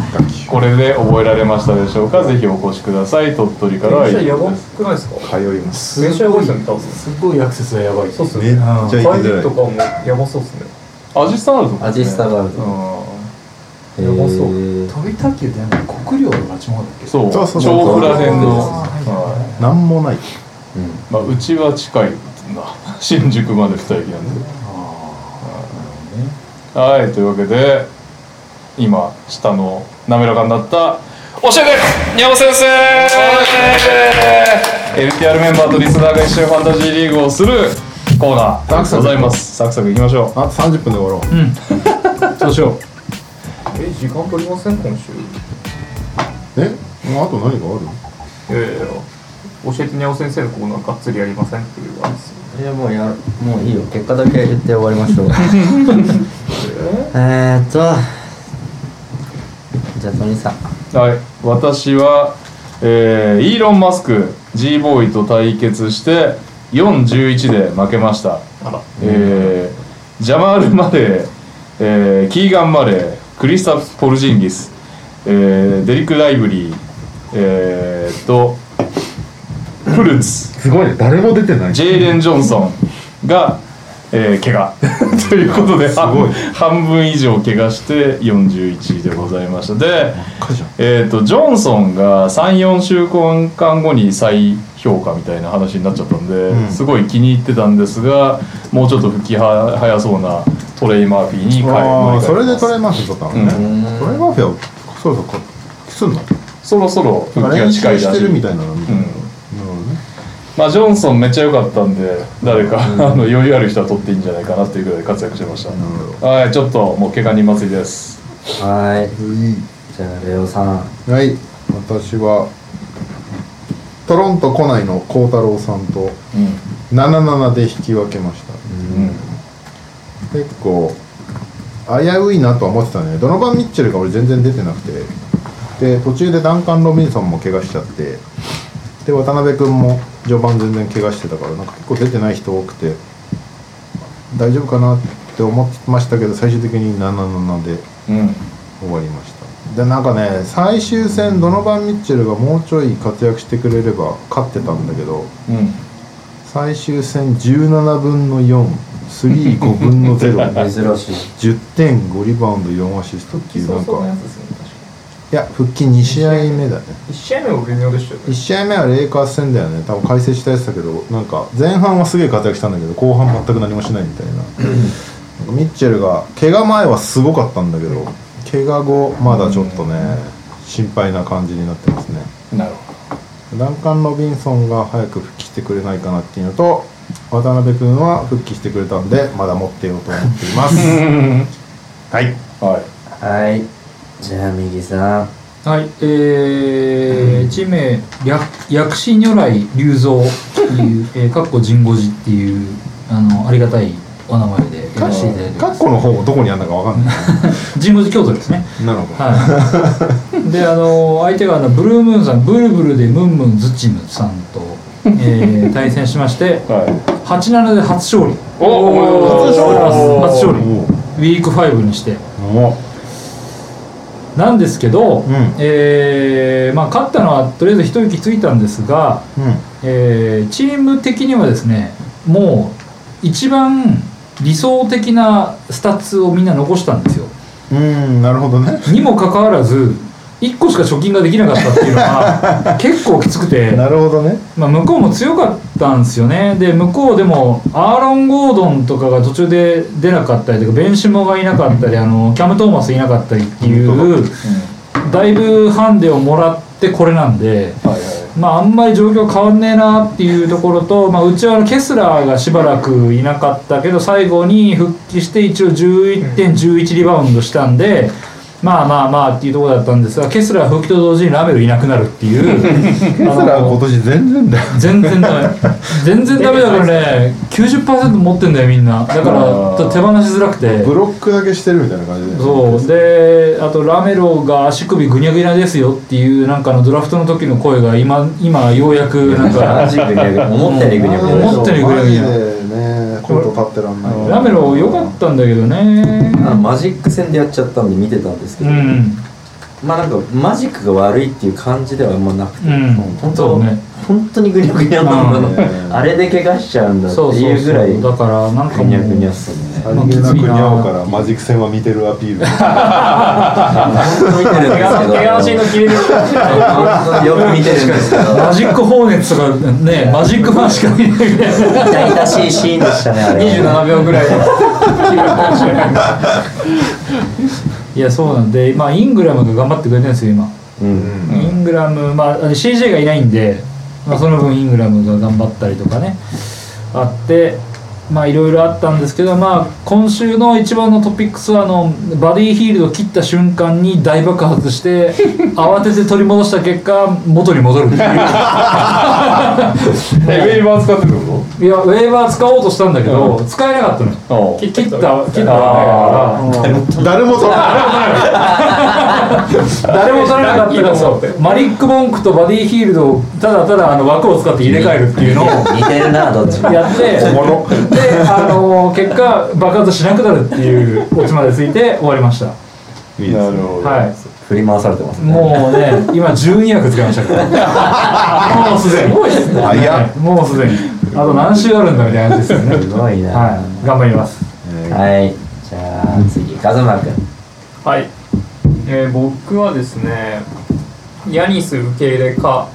Speaker 2: これで覚えられましたでしょうかぜひお越しください鳥取からは以
Speaker 5: 電車や
Speaker 2: 上
Speaker 5: ば
Speaker 2: です
Speaker 5: くないです
Speaker 1: 通
Speaker 5: か
Speaker 1: います
Speaker 3: す
Speaker 5: 電車やばいですよね多分
Speaker 3: すっごいアクセスがやばい
Speaker 5: そうっすよ
Speaker 1: めっち
Speaker 5: ね
Speaker 1: ゃ行き
Speaker 5: 帰り
Speaker 1: づらい
Speaker 5: とかもやばそうっすね
Speaker 2: アジスタがあるとこ
Speaker 4: アジスタがあると
Speaker 2: う
Speaker 4: へ
Speaker 5: やばそう
Speaker 4: ー
Speaker 3: 飛びた球ってなんか国領の町もだっけ
Speaker 2: んそう
Speaker 1: そうそう
Speaker 2: 調布ら辺の
Speaker 3: あー
Speaker 2: はい
Speaker 1: 何もない
Speaker 2: まあ、うちは近いんだ 新宿まで2駅なんではいというわけで今下の滑らかになった教えてにゃお先生 LTR メンバーとリスナーが一緒にファンタジーリーグをするコーナー
Speaker 1: サクサク
Speaker 2: ございますサクサクいきましょ
Speaker 1: あと30分で終わろう
Speaker 3: そう しよ
Speaker 5: え時間取りません今週
Speaker 1: えあと何がある
Speaker 5: いやいやいや教えてにゃお先生のコーナーがっつりやりませんっていう話です
Speaker 4: いやもうやもういいよ結果だけ言って終わりまし ょうえーっとじゃあトニーさん
Speaker 2: うはい私は、えーイーロン・マスク G ボーイと対決して411で負けました
Speaker 5: あら
Speaker 2: えージャマール・マレー、えーキーガン・マレークリスタフ・ポルジンギス、えーデリック・ライブリー、えーっとフルーツ
Speaker 1: すごいね誰も出てない
Speaker 2: ジェイレン・ジョンソンが、えー怪我 ということで半分以上怪我して41位でございましたで、えー、とジョンソンが34週間後に再評価みたいな話になっちゃったんで、
Speaker 1: うん
Speaker 2: すごい気に入ってたんですがもうちょっと復帰は早そうなトレイ・マーフィーに変え
Speaker 1: あ
Speaker 2: 乗
Speaker 1: あ
Speaker 2: り換え
Speaker 1: それ
Speaker 2: ま
Speaker 1: ですトレイマーフィー取ったのね、
Speaker 4: うん
Speaker 1: トレイマーフィーはそろそろこすんの
Speaker 2: そろそろ復帰が
Speaker 1: 練習
Speaker 2: 近いらしい
Speaker 1: してるみたいなのみたいな、
Speaker 2: うん
Speaker 1: なるほどね
Speaker 2: まあ、ジョンソンめっちゃ良かったんで誰か、あの余裕ある人は取っていいんじゃないかなっていうぐらい活躍してました、
Speaker 1: なるほど
Speaker 2: はいちょっともう怪我に祭りです
Speaker 4: はーいう
Speaker 1: い
Speaker 4: じゃあレオさん
Speaker 1: はい私はトロント来ないの幸太郎さんと
Speaker 2: う
Speaker 1: 77で引き分けました
Speaker 2: ん、うん、
Speaker 1: 結構危ういなとは思ってたねドノバン・ミッチェルが俺全然出てなくてで途中でダンカン・ロビンソンも怪我しちゃってで渡辺君も序盤全然怪我してたからなんか結構出てない人多くて大丈夫かなって思ってましたけど最終的に77で
Speaker 2: うん、
Speaker 1: 終わりましたでなんかね最終戦ドノバン・ミッチェルがもうちょい活躍してくれれば勝ってたんだけど
Speaker 2: うん、
Speaker 1: 最終戦17分の435分の010.5
Speaker 4: 珍しい
Speaker 1: リバウンド4アシストっていう
Speaker 5: そ
Speaker 1: なん
Speaker 5: う
Speaker 1: か
Speaker 5: そうなやつですね確か
Speaker 1: いや復帰2試合目だね
Speaker 5: に1試合目も微妙でしたよ
Speaker 1: 1
Speaker 5: ね
Speaker 1: 試合目はレイカーズ戦だよね多分解説したやつだけどなんか前半はすげえ活躍したんだけど後半全く何もしないみたいななんかミッチェルが怪我前はすごかったんだけど怪我後まだちょっとね心配な感じになってますね
Speaker 2: なるほ
Speaker 1: ダンカン・ロビンソンが早く復帰してくれないかなっていうのと渡辺君は復帰してくれたんでまだ持ってようと思っています はい
Speaker 2: どはい
Speaker 4: はいじゃあ右さん
Speaker 3: はい、えー、地名、薬薬師如来龍蔵っていう、えー、かっこ神護寺っていう、あの、ありがたいお名前でやらせていただいて
Speaker 1: カ
Speaker 3: ま
Speaker 1: ッ
Speaker 3: す。
Speaker 1: コの方どこにあるのかわかんない
Speaker 3: 神護寺京都ですね。
Speaker 1: なるほど
Speaker 3: はい。で、あの、相手があの、ブルームーンさん、ブルブルでムンムンズッチムさんと、えー、対戦しまして、
Speaker 2: はい
Speaker 3: 87で初勝利。
Speaker 2: おお
Speaker 1: 初勝利
Speaker 3: 初勝利
Speaker 1: おー
Speaker 3: ウィーク5にして。
Speaker 1: お
Speaker 3: なんですけど、
Speaker 1: ん
Speaker 3: えーまあ、勝ったのはとりあえず一息ついたんですが、
Speaker 1: うん
Speaker 3: えーチーム的にはですねもう一番理想的なスタッツをみんな残したんですよ
Speaker 1: うーんなるほどね
Speaker 3: にもかかわらず1個しか貯金ができなかったっていうのは結構きつくて、
Speaker 1: なるほどね
Speaker 3: まあ、向こうも強かったんですよねで向こうでもアーロン・ゴードンとかが途中で出なかったりとかベンシモがいなかったりあのキャム・トーマスいなかったりってい
Speaker 1: 本
Speaker 3: うだいぶハンデをもらってこれなんで、
Speaker 2: はいは
Speaker 3: まあ、あんまり状況変わんねえなっていうところと、まあ、うちはあのケスラーがしばらくいなかったけど最後に復帰して一応11点11リバウンドしたんで。まあまあまあっていうところだったんですがケスラー復帰と同時にラメルいなくなるってい う
Speaker 1: ケスラー今年全然だよ
Speaker 3: 全然ダメ全然ダメだからね90%持ってんだよみんなだからちょっと手放しづらくて
Speaker 1: ブロックだけしてるみたいな感じで
Speaker 3: そうであとラメロが足首ぐにゃぐにゃですよっていうなんかあのドラフトの時の声が今今ようやくなん
Speaker 4: マ
Speaker 3: か
Speaker 4: ジグニャグニャ思ったよりグニャグニャ
Speaker 3: 思ったよりグラ
Speaker 1: マ
Speaker 3: ビ
Speaker 1: ジ
Speaker 3: ア
Speaker 1: でねコート立ってらんない
Speaker 3: ラメロ良かったんだけどね
Speaker 4: あマジック戦でやっちゃったんで見てたんですけ
Speaker 3: う
Speaker 4: ど、
Speaker 3: ん
Speaker 4: まあなんかマジックが悪いっていう感じではあんまなくて、
Speaker 3: うん
Speaker 4: 本
Speaker 3: そ
Speaker 4: 当
Speaker 3: うね
Speaker 4: 本当にグニャグニャなんだ
Speaker 1: うん
Speaker 4: なあれで怪我しちゃうんだって
Speaker 3: そうそう
Speaker 4: いうぐらい
Speaker 3: そうだからなんか
Speaker 4: グニャグニ
Speaker 3: も
Speaker 4: ャ
Speaker 3: う
Speaker 4: っすね
Speaker 1: ありげなくにゃおからマジック戦は見てるアピール
Speaker 4: 本当見てるんですけど
Speaker 5: 怪我のシーンの切れる
Speaker 4: 本当よく見てるんですけど
Speaker 3: マジック放熱とか ねマジックファンしか見ないみたいな
Speaker 4: 痛々しいシーンでしたねあれ
Speaker 5: 27秒ぐらいで
Speaker 3: いやそうなんで、まあ、イングラムが頑張ってくれてるんですよ今
Speaker 4: うん
Speaker 3: イングラム、まあ、あの CJ がいないんで、まあ、その分イングラムが頑張ったりとかねあってまあいろいろあったんですけど、まあ、今週の一番のトピックスはあのバディヒールドを切った瞬間に大爆発して 慌てて取り戻した結果元に戻るっていういや
Speaker 2: いえウェイバー使ってるってこ
Speaker 3: ウェーバー使おうとしたんだけど、
Speaker 2: う
Speaker 3: 使えなかったのよ
Speaker 2: とおう
Speaker 3: 切った切ったわけだ
Speaker 2: あ
Speaker 3: から
Speaker 1: 誰も取らない
Speaker 3: 誰も取らなかったから
Speaker 5: そ
Speaker 3: そ
Speaker 5: う
Speaker 3: うマリック・ボンクとバディヒールドをただただあの枠を使って入れ替えるっていう のを
Speaker 4: 似てるなどっちも
Speaker 3: やってで、あの結果爆発しなくなるっていうオチまでついて終わりました
Speaker 1: いいで
Speaker 2: な
Speaker 1: す
Speaker 2: る
Speaker 1: ね
Speaker 2: ほど、
Speaker 3: はい
Speaker 4: 振り回されてますね
Speaker 3: もうね今12役使いましたから もうすでに
Speaker 1: 早っ
Speaker 3: もうすでに
Speaker 1: け
Speaker 3: あと何週あるんだみたいな感じですよね
Speaker 4: すごいな
Speaker 3: はい頑張ります
Speaker 4: はいじゃあ次風間君
Speaker 5: はい、えー僕はですねヤニス受け入れか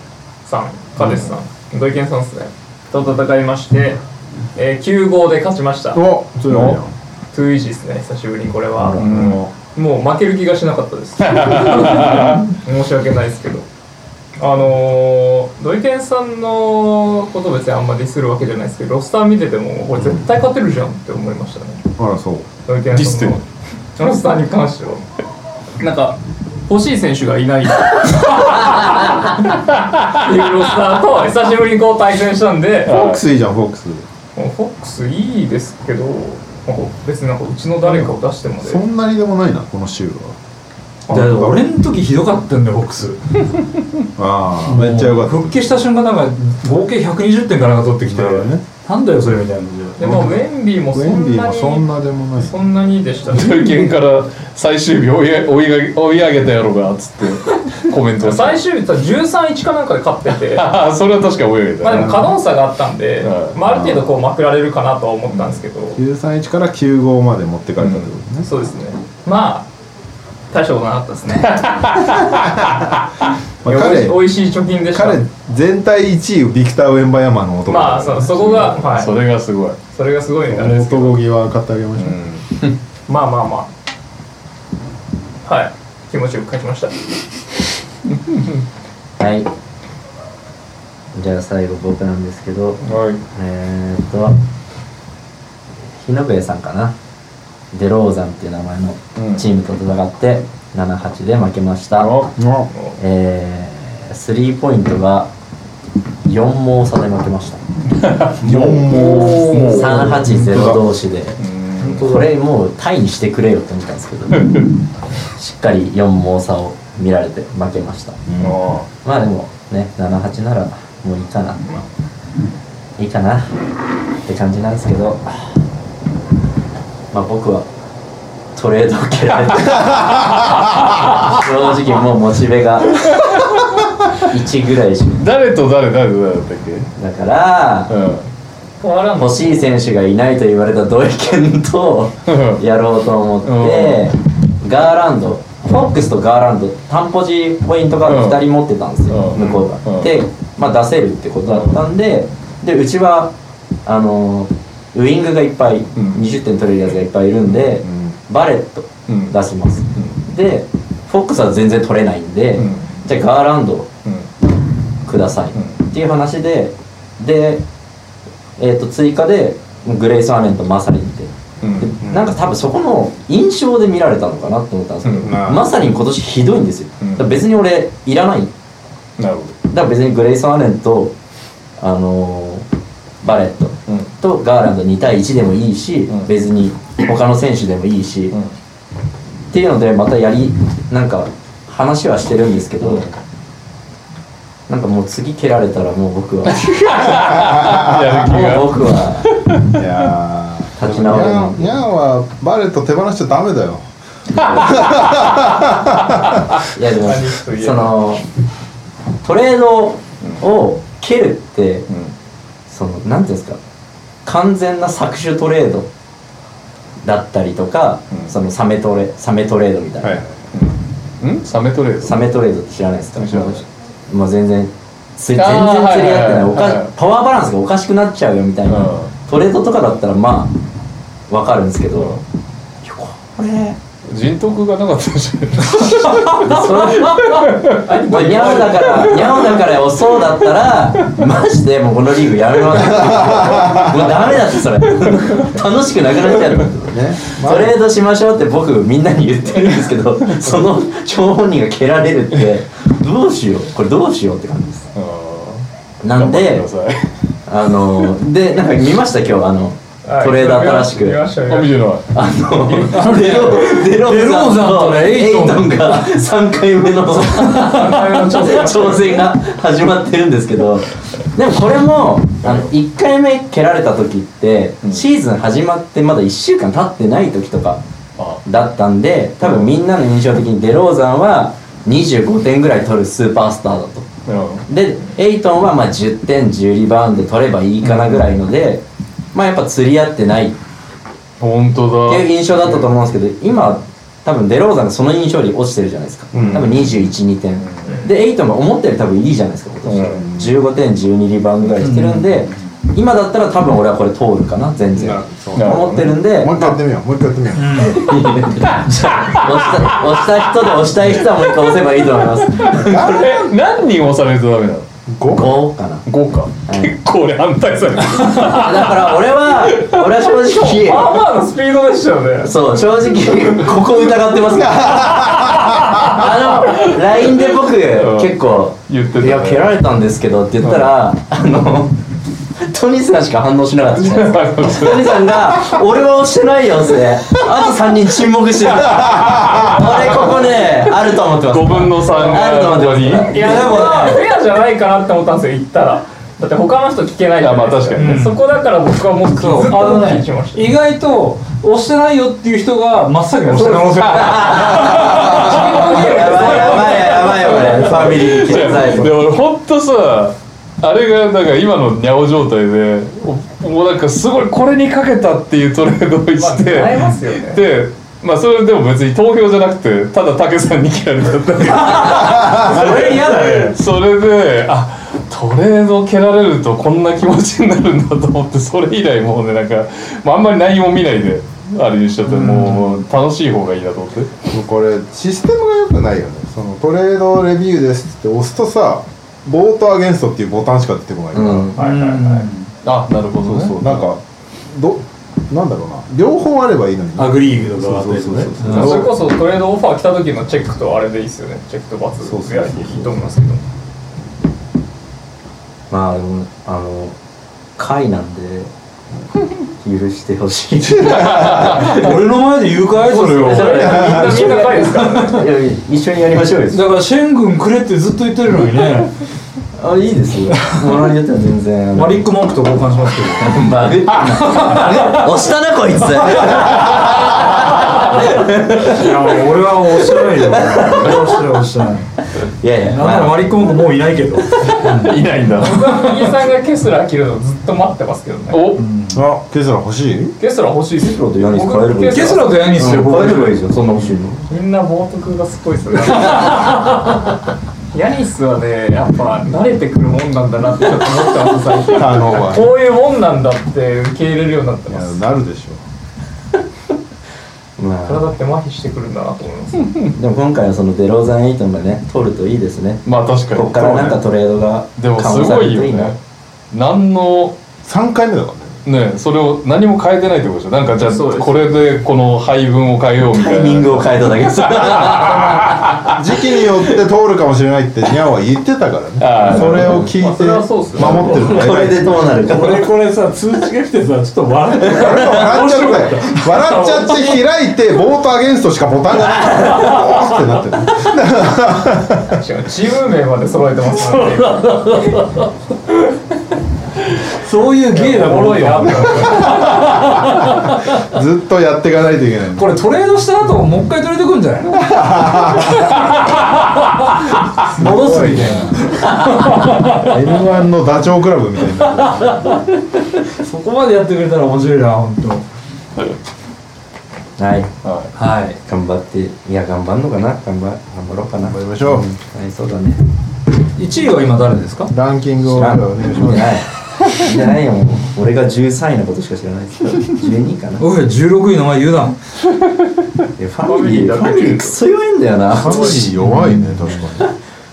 Speaker 5: さんカデスさん、土井健さんですねと戦いまして、えー、9号で勝ちましたト
Speaker 1: お強いな
Speaker 5: ゥーイージーですね久しぶりにこれは、
Speaker 2: うん
Speaker 5: もう負ける気がしなかったです 申し訳ないですけどあのー、土井健さんのこと別にあんまディスるわけじゃないですけどロスター見ててもこれ絶対勝てるじゃんって思いましたね
Speaker 1: あらそう
Speaker 5: 土井健さんの
Speaker 2: ディ
Speaker 5: ロスターに関してはなんか欲しい選手がいないっていうロスターと久しぶりにこう対戦したんで
Speaker 1: フォックスいいじゃんフォックス
Speaker 5: フォックスいいですけどなんか別になんかうちの誰かを出してまで
Speaker 1: そんなにでもないなこの週は
Speaker 3: だから俺の時ひどかったんだよボックス
Speaker 1: ああめっちゃよかった
Speaker 3: 復帰した瞬間なんか合計120点かなんか取ってきて
Speaker 1: なるほどね
Speaker 3: なんだよそれみたいな感じで
Speaker 5: でもウェンビーもそ
Speaker 1: ウ
Speaker 5: んな
Speaker 1: ェン
Speaker 5: に
Speaker 1: ディもそんなでもない
Speaker 5: そんなにで したね
Speaker 2: 土井健から最終日追い追い上げ追い上げたやろがっつってコメントをした
Speaker 5: 最終日131かなんかで勝っ ててま
Speaker 2: ああそれは確か追い上げ
Speaker 5: あ
Speaker 2: た
Speaker 5: でも可動差があったんで、
Speaker 2: うん
Speaker 5: まあ、ある程度こうまくられるかなとは思ったんですけど、
Speaker 1: 931から9号まで持ってかれたってことね、
Speaker 5: そうですねまあ大したことなかったですね
Speaker 1: まあ、彼
Speaker 5: おいしい貯金でした
Speaker 1: 彼全体1位ビクター・ウェンバヤマの男
Speaker 5: まあそうそこが、はい、
Speaker 2: そ
Speaker 5: それ
Speaker 2: れがすごい、
Speaker 5: がすごいんであれですけど
Speaker 1: 男気は買ってあげましょう、
Speaker 5: まあまあまあはい気持ちよく書きました
Speaker 4: はいじゃあ最後僕なんですけど
Speaker 2: はい
Speaker 4: えーっと日野部さんかなデローザンっていう名前のチームと戦って7-8で負けました、
Speaker 1: あ
Speaker 4: えー、スリーポイントが4毛差で負けました
Speaker 1: 4も
Speaker 4: 380同士でこれもうタイにしてくれよって思ったんですけどしっかり4毛差を見られて負けましたまあでもね78ならもういいかな、いいかなって感じなんですけどまあ僕はトレードを切られて正直もうモチベが1ぐらいしか
Speaker 2: 誰と誰誰と誰だったっけ
Speaker 4: だから
Speaker 5: 終わらん
Speaker 4: 欲しい選手がいないと言われた土井健とやろうと思ってガーランドフォックスとガーランド単ポジポイントが2人持ってたんですよ
Speaker 2: うん
Speaker 4: 向こうが
Speaker 2: うん
Speaker 4: で、まあ、出せるってことだったんででうちはあのーウイングがいっぱい20点取れるやつがいっぱいいるんでバレット
Speaker 2: うん
Speaker 4: 出しますでフォックスは全然取れないんで
Speaker 2: うん
Speaker 4: じゃあガーランド
Speaker 2: うん
Speaker 4: ください、
Speaker 2: うん
Speaker 4: っていう話でで、えー、と追加でグレイス・アーメンとマサリンって、
Speaker 2: うん
Speaker 4: でなんか多分そこの印象で見られたのかなと思ったんですけど、
Speaker 2: うん
Speaker 1: まあ
Speaker 4: マサリン今年ひどいんですよ、
Speaker 2: うん
Speaker 4: だから別に俺いらないだか
Speaker 2: なるほど
Speaker 4: ら別にグレイス・アーメンと、あのーバレット
Speaker 2: うん
Speaker 4: とガーランド2対1でもいいし、
Speaker 2: うん
Speaker 4: 別に他の選手でもいいし、
Speaker 2: うん
Speaker 4: っていうのでまたやりなんか話はしてるんですけど、なんかもう次蹴られたらもう 僕はもう
Speaker 2: やる気が
Speaker 4: 僕はい
Speaker 1: やー
Speaker 4: 立ち直れない
Speaker 1: ニャンニャンはバレット手放しちゃダメだよ
Speaker 4: いやでも
Speaker 5: 何と言え
Speaker 4: そ
Speaker 5: ば
Speaker 4: のトレードを蹴るって、そのなんていうんですか完全な搾取トレードだったりとか、
Speaker 2: うん
Speaker 4: そのサメトレサメトレードみたいな、
Speaker 2: うんサメトレード
Speaker 4: サメトレードって知らないですか
Speaker 2: 知らない
Speaker 4: もう全然つ全然釣り
Speaker 2: あー
Speaker 4: 合ってない
Speaker 2: はい
Speaker 4: お
Speaker 2: はいはい
Speaker 4: かパワーバランスがおかしくなっちゃうよみたいな、
Speaker 2: うん
Speaker 4: トレードとかだったらまあわかるんですけど、いやこれ
Speaker 2: 人徳がなかったじゃないですか
Speaker 4: そ れまあ、ニャオだから、ニャオだから、そうだったら、マジでもうこのリーグやめます。もうダメだって、それ。楽しくなくなっちゃう。
Speaker 1: ね
Speaker 4: トレードしましょうって僕みんなに言ってるんですけどその張本人が蹴られるってどうしようこれどうしようって感じですなんであのでなんか見ました今日あのトレード新しく
Speaker 5: 見ました見ま
Speaker 2: 見
Speaker 5: した
Speaker 2: てない
Speaker 4: あのデロデロ
Speaker 3: デローザンとね
Speaker 4: エイトンが3回目の挑戦が始まってるんですけどでもこれもあの1回目蹴られた時ってシーズン始まってまだ1週間経ってない時とか
Speaker 2: あ
Speaker 4: だったんで多分みんなの印象的にデローザンは25点ぐらい取るスーパースターだとでエイトンはまあ10点10リバウンド取ればいいかなぐらいので、まあやっぱ釣り合ってないって
Speaker 2: 本当だ
Speaker 4: いう印象だったと思うんですけど今多分デローザンがその印象より落ちてるじゃないですか、
Speaker 2: うん
Speaker 4: 多分212点、でエイトンが思ったより多分いいじゃないですか今年、15点12リバウンドぐらいしてるんで、今だったら多分俺はこれ通るかな全然、
Speaker 1: そう
Speaker 2: なるほど
Speaker 4: 思ってるんで、
Speaker 1: もう一回やってみようもう一回やってみよう
Speaker 4: 押した押した人で押したい人はもう一回押せばいいと思います
Speaker 2: え何人押されるとダメなの
Speaker 1: 5
Speaker 4: 5かな
Speaker 2: 5か
Speaker 4: うん
Speaker 2: 結構俺反対される
Speaker 4: あだから俺は俺は正 直
Speaker 3: まあまあのスピードでしたよね
Speaker 4: そう 正直ここ疑ってますからあの LINE で僕
Speaker 2: うん
Speaker 4: 結構
Speaker 2: 言ってた
Speaker 4: い
Speaker 2: ね
Speaker 4: や蹴られたんですけど」って言ったら、あのトニーさんしか反応しなかったじゃない ですかトニーさんが「俺は押してないよ」ってあと3人沈黙してる俺ここねあると思ってます
Speaker 2: 5分の3
Speaker 4: あると
Speaker 2: が
Speaker 4: 思って
Speaker 2: ここ
Speaker 4: ます
Speaker 2: に
Speaker 3: いやでもまあフェアじゃないかなって思ったんですよ行ったらだって他の人聞けないじゃないです
Speaker 2: いやまあ確かにね
Speaker 3: そこだから僕はもう
Speaker 5: そう
Speaker 3: ずっと
Speaker 5: あの
Speaker 3: 聞
Speaker 5: ね
Speaker 3: いてました
Speaker 5: 意外と押してないよっていう人が真っ先に押してる
Speaker 4: やばいやばい やばい俺ファミリー決済
Speaker 2: で俺ほんとさあれがなんか今のにゃお状態でおもうなんかすごいこれにかけたっていうトレードをし
Speaker 3: ま
Speaker 2: て、
Speaker 3: あ、えますよね
Speaker 2: でまあそれでも別に投票じゃなくてただ武さんに蹴られただけ
Speaker 4: それ嫌だね
Speaker 2: それであトレード蹴られるとこんな気持ちになるんだと思ってそれ以来もうねなんか、まあ、あんまり内容見ないであれにしちゃってもう楽しい方がいいなと思って
Speaker 1: これシステムが良くないよねそのトレードレビューですって押すとさボートアゲンストっていうボタンしか出てこないから、
Speaker 4: うん
Speaker 3: はいはいはい
Speaker 2: あなるほど
Speaker 1: そう
Speaker 2: ね
Speaker 1: そうなんかどなんだろうな両方あればいいのに
Speaker 5: アグリーグと
Speaker 1: そ
Speaker 5: か
Speaker 1: うそうそうそう
Speaker 3: だからそれこそトレードオファー来た時のチェックとあれでいいですよねチェックと罰
Speaker 1: そうそうそう
Speaker 3: ぐらいでいいと思いますけど
Speaker 4: まあでもあの会なんで許してほしいい
Speaker 5: 俺の前で誘拐それよ
Speaker 4: や
Speaker 3: みんな彼ですからね
Speaker 4: 一緒にやりましょうよ
Speaker 5: だからシェン軍くれってずっと言ってるのにね
Speaker 4: あいいですよもらによっては全然
Speaker 5: マリック・モンクと交換しますけど
Speaker 4: バグってな押したなこいつ
Speaker 5: いや俺は押してないよ俺は押してない押してない
Speaker 4: いやいや
Speaker 5: なんなら
Speaker 4: まあ
Speaker 5: マリック・モンクもういないけ ど
Speaker 2: いないんだ
Speaker 3: イさんがケスラー切るのずっと待ってますけどね
Speaker 2: お
Speaker 1: あケズラ欲しい
Speaker 3: ケスラー欲しいですよ
Speaker 4: ケスラーとヤニス変えればいい
Speaker 3: 僕ケ
Speaker 5: ケ
Speaker 3: ス
Speaker 5: ス
Speaker 3: ラ
Speaker 5: ラ
Speaker 3: ー
Speaker 5: とヤニスで僕
Speaker 4: 変えればいいじゃんそんな欲しいの
Speaker 3: みんな冒涜がすごいですねヤニスはねやっぱ慣れてくるもんなんだなってちょっと思ってます最近
Speaker 1: ターンオーバー
Speaker 3: こういうもんなんだって受け入れるようになって
Speaker 1: い
Speaker 3: ま
Speaker 1: や
Speaker 3: す
Speaker 1: なるでしょ
Speaker 4: ま
Speaker 3: 体って麻痺してくるんだなと思います
Speaker 4: あでも今回はそのデローザン・エイトンがね取るといいですね
Speaker 2: まあ確かに
Speaker 4: こっからなんかトレードが
Speaker 2: でもす
Speaker 4: 緩和さ
Speaker 2: ご
Speaker 4: れ
Speaker 2: い
Speaker 4: る
Speaker 2: よ
Speaker 4: といいな
Speaker 2: ね何の
Speaker 1: 3回目だからね
Speaker 2: ねそれを何も変えてないってことでしょなんかじゃあ
Speaker 3: そうです
Speaker 2: これでこの配分を変えようみた
Speaker 4: タ
Speaker 2: いな
Speaker 4: イミングを変えただけです
Speaker 1: 時期によって通るかもしれないってニャオは言ってたからね
Speaker 2: ああ
Speaker 1: それを聞いて
Speaker 3: まあそれはそうっすよ
Speaker 1: 守ってるの
Speaker 4: こ
Speaker 1: 偉
Speaker 4: れ
Speaker 1: い
Speaker 4: でどうなるか
Speaker 5: 俺これさ通知が来てさちょっと笑って
Speaker 1: 笑っちゃったよ笑っちゃって開いてボートアゲンストしかボタンがないおー ってなってる
Speaker 3: しかもチーム名まで揃えてますからね
Speaker 5: そういう芸だ
Speaker 3: おもろいなって
Speaker 1: ずっとやっていかないといけないの
Speaker 5: これトレードした後もう一回トレードくんじゃないの戻すみたい
Speaker 1: M1 のダチョウ倶楽部みたいになってる
Speaker 5: なそこまでやってくれたら面白いな本当。
Speaker 4: はい
Speaker 2: は
Speaker 5: はい
Speaker 4: 頑張っていや頑張んのかな頑張頑張ろうかな
Speaker 1: 頑張りましょう
Speaker 4: はいそうだね
Speaker 5: 1位は今誰ですか
Speaker 1: ランキングをお願いし
Speaker 4: 見て
Speaker 1: ま
Speaker 4: ない見てないよもう俺が13位のことしか知らないです12位かな
Speaker 5: おい16位の前言うな
Speaker 4: えファミリーファミリークソ弱いんだよな
Speaker 1: すマジ弱いね確かに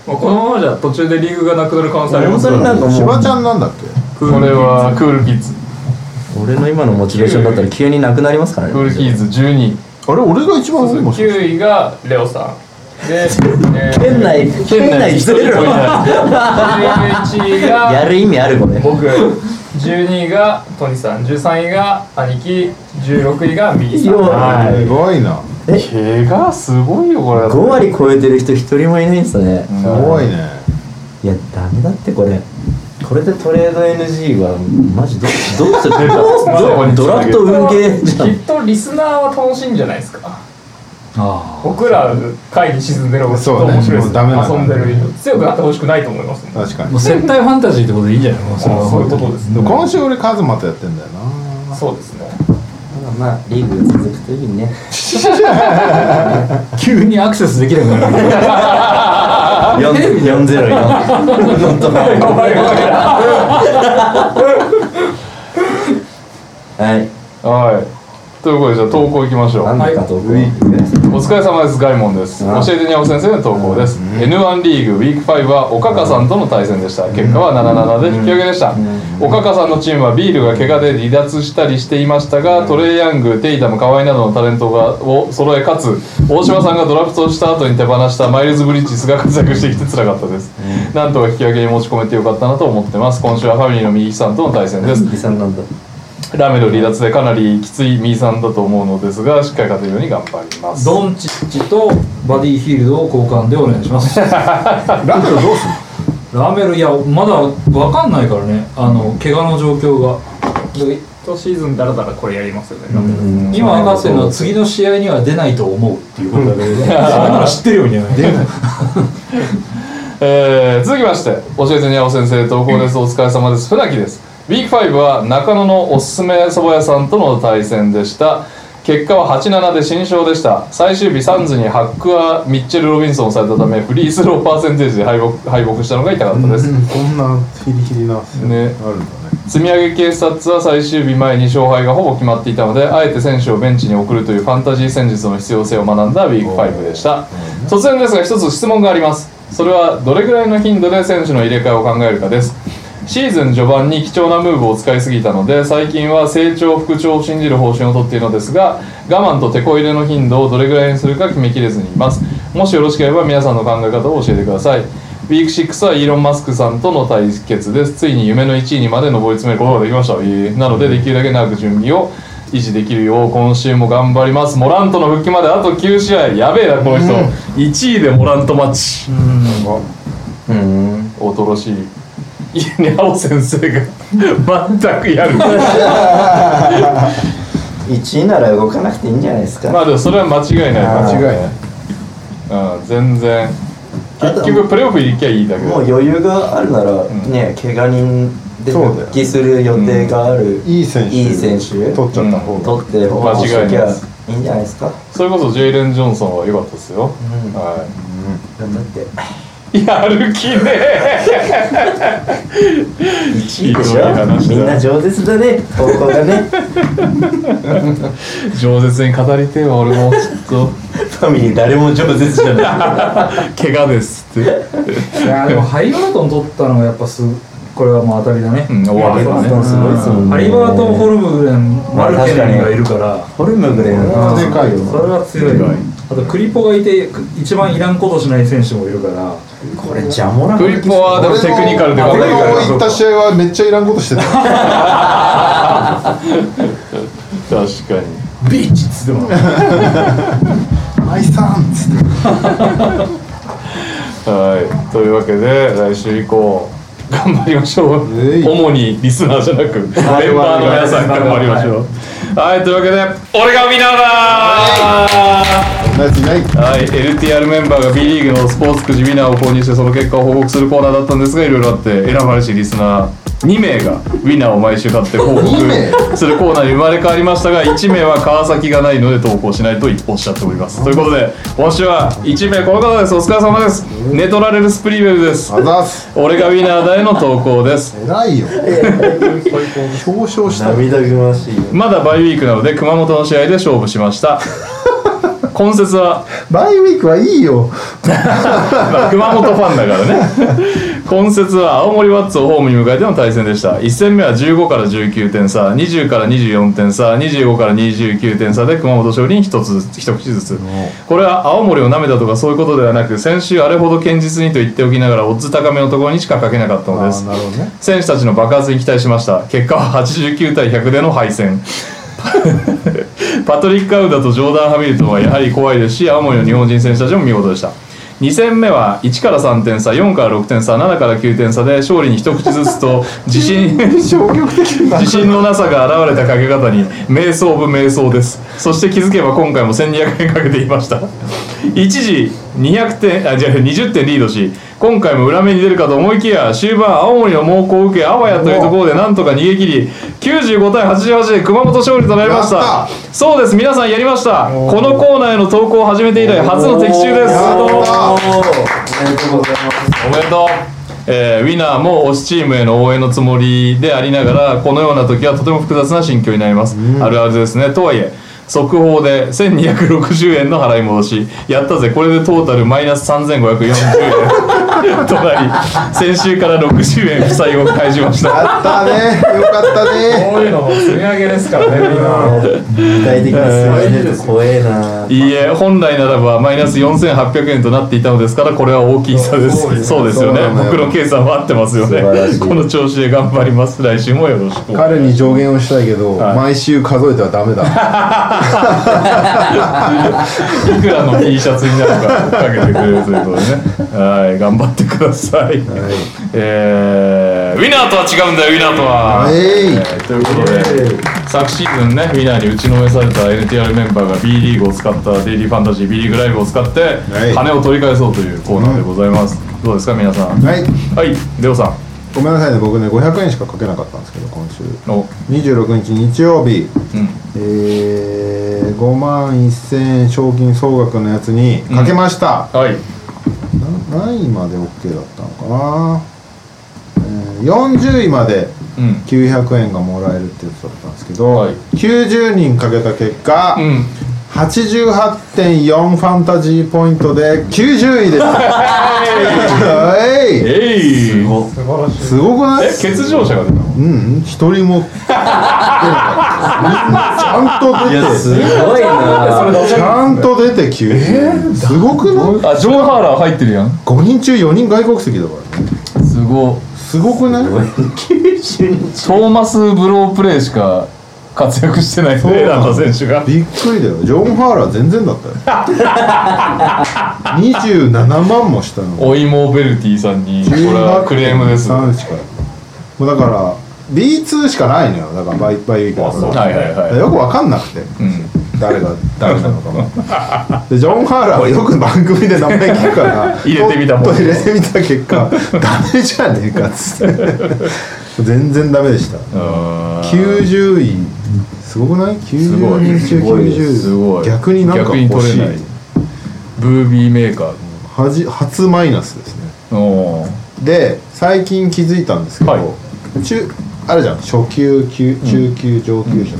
Speaker 3: もうこのままじゃ途中でリーグがなくなる可能性ありま
Speaker 4: 本
Speaker 3: す
Speaker 4: 当になんかも
Speaker 1: しば
Speaker 4: う
Speaker 1: ちゃんなんだっ
Speaker 2: いこれはクールキッズ
Speaker 4: 俺の今のモチベーションだったら急になくなりますからね
Speaker 2: クールキッズ12位
Speaker 1: けあれ俺が一番多いもしかして
Speaker 3: 9位がレオさんで、えー、
Speaker 4: 県内県内ゼロ
Speaker 3: 11位が
Speaker 4: やる意味あるこれ
Speaker 3: 僕12位がトニさん13位が兄貴16位が右さん
Speaker 4: よ
Speaker 3: はい
Speaker 1: すごいな
Speaker 2: 怪我すごいよこれ
Speaker 4: 5割超えてる人一人もいないんですね
Speaker 1: すごいね
Speaker 4: いやダメだってこれこれでトレード NG はマジどどうする どう
Speaker 2: まだここに
Speaker 4: ドラフト運ゲーじゃん
Speaker 3: きっとリスナーは楽しいんじゃないですかああ
Speaker 5: 僕ら会に沈んでる方がずっと面白いで
Speaker 1: そうねも
Speaker 5: す、
Speaker 1: うダメだから
Speaker 5: 遊んでる以上強くなってほしくないと思いますもん
Speaker 1: 確か
Speaker 3: も
Speaker 1: に
Speaker 3: う戦隊ファンタジーってことでいいんじゃないもうそれは
Speaker 5: そういうことです
Speaker 1: でも今週俺カズマとやってんだよな
Speaker 5: そうですね
Speaker 4: まあまあリーグ続くといいね
Speaker 3: 急にアクセスできなくなる
Speaker 4: 4-0
Speaker 5: 頑張れ頑張れ
Speaker 4: はい
Speaker 2: はいということでじゃあ投稿いきましょう
Speaker 4: 何だかと僕は
Speaker 2: お疲れ様ですガイモンです教
Speaker 4: あ
Speaker 2: えてにゃお先生の投稿です N1 リーグウィーク5はおかかさんとの対戦でした結果は7-7で引き分けでしたおかかさんのチームはビールが怪我で離脱したりしていましたがトレイヤングテイタム河合などのタレントがを揃えかつ大島さんがドラフトした後に手放したマイルズ・ブリッジスが活躍してきて辛かったですなんとか引き分けに持ち込めてよかったなと思ってます今週はファミリーの右さんとの対戦です
Speaker 4: さんなんだ
Speaker 2: ラメの離脱でかなりきついミーさんだと思うのですがしっかり勝てるように頑張ります
Speaker 3: ドンチッチとバディヒールドを交換でお願いします ラ
Speaker 1: ラメロどうす
Speaker 3: ーメルいやまだわかんないからねあの怪我の状況がで
Speaker 5: 一シーズンだらだらこれやりますよね、
Speaker 3: 今分かってるのは次の試合には出ないと思うっていうことだけど、 そんなの知ってるようにはね
Speaker 2: えー続きまして教えてにゃお先生投稿ですお疲れ様です船木ですウィーク5は中野のおすすめ蕎麦屋さんとの対戦でした結果は8-7で新勝でした最終日サンズにハックはミッチェル・ロビンソンをされたためフリースローパーセンテージで敗北敗北したのが痛かったです
Speaker 1: んのこんなヒリヒリな
Speaker 2: ね
Speaker 1: あるんだね
Speaker 2: 積み上げ警察は最終日前に勝敗がほぼ決まっていたのであえて選手をベンチに送るというファンタジー戦術の必要性を学んだウィーク5でした突然ですが一つ質問がありますそれはどれぐらいの頻度で選手の入れ替えを考えるかですシーズン序盤に貴重なムーブを使いすぎたので最近は成長復調を信じる方針をとっているのですが我慢とテこ入れの頻度をどれぐらいにするか決めきれずにいますもしよろしければ皆さんの考え方を教えてくださいウィーク6はイーロン・マスクさんとの対決ですついに夢の1位にまで上り詰めることができました、えーなのでできるだけ長く準備を維持できるよう今週も頑張りますモラントの復帰まであと9試合やべえなこの人、1位でモラントマッチ
Speaker 4: うん
Speaker 2: 恐ろしいにゃお先生が全くやる
Speaker 4: 1位なら動かなくていいんじゃないですか
Speaker 2: まあでもそれは間違いない
Speaker 4: あー
Speaker 1: 間違いない
Speaker 2: うん全然
Speaker 4: あと
Speaker 2: 結
Speaker 4: は
Speaker 2: 局プレーオフ行きゃいいだけ
Speaker 4: もう
Speaker 2: ど
Speaker 4: 余裕があるならね怪我人で
Speaker 1: そうだよ
Speaker 4: 復帰する予定がある
Speaker 1: いい選手
Speaker 4: いい選手
Speaker 1: 取っちゃった方が
Speaker 4: 取って保護しときゃいいんじゃないですか
Speaker 2: それこそジェイレン・ジョンソンは良かったですよ、
Speaker 4: うん
Speaker 2: はい
Speaker 4: 頑張って
Speaker 2: やる気ね
Speaker 4: 1位で
Speaker 2: いい話
Speaker 4: しょ
Speaker 2: だ
Speaker 4: みんな饒舌だね方向がね
Speaker 2: 饒舌に語りてえわ俺もちょっ
Speaker 4: ファミリー誰も饒舌じゃない
Speaker 2: と怪我ですって、
Speaker 3: いやでもハリバートン取ったのがやっぱすこれはもう当たりだね、
Speaker 2: うん、終わ
Speaker 4: ハリ
Speaker 2: る
Speaker 4: バ
Speaker 2: わ
Speaker 4: ートン
Speaker 2: ね
Speaker 4: すごいですもんね
Speaker 3: ハリバートン・ホルムグレンマルケネンがいるから
Speaker 4: ホルムグレー
Speaker 1: ま
Speaker 4: の
Speaker 1: あでかいよ
Speaker 3: それは強いあとクリポがいてく一番いらんことしない選手もいるから
Speaker 4: これジャモラ
Speaker 2: フリップはでもテクニカルで
Speaker 1: 俺
Speaker 2: 頑張るから
Speaker 1: の行った試合はめっちゃいらんことしてた
Speaker 2: 確かに
Speaker 3: ビーチっつっても
Speaker 1: アイさんっつって
Speaker 2: はいというわけで来週以降頑張りましょう
Speaker 1: えい
Speaker 2: 主にリスナーじゃなくメンバーの皆さん頑張りましょうはいというわけで俺が見ながら
Speaker 1: ナイスナイス
Speaker 2: はい、LTR メンバーが B リーグのスポーツくじウィナーを購入してその結果を報告するコーナーだったんですがいろいろあって選ばれしリスナー2名がウィナーを毎週買って報告するコーナーに生まれ変わりましたが1名は川崎がないので投稿しないと一報しちゃっておりますということで今週は1名この方ですお疲れ様ですネトラレルスプリーベルです
Speaker 1: あざっす
Speaker 2: 俺がウィナーだへの投稿です
Speaker 1: 偉いよ表彰したよ
Speaker 4: 涙ぐましい
Speaker 2: まだバイウィークなので熊本の試合で勝負しました 今節は
Speaker 1: バイウィークはいいよ
Speaker 2: まあ 熊本ファンだから ね今節は青森ワッツをホームに迎えての対戦でした1戦目は15から19点差20から24点差25から29点差で熊本勝利に一つずつ一口ずつこれは青森を舐めたとかそういうことではなく先週あれほど堅実にと言っておきながらオッズ高めのところにしかかけなかったのです
Speaker 1: あなるほどね
Speaker 2: 選手たちの爆発に期待しました結果は89対100での敗戦パトリック・アウダとジョーダン・ハミルトンはやはり怖いですし青森の日本人選手たちも見事でした2戦目は1から3点差4から6点差7から9点差で勝利に一口ずつと自信
Speaker 1: 消極的な
Speaker 2: 自信のなさが現れたかけ方に瞑想部瞑想ですそして気づけば今回も1200円かけていました一時200点あじゃあ20点リードし今回も裏目に出るかと思いきや終盤青森の猛攻を受けあわやというところでなんとか逃げ切り95対88で熊本勝利となりまし
Speaker 1: や
Speaker 2: た
Speaker 1: っ
Speaker 2: そうです皆さんやりましたこのコーナーへの投稿を始めて以来初の的中です
Speaker 1: おーやった
Speaker 4: おめでとうございます
Speaker 2: おめでとう、えーウィナーも推しチームへの応援のつもりでありながらこのような時はとても複雑な心境になります、あるあるですねとはいえ速報で1260円の払い戻しやったぜこれでトータルマイナス3540円となり先週から60円負債を返しました
Speaker 1: やったねよかったね
Speaker 5: こういうのも積み上げですからねみんな
Speaker 4: 具体的な数字出ると怖えな。
Speaker 2: いいえ本来ならばマイナス4800円となっていたのですからこれは大きい差ですそうですよね
Speaker 1: そうなのよ
Speaker 2: 僕の計算は合ってますよね
Speaker 4: 素晴らしい
Speaker 2: この調子で頑張ります来週もよろしく
Speaker 1: 彼に上限をしたいけど、
Speaker 2: はい
Speaker 1: 毎週数えてはダメだ
Speaker 2: いくらの T シャツになるかかけてくれるということでね。はい、頑張ってください。えーウィナーとは違うんだよ、ウィナーとは。
Speaker 1: えい
Speaker 2: えーということで、昨シーズンね、ウィナーに打ちのめされた NTR メンバーが B リーグを使ったデイリーファンタジー B リーグライブを使って、
Speaker 1: い
Speaker 2: 羽を取り返そうというコーナーでございます。どうですか、皆さん。
Speaker 1: はい
Speaker 2: はい、レオさん。
Speaker 1: ごめんなさいね僕ね500円しかかけなかったんですけど今週
Speaker 2: お
Speaker 1: 26日日曜日、
Speaker 2: うん
Speaker 1: えー、5万1000円賞金総額のやつにかけました、
Speaker 2: はい、
Speaker 1: な何位まで OK だったのかな、えー、40位まで
Speaker 2: うん、
Speaker 1: 900円がもらえるってやつだったんですけど、
Speaker 2: はい
Speaker 1: 90人かけた結果、
Speaker 2: うん、
Speaker 1: 88.4ファンタジーポイントで90位ですはい
Speaker 2: えい、
Speaker 5: 素晴らしい
Speaker 1: すごくない
Speaker 2: え、欠場者が出たの。
Speaker 1: うん一 人も出なかったみんなちゃんと出て
Speaker 4: すごいな。
Speaker 1: ちゃんと出て9人、すごくない
Speaker 2: あ、ジョンハーラー入ってるやん。
Speaker 1: 5人中4人外国籍だからね
Speaker 2: すごい。
Speaker 1: すごくない
Speaker 2: トーマス・ブロープレイしか活躍してない
Speaker 1: そう
Speaker 2: ね、ランダ選手が。
Speaker 1: びっくりだよジョン・ハーラー全然だったよ27万もしたの
Speaker 2: おいもベルティさんに、これはクレームです。は
Speaker 1: 18.3しかもうだから B2 しかないのよだからバイバイウィークだから
Speaker 2: いはい
Speaker 1: だから
Speaker 2: は
Speaker 1: よくわかんなくて
Speaker 2: い。うん。
Speaker 1: 誰が誰なのかも でジョン・ハーラーはよく番組で名前聞くから
Speaker 2: 入れてみたもん
Speaker 1: ちょっと入れてみた結果 ダメじゃねえかっつって 全然ダメでした
Speaker 2: あー
Speaker 1: 90位すごくない
Speaker 2: すご
Speaker 1: ?90
Speaker 2: い
Speaker 1: 人中90
Speaker 2: すごい
Speaker 1: 逆になんか欲しい
Speaker 2: 逆に取れないブービーメーカー
Speaker 1: はじ初マイナスですね
Speaker 2: のおー
Speaker 1: で最近気づいたんですけど、
Speaker 2: はい
Speaker 1: 中あるじゃん初級級中級上級者みた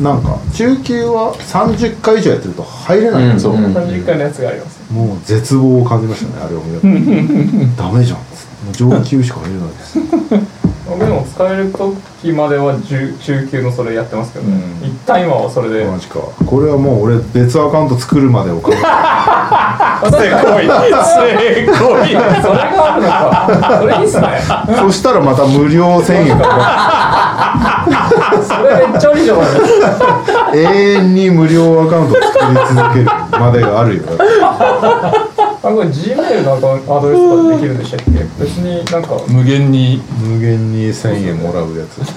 Speaker 1: いな、なんか中級は30回以上やってると入れないんですよ
Speaker 2: そう
Speaker 5: 30回のやつがあります
Speaker 1: もう絶望を感じましたねあれを見たら ダメじゃんっつってもう上級しか入れないです
Speaker 5: 僕でも使える時までは中中級のそれやってますけどね、
Speaker 2: うん
Speaker 5: 一旦今はそれで、
Speaker 1: マジかこれはもう俺別アカウント作るまでを考えて
Speaker 2: せこいせこい
Speaker 5: それがあるのかそれいいっすね
Speaker 1: そしたらまた無料1000円か
Speaker 5: それめっちゃいいじゃないですか
Speaker 1: かる永遠に無料アカウント作り続けるまでがあ るよ
Speaker 5: あこれ Gmail のアカウントアドレスとかできるんでしたっけ別になんか
Speaker 2: 無限に
Speaker 1: 無限に1000円もらうやつ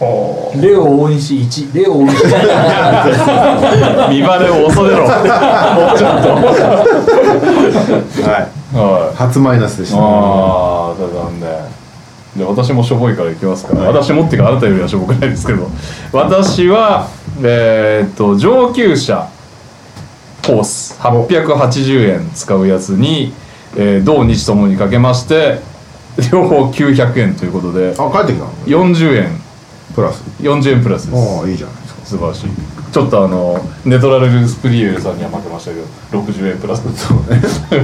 Speaker 5: こ
Speaker 3: レオ大西1レオ大西
Speaker 2: 見バレを恐 れろ
Speaker 1: はい
Speaker 2: はい
Speaker 1: 初マイナスでした
Speaker 2: ああただ残念じゃあ私もしょぼいからいきますか、私もっていうかあなたよりはしょぼくないですけど私はえーっと上級者コース880円使うやつに、えー同日ともにかけまして両方900円ということで
Speaker 1: あ帰ってきたの
Speaker 2: 40円
Speaker 1: プラス
Speaker 2: 40円プラスで
Speaker 1: ああ
Speaker 2: す
Speaker 1: いいじゃないですか
Speaker 2: 素晴らしいちょっとあのネトラルスプリエルさんには負けましたけど60円プラスそうね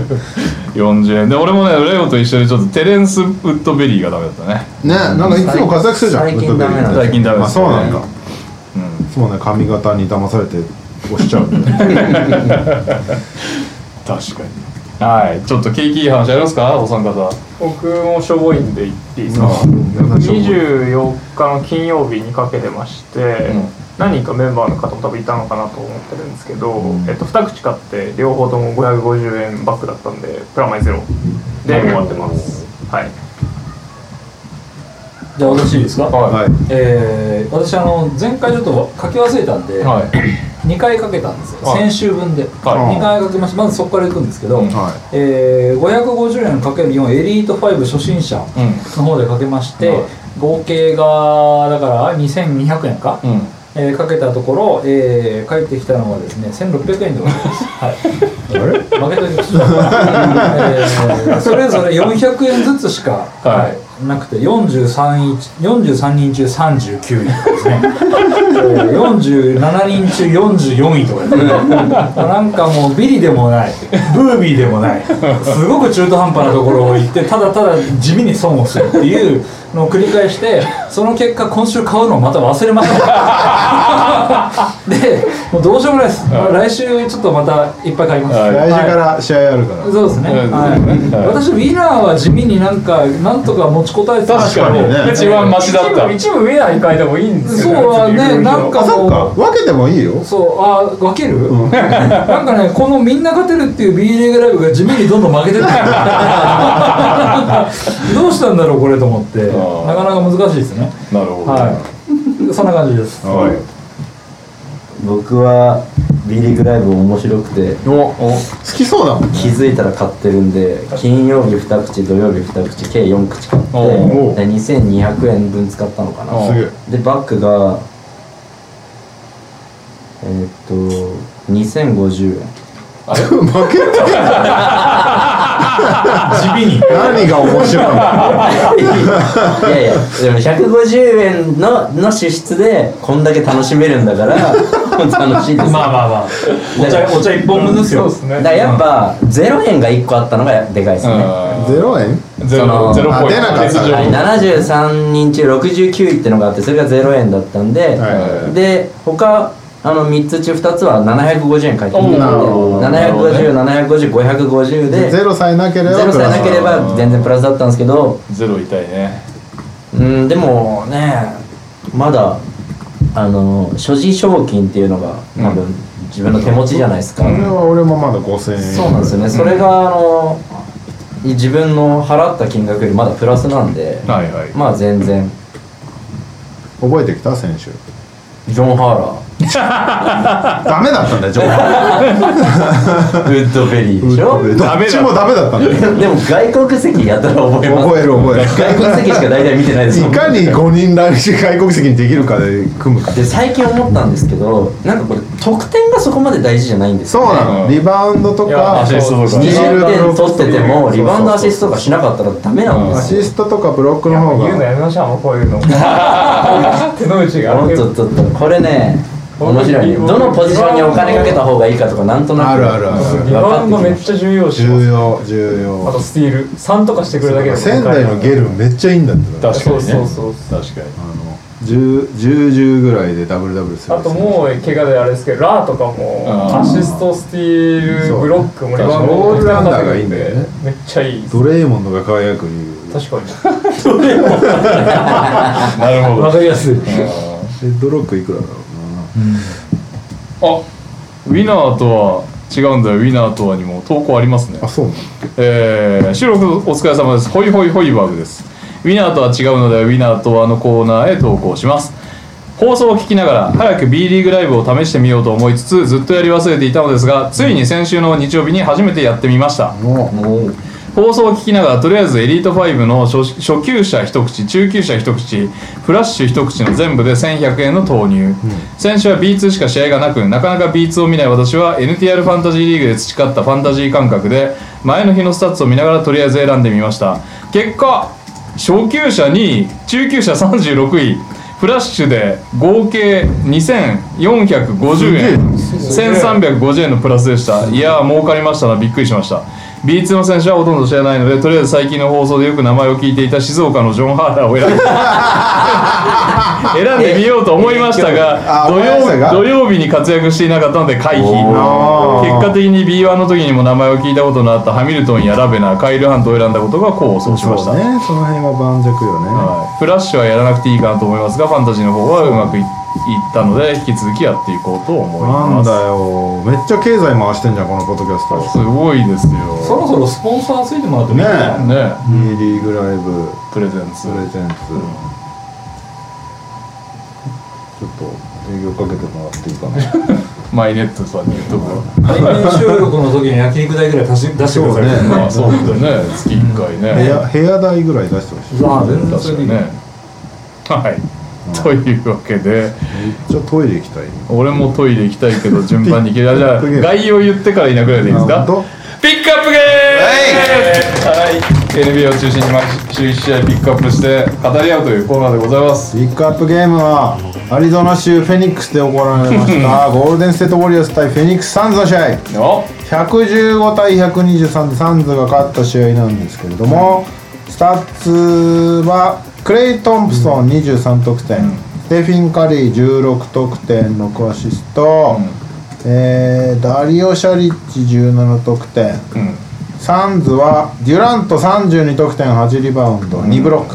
Speaker 2: 40円で俺もねレオと一緒にちょっとテレンス・ウッドベリーがダメだったね
Speaker 1: ねなんかいつも活躍するじゃん
Speaker 4: 最近ダメなんだ
Speaker 2: 最近ダメで
Speaker 1: あ
Speaker 2: す
Speaker 1: そう
Speaker 2: よね
Speaker 1: なんだいつもね髪型に騙されて押しちゃうんだよね
Speaker 2: 確かにはいちょっと景気いい話ありますかお三方
Speaker 5: う僕もしょぼいん で言っていいですか
Speaker 1: ああ
Speaker 5: 24日の金曜日にかけてまして、
Speaker 2: う
Speaker 3: 何人かメンバーの方も多分いたのかなと思ってるんですけど、えっと、2口買って両方とも550円バックだったんでプラマイゼロで終わってますはい
Speaker 5: じゃあ私いいですか、
Speaker 2: はい
Speaker 1: はい
Speaker 5: えー私あの前回ちょっと書き忘れたんで、
Speaker 2: はい
Speaker 5: 2回かけたんですよ、
Speaker 2: はい
Speaker 5: 先週分で、
Speaker 2: はい
Speaker 5: 2回かけましたまずそこからいくんですけど、
Speaker 2: うん
Speaker 1: は
Speaker 5: えー、550円かける4エリート5初心者
Speaker 2: うん
Speaker 5: の方でかけまして、
Speaker 2: はい
Speaker 5: 合計がだから2200円か、
Speaker 2: うん
Speaker 5: えーかけたところ、えー、返ってきたのはですね1600円でございますはい
Speaker 1: い、あれ
Speaker 5: 負けといてくださいえーそれぞれ400円ずつしか、
Speaker 2: はい
Speaker 5: はいなくて43位43人中39位とかですね、えー47人中44位とかですねなんかもうビリでもないブービーでもないすごく中途半端なところを行ってただただ地味に損をするっていうのを繰り返してその結果今週買うのをまた忘れました でもうどうしようもないです、まあ来週ちょっとまたいっぱい買います、
Speaker 2: はい
Speaker 1: 来週から試合あるから、
Speaker 5: そうですね、
Speaker 2: はい
Speaker 5: はい、私ウィナーは地味になんかなんとか持ちこたえてたんです
Speaker 2: 確
Speaker 5: けど
Speaker 2: かに
Speaker 1: ね
Speaker 2: ね一番マシだった
Speaker 3: 一部一部ウェアに変えてもいいんですよ
Speaker 5: そうはねなんか
Speaker 1: あそっ
Speaker 5: も
Speaker 1: か
Speaker 5: う
Speaker 1: 分けてもいいよ
Speaker 5: そうあ分ける、なんかねこのみんな勝てるっていう B リーグライブが地味にどんどん負けてる どうしたんだろうこれと思ってな
Speaker 2: ー
Speaker 5: かなか難しいですね
Speaker 2: なるほど
Speaker 5: はいそんな感じです
Speaker 1: はい
Speaker 4: 僕は B リーグライブ面白くて
Speaker 2: おお
Speaker 1: 好きそうだもん
Speaker 4: 気づいたら買ってるんで金曜日2口土曜日2口計4口買って
Speaker 2: おう
Speaker 1: おう
Speaker 4: で2200円分使ったのか
Speaker 2: お
Speaker 4: な
Speaker 2: う
Speaker 1: すげえ
Speaker 4: でバッグがえーっと2050円
Speaker 1: 負けて
Speaker 5: 地味に
Speaker 1: 何が面白いの
Speaker 4: いやいやでも150円のの支出でこんだけ楽しめるんだから もう楽しいです
Speaker 5: まあまあまあお茶お茶一本分ですよ、
Speaker 3: そうです
Speaker 4: だ
Speaker 3: ね
Speaker 4: からやっぱ0円が1個あったのがでかいですね、
Speaker 1: ゼロ円
Speaker 2: ゼロ
Speaker 4: その
Speaker 2: ゼロポイン
Speaker 1: あ出なか
Speaker 2: ト
Speaker 1: った
Speaker 2: 欠場
Speaker 4: はい、73人中69位ってのがあってそれが0円だったんで、
Speaker 1: はいはいはい
Speaker 4: で他あの3つ中2つは750円返ってきたんで
Speaker 2: おーなる
Speaker 1: ほど
Speaker 4: 7507550で
Speaker 1: ゼロさえなければ
Speaker 4: 0
Speaker 1: プ
Speaker 4: さ
Speaker 1: ラ
Speaker 4: え
Speaker 1: ス
Speaker 4: なければ全然プラスだったんですけど
Speaker 2: ゼロ痛いね
Speaker 4: うんでもねまだあの所持賞金っていうのが多分、
Speaker 2: う
Speaker 4: 自分の手持ちじゃないですか、
Speaker 1: これは俺もまだ5000円
Speaker 4: そうなんですよね、それがあの自分の払った金額よりまだプラスなんで、
Speaker 2: はいはい
Speaker 4: まあ全然
Speaker 1: 覚えてきた選手
Speaker 4: ジョン・ハ
Speaker 1: ダメだったんだよ情報
Speaker 4: ーラーウッドベリーでしょ
Speaker 1: どっちもダメだったんだよ
Speaker 4: でも外国籍やたら覚えます
Speaker 1: 覚える覚える
Speaker 4: 外国籍しか大体見てないですもん
Speaker 1: いかに5人来週外国籍にできるかで組むか
Speaker 4: で最近思ったんですけどなんかこれ得点がそこまで大事じゃないんです
Speaker 1: そうなの、
Speaker 2: うん
Speaker 1: リバウンドと
Speaker 3: いや
Speaker 1: か
Speaker 2: アシストとかね
Speaker 1: シールド
Speaker 4: 20点取ってて
Speaker 1: そう
Speaker 4: も
Speaker 1: そうそう
Speaker 4: リバウンドアシストとかしなかったらダメなんで
Speaker 1: ア
Speaker 4: すよ
Speaker 1: シストとかブロックの方
Speaker 3: 言うの
Speaker 1: が
Speaker 3: やめましょうもうこういう の手の内が
Speaker 4: おっとっとっとこれね面白いねどのポジションにお金かけた方がいいかとかなんとなく
Speaker 1: あるあるある
Speaker 3: リバウンドめっちゃ重要視しま
Speaker 1: 重
Speaker 3: す
Speaker 1: 要重
Speaker 3: あと
Speaker 1: 要
Speaker 3: スティール3とかしてくるだけでも
Speaker 1: 仙台のゲルめっちゃいいんだって
Speaker 2: 確かにね
Speaker 3: そうそうそ
Speaker 2: 確かに
Speaker 1: あの 10, 10 10ぐらいでダブルダブルする
Speaker 3: あともう怪我であれですけどラーとかも
Speaker 2: あー
Speaker 3: アシストスティー
Speaker 1: そう
Speaker 3: ルブロックもリバウンド
Speaker 1: オー
Speaker 3: も
Speaker 1: ルラウンダーがいいんだよね
Speaker 3: めっちゃいいです
Speaker 1: ドレイモンドが輝く理由
Speaker 3: 確かに
Speaker 2: なるほど
Speaker 5: わかりやすい
Speaker 1: でドロックいくらだろう
Speaker 2: あウィナーとは違うんだよウィナーとはにも投稿ありますね
Speaker 1: なあそうな
Speaker 2: えー収録お疲れ様ですホイホイホイバーグですウィナーとは違うのでウィナーとはのコーナーへ投稿します放送を聞きながら早く B リーグライブを試してみようと思いつつずっとやり忘れていたのですがついに先週の日曜日に初めてやってみました
Speaker 1: のも
Speaker 4: もう
Speaker 2: 放送を聞きながらとりあえずエリート5の初初級者一口中級者一口フラッシュ一口の全部で1100円の投入、先週は B2 しか試合がなくなかなか B2 を見ない私は NTR ファンタジーリーグで培ったファンタジー感覚で前の日のスタッツを見ながらとりあえず選んでみました結果初級者2位中級者36位フラッシュで合計2450円1350円のプラスでしたいやー儲かりましたなびっくりしました B2 の選手はほとんど知らないのでとりあえず最近の放送でよく名前を聞いていた静岡のジョン・ハーラーを選んで 選んでみようと思いましたが
Speaker 1: あ
Speaker 2: 土
Speaker 1: 思いました
Speaker 2: 曜
Speaker 1: が
Speaker 2: 土曜日に活躍していなかったので回避
Speaker 1: おー
Speaker 2: 結果的に B1 の時にも名前を聞いたことのあったハミルトンやラベナーカイル・ハントを選んだことが功を奏しました、
Speaker 1: そうねその辺は盤石よね
Speaker 2: はいフラッシュはやらなくていいかなと思いますがファンタジーの方はうまくいったので引き続きやっていこうと思い
Speaker 1: な
Speaker 2: ま
Speaker 1: ん
Speaker 2: す
Speaker 1: だよめっちゃ経済回してんじゃんこのポッドキャスト
Speaker 2: すごいですよ
Speaker 5: そろそろスポンサーついてもらっ てもいいかな
Speaker 1: ね
Speaker 2: ね
Speaker 1: ミリーグライブ
Speaker 2: プレゼンツ
Speaker 1: プレゼンツちょっと営業かけてもらっていいか な
Speaker 2: マイネットさんに言うとこ
Speaker 5: 対面収録の時に焼肉代ぐらい出し出してくださ
Speaker 1: そ
Speaker 5: い
Speaker 1: う ね
Speaker 2: まあそうですね月1回
Speaker 1: 部
Speaker 2: ね
Speaker 1: 屋部屋代ぐらい出してほしい
Speaker 5: まあ全然
Speaker 2: 確
Speaker 5: そ
Speaker 2: か
Speaker 5: れでい
Speaker 2: に
Speaker 5: い、
Speaker 2: ねはいというわけで
Speaker 1: めっちゃトイレ行きたい
Speaker 2: 俺もトイレ行きたいけ ど順番に行けないじゃあ
Speaker 1: ピックアップゲーム
Speaker 2: 概要言ってからいなくなりでいいですか
Speaker 1: あ本
Speaker 2: ピックアップゲームはい NBA を中心に毎週1試合ピックアップして語り合うというコーナーでございます
Speaker 1: 当ピックアップゲームはアリゾナ州フェニックスで行われました ゴールデン・ステート・ウォリアーズ対フェニックス・サンズの試合
Speaker 2: よ
Speaker 1: 115対123でサンズが勝った試合なんですけれども、スタッツはクレイ・トンプソン23得点、ステフィン・カリー16得点6アシスト、えーダリオ・シャリッチ17得点、
Speaker 2: うん
Speaker 1: サンズはデュラント32得点8リバウンド2ブロック、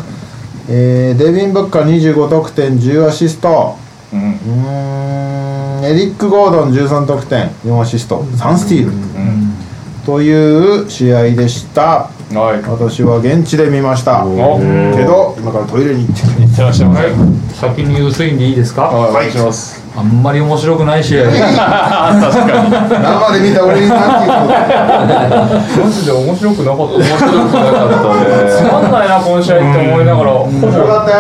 Speaker 1: えーデビン・ブッカー25得点10アシスト
Speaker 2: うん
Speaker 1: うーんエリック・ゴードン13得点4アシスト3スティール、という試合でした
Speaker 2: はい
Speaker 1: 私は現地で見ました
Speaker 2: お
Speaker 1: けど今からトイレに行ってき
Speaker 2: てらっしゃいませ
Speaker 5: 先に言うすぎんでいいですか
Speaker 2: はいお願いします
Speaker 5: あんまり面白くない試合
Speaker 1: た生で見た俺に何て
Speaker 3: マジで面白くな
Speaker 2: な
Speaker 3: かった面白くな か
Speaker 2: か
Speaker 3: っ
Speaker 2: った
Speaker 3: た
Speaker 2: ね
Speaker 3: つまんないなこの試合って思いながらほぼ
Speaker 1: 言うのよかった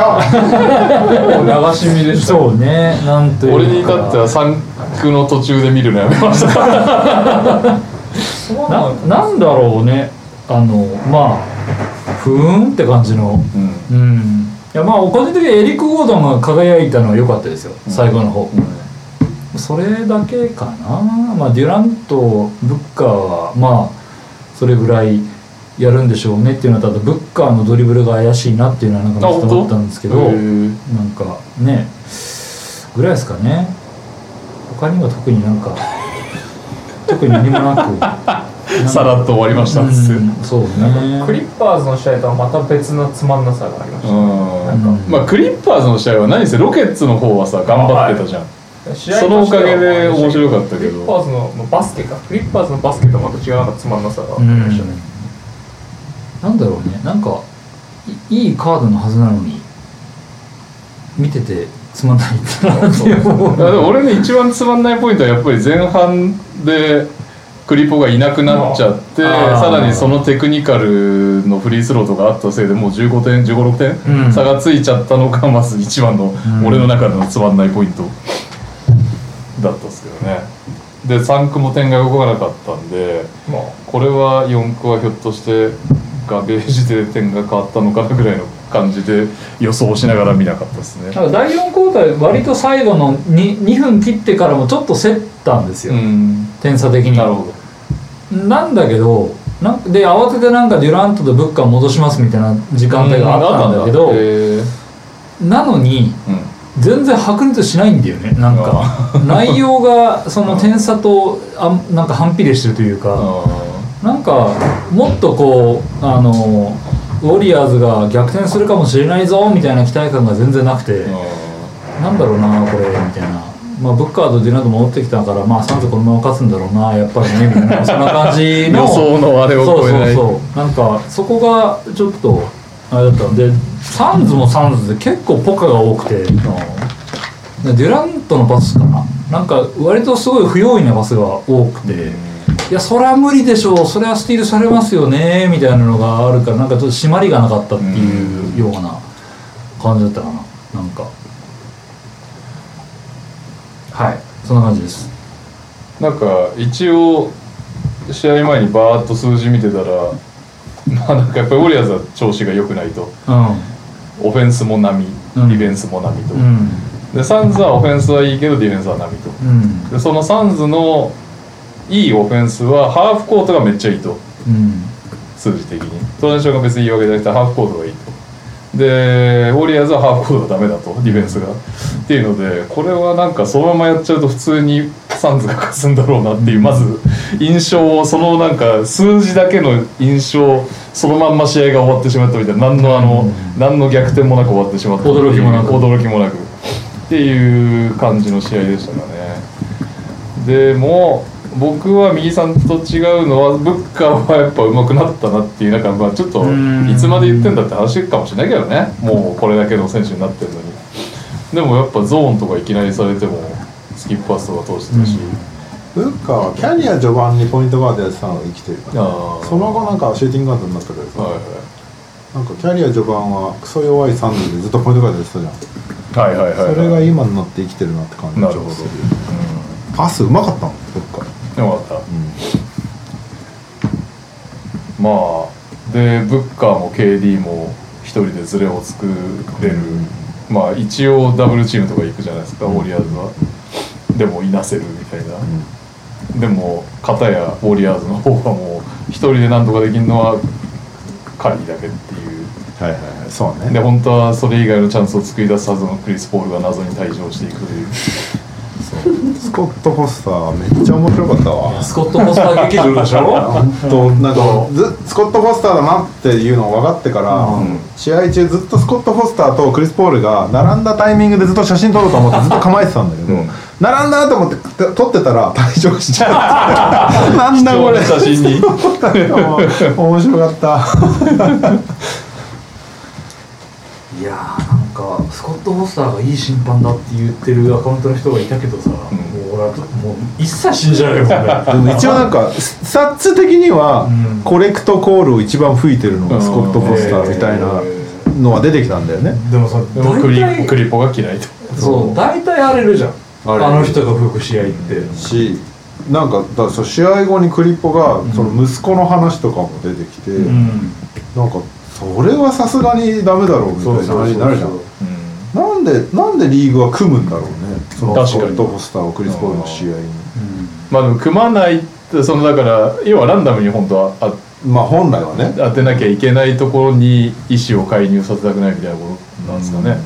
Speaker 1: よ
Speaker 3: 流し見でした
Speaker 5: そうねなんていうか
Speaker 2: 俺に至っては三区の途中で見るのやめました
Speaker 3: つまんない
Speaker 5: ななんだろうねあのまあふーんって感じの
Speaker 2: うん
Speaker 5: うんいやまあ個人的にエリック・ゴードンが輝いたのは良かったですよ最後の方、それだけかなまあデュラントブッカーはまあそれぐらいやるんでしょうねっていうのはただブッカーのドリブルが怪しいなっていうのはなんか
Speaker 2: あ
Speaker 5: 見て
Speaker 2: 本
Speaker 5: 思
Speaker 2: 当
Speaker 5: ったんですけ
Speaker 2: へ
Speaker 5: ど
Speaker 2: ー
Speaker 5: なんかねぐらいですかね他には特になんか特に何も なく
Speaker 2: さらっと終わりました
Speaker 5: うん
Speaker 2: うん
Speaker 5: そうね
Speaker 3: クリッパーズの試合とはまた別のつまんなさがありまし
Speaker 2: まあクリッパーズの試合は何せロケッツの方はさ頑張ってたじゃん
Speaker 3: た試合
Speaker 2: そのおかげで面白
Speaker 3: かっ
Speaker 2: かった
Speaker 3: た
Speaker 2: け
Speaker 3: クリッパ
Speaker 2: ど
Speaker 3: ーズの、まあ、バスケかクリッパーズのバスケとはまた違うなんかつまんなさがあ
Speaker 5: う
Speaker 3: り
Speaker 5: ん
Speaker 3: ましたね、
Speaker 5: なんだろうねなんかいいいカードのはずなのに見ててつまんないってなっていう
Speaker 2: いやでも俺の一番つまんないポイントはやっぱり前半でクリポがいなくなっちゃって
Speaker 5: あー
Speaker 2: さらにそのテクニカルのフリースローとかあったせいでもう15点156点、
Speaker 5: うん
Speaker 2: 差がついちゃったのがまず一番の
Speaker 5: ん
Speaker 2: 俺の中でのつまんないポイントだったっすけどねで3区も点が動かなかったんで
Speaker 3: まあ
Speaker 2: これは4区はひょっとしてガベージで点が変わったのかなぐらいの感じで予想しながら見なかったですね。
Speaker 5: なんか第4クォーター割と最後の 2, 2分切ってからもちょっと競ったんですよ、
Speaker 2: うん
Speaker 5: 点差的に
Speaker 2: なるほど
Speaker 5: なんだけどなんで慌ててなんかデュラントとブッカー戻しますみたいな時間帯があったんだけど、
Speaker 2: うんへー
Speaker 5: なのに全然白熱しないんだよねなん か内容がその点差とあんなんか反比例してるというか、なんかもっとこうあのウォリアーズが逆転するかもしれないぞみたいな期待感が全然なくて、なんだろうなこれみたいな、まあ、ブッカーとディナード戻ってきたからまあサンズこのまま勝つんだろうなやっぱりねみたいなそんな感じ
Speaker 2: うん
Speaker 5: の
Speaker 2: 予想のあれを
Speaker 5: そう
Speaker 2: 超え
Speaker 5: そ
Speaker 2: な
Speaker 5: う
Speaker 2: い
Speaker 5: そうなんかそこがちょっとあれだったんでサンズもサンズで結構ポカが多くてデュラントのパスかななんか割とすごい不用意なパスが多くて、いやそれは無理でしょうそれはスティールされますよねみたいなのがあるからなんかちょっと締まりがなかったっていうような感じだったかななんかはいそんな感じです
Speaker 2: なんか一応試合前にバーッと数字見てたらまあなんかやっぱりウォリアーズは調子が良くないと
Speaker 5: う
Speaker 2: オフェンスも波
Speaker 5: うん
Speaker 2: ディフェンスも波と、
Speaker 5: んうん
Speaker 2: でサンズはオフェンスはいいけどディフェンスは波と
Speaker 5: うん
Speaker 2: でそのサンズのいいオフェンスはハーフコートがめっちゃいいと
Speaker 5: うん
Speaker 2: 数字的にトランジションが別にいいわけじゃなくてハーフコートがいいとでウォリアーズはハーフコートはダメだとディフェンスがっていうのでこれはなんかそのままやっちゃうと普通にサンズが勝つんだろうなっていうまず印象をそのなんか数字だけの印象そのまんま試合が終わってしまったみたいな何のあの何の逆転もなく終わってしまった
Speaker 5: 驚きもなく
Speaker 2: 驚きもなくっていう感じの試合でしたかねでも僕は右さんと違うのはブッカーはやっぱ上手くなったなっていうなんかまあちょっといつまで言ってんだって話かもしれないけどねもうこれだけの選手になってるのにでもやっぱゾーンとかいきなりされてもスキップパスとか通してたし、
Speaker 1: ブッカーはキャリア序盤にポイントガードやってたのが生きてるから
Speaker 2: ああ
Speaker 1: その後なんかシューティングガードになったけどさ、
Speaker 2: は
Speaker 1: なんかキャリア序盤はクソ弱い3人でずっとポイントガードやってたじゃん、
Speaker 2: いはいはいはいはい
Speaker 1: それが今になって生きてるなって感じ
Speaker 2: なるほど、
Speaker 1: ちょう
Speaker 2: う
Speaker 1: どパスうまかったのブッカー、
Speaker 2: ん、よかった
Speaker 1: う
Speaker 2: まあでブッカーも KD も一人でズレを作れる、まあ一応ダブルチームとか行くじゃないですか、ウォリアーズはでもいなせるみたいな、
Speaker 1: ん
Speaker 2: でも片やウォリアーズの方はもう一人でなんとかできるのはカリーだけっていう
Speaker 1: はいはいはいそうね
Speaker 2: で本当はそれ以外のチャンスを作り出すはずのクリス・ポールが謎に退場していく という
Speaker 1: スコット・フォスターめっちゃ面白かったわ
Speaker 3: スコット・ポスター劇場でしょ
Speaker 1: となんかずスコット・フォスターだなっていうのを分かってから、試合中ずっとスコット・フォスターとクリス・ポールが並んだタイミングでずっと写真撮ろうと思ってずっと構えてたんだけど、並んだなと思って撮ってたら退場しちゃって なんだこれ
Speaker 2: 写真に
Speaker 1: 面白かった
Speaker 3: いやーなんかスコット・フォスターがいい審判だって言ってるアカウントの人がいたけどさ、もう俺はもう一切信じられないもんね
Speaker 1: でも一応なんかススタッツ的には
Speaker 3: うん
Speaker 1: コレクトコールを一番吹いてるのがスコット・フォスターみたいなのは出てきたんだよね
Speaker 3: でもさ
Speaker 2: でもク
Speaker 3: 大
Speaker 2: リ
Speaker 3: 体
Speaker 2: クリポが嫌いと
Speaker 3: そう大体荒れるじゃん
Speaker 1: 荒
Speaker 3: あ
Speaker 1: れる
Speaker 3: の人が吹く試合って
Speaker 1: しなんかだからその試合後にクリポがその息子の話とかも出てきて、
Speaker 3: うん
Speaker 1: なんかそれはさすがにダメだろうみたいな話になるじゃんなんでなんでリーグは組むんだろうねその
Speaker 2: 確
Speaker 1: ス
Speaker 2: か
Speaker 1: コ
Speaker 2: に
Speaker 1: ット・フォスターをクリス・ポールの試合に
Speaker 2: まあでも組まないってそのだから要はランダムに本当はあ
Speaker 1: まあ本来はね
Speaker 2: 当てなきゃいけないところに意思を介入させたくないみたいなことなんですかね、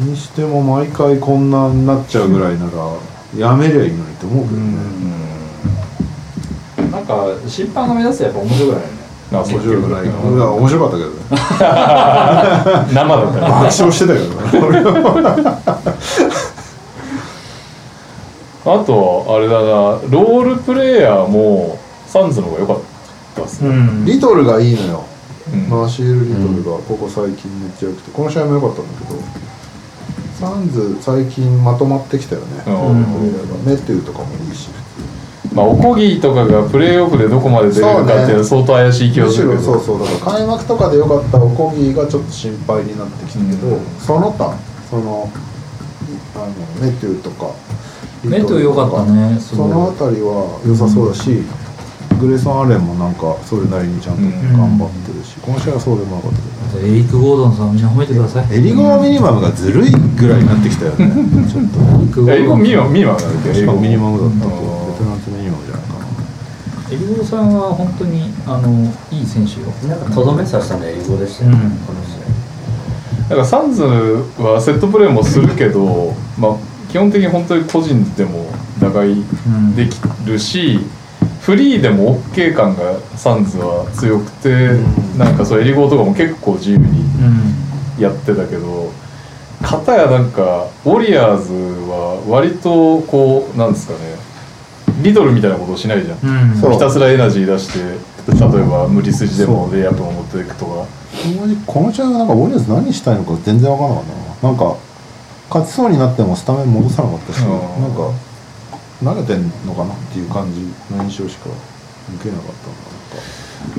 Speaker 1: にしても毎回こんなになっちゃうぐらいならやめりゃいいのにと思うけどね、
Speaker 3: なんか審判が目指すとやっぱ面白くないよね
Speaker 2: まあ
Speaker 1: 面白くない
Speaker 2: 結
Speaker 1: か
Speaker 2: 局
Speaker 1: らいや面白かったけどね
Speaker 2: 生だった
Speaker 1: 爆
Speaker 2: ら
Speaker 1: 笑してたけどね俺は
Speaker 2: あとあれだなロールプレイヤーもサンズの方が良かったっすね、
Speaker 3: ん
Speaker 1: リトルがいいのよ
Speaker 2: うん
Speaker 1: マーシール・リトルがここ最近めっちゃ良くてこの試合も良かったんだけどサンズ最近まとまってきたよね
Speaker 2: うん
Speaker 1: メテューとかもいいし
Speaker 2: まあ、おこぎとかがプレーオフでどこまで出れるかっていうのは相当怪しい気が
Speaker 1: む
Speaker 2: す
Speaker 1: し
Speaker 2: るけ
Speaker 1: ろ
Speaker 2: ど
Speaker 1: そうそうだから開幕とかで良かったおこぎがちょっと心配になってきたけど、
Speaker 2: うん
Speaker 1: その他そのあのメテューとか
Speaker 3: メト良かったねす
Speaker 1: そ
Speaker 3: ごい
Speaker 1: の辺りは良さそうだし、グレイソン・アレンもなんかそれなりにちゃんと頑張ってるし、この試合はそうでもなかったけどね
Speaker 3: エリック・ゴードンさんみんな褒めてください
Speaker 1: エリゴはミニマムがずるいぐらいになってきたよね ちょっとね
Speaker 3: リックゴ
Speaker 2: え
Speaker 3: ード
Speaker 2: 今
Speaker 3: ン
Speaker 2: ミーマミーマが出てる
Speaker 1: しかもミニマムだったと
Speaker 2: うん
Speaker 1: ベテランズミニマムじゃないかな
Speaker 3: エリゴーさんは本当にあのいい選手よ
Speaker 4: なんかとどめさせたの英語でしたよね、
Speaker 3: うん
Speaker 4: この試合
Speaker 2: だからサンズはセットプレーもするけど、まあ、基本的に本当に個人でも打開
Speaker 3: うん
Speaker 2: できるし、フリーでも OK 感がサンズは強くて、なんかそうエリゴーとかも結構自由に
Speaker 3: うん
Speaker 2: やってたけど片やなんかウォリアーズは割とこうなんですかねリドルみたいなことをしないじゃん、
Speaker 3: うん
Speaker 1: そう
Speaker 2: ひたすらエナジー出して例えば無理筋でもレイアップを持っていくとか
Speaker 1: ほんまにこの試合はなんかウォリアーズ何したいのか全然分からなかったななんか勝ちそうになってもスタメン戻さなかったし、
Speaker 2: うん
Speaker 1: なんか慣れてんのかなっていう感じの印象しか受けなかったななんか、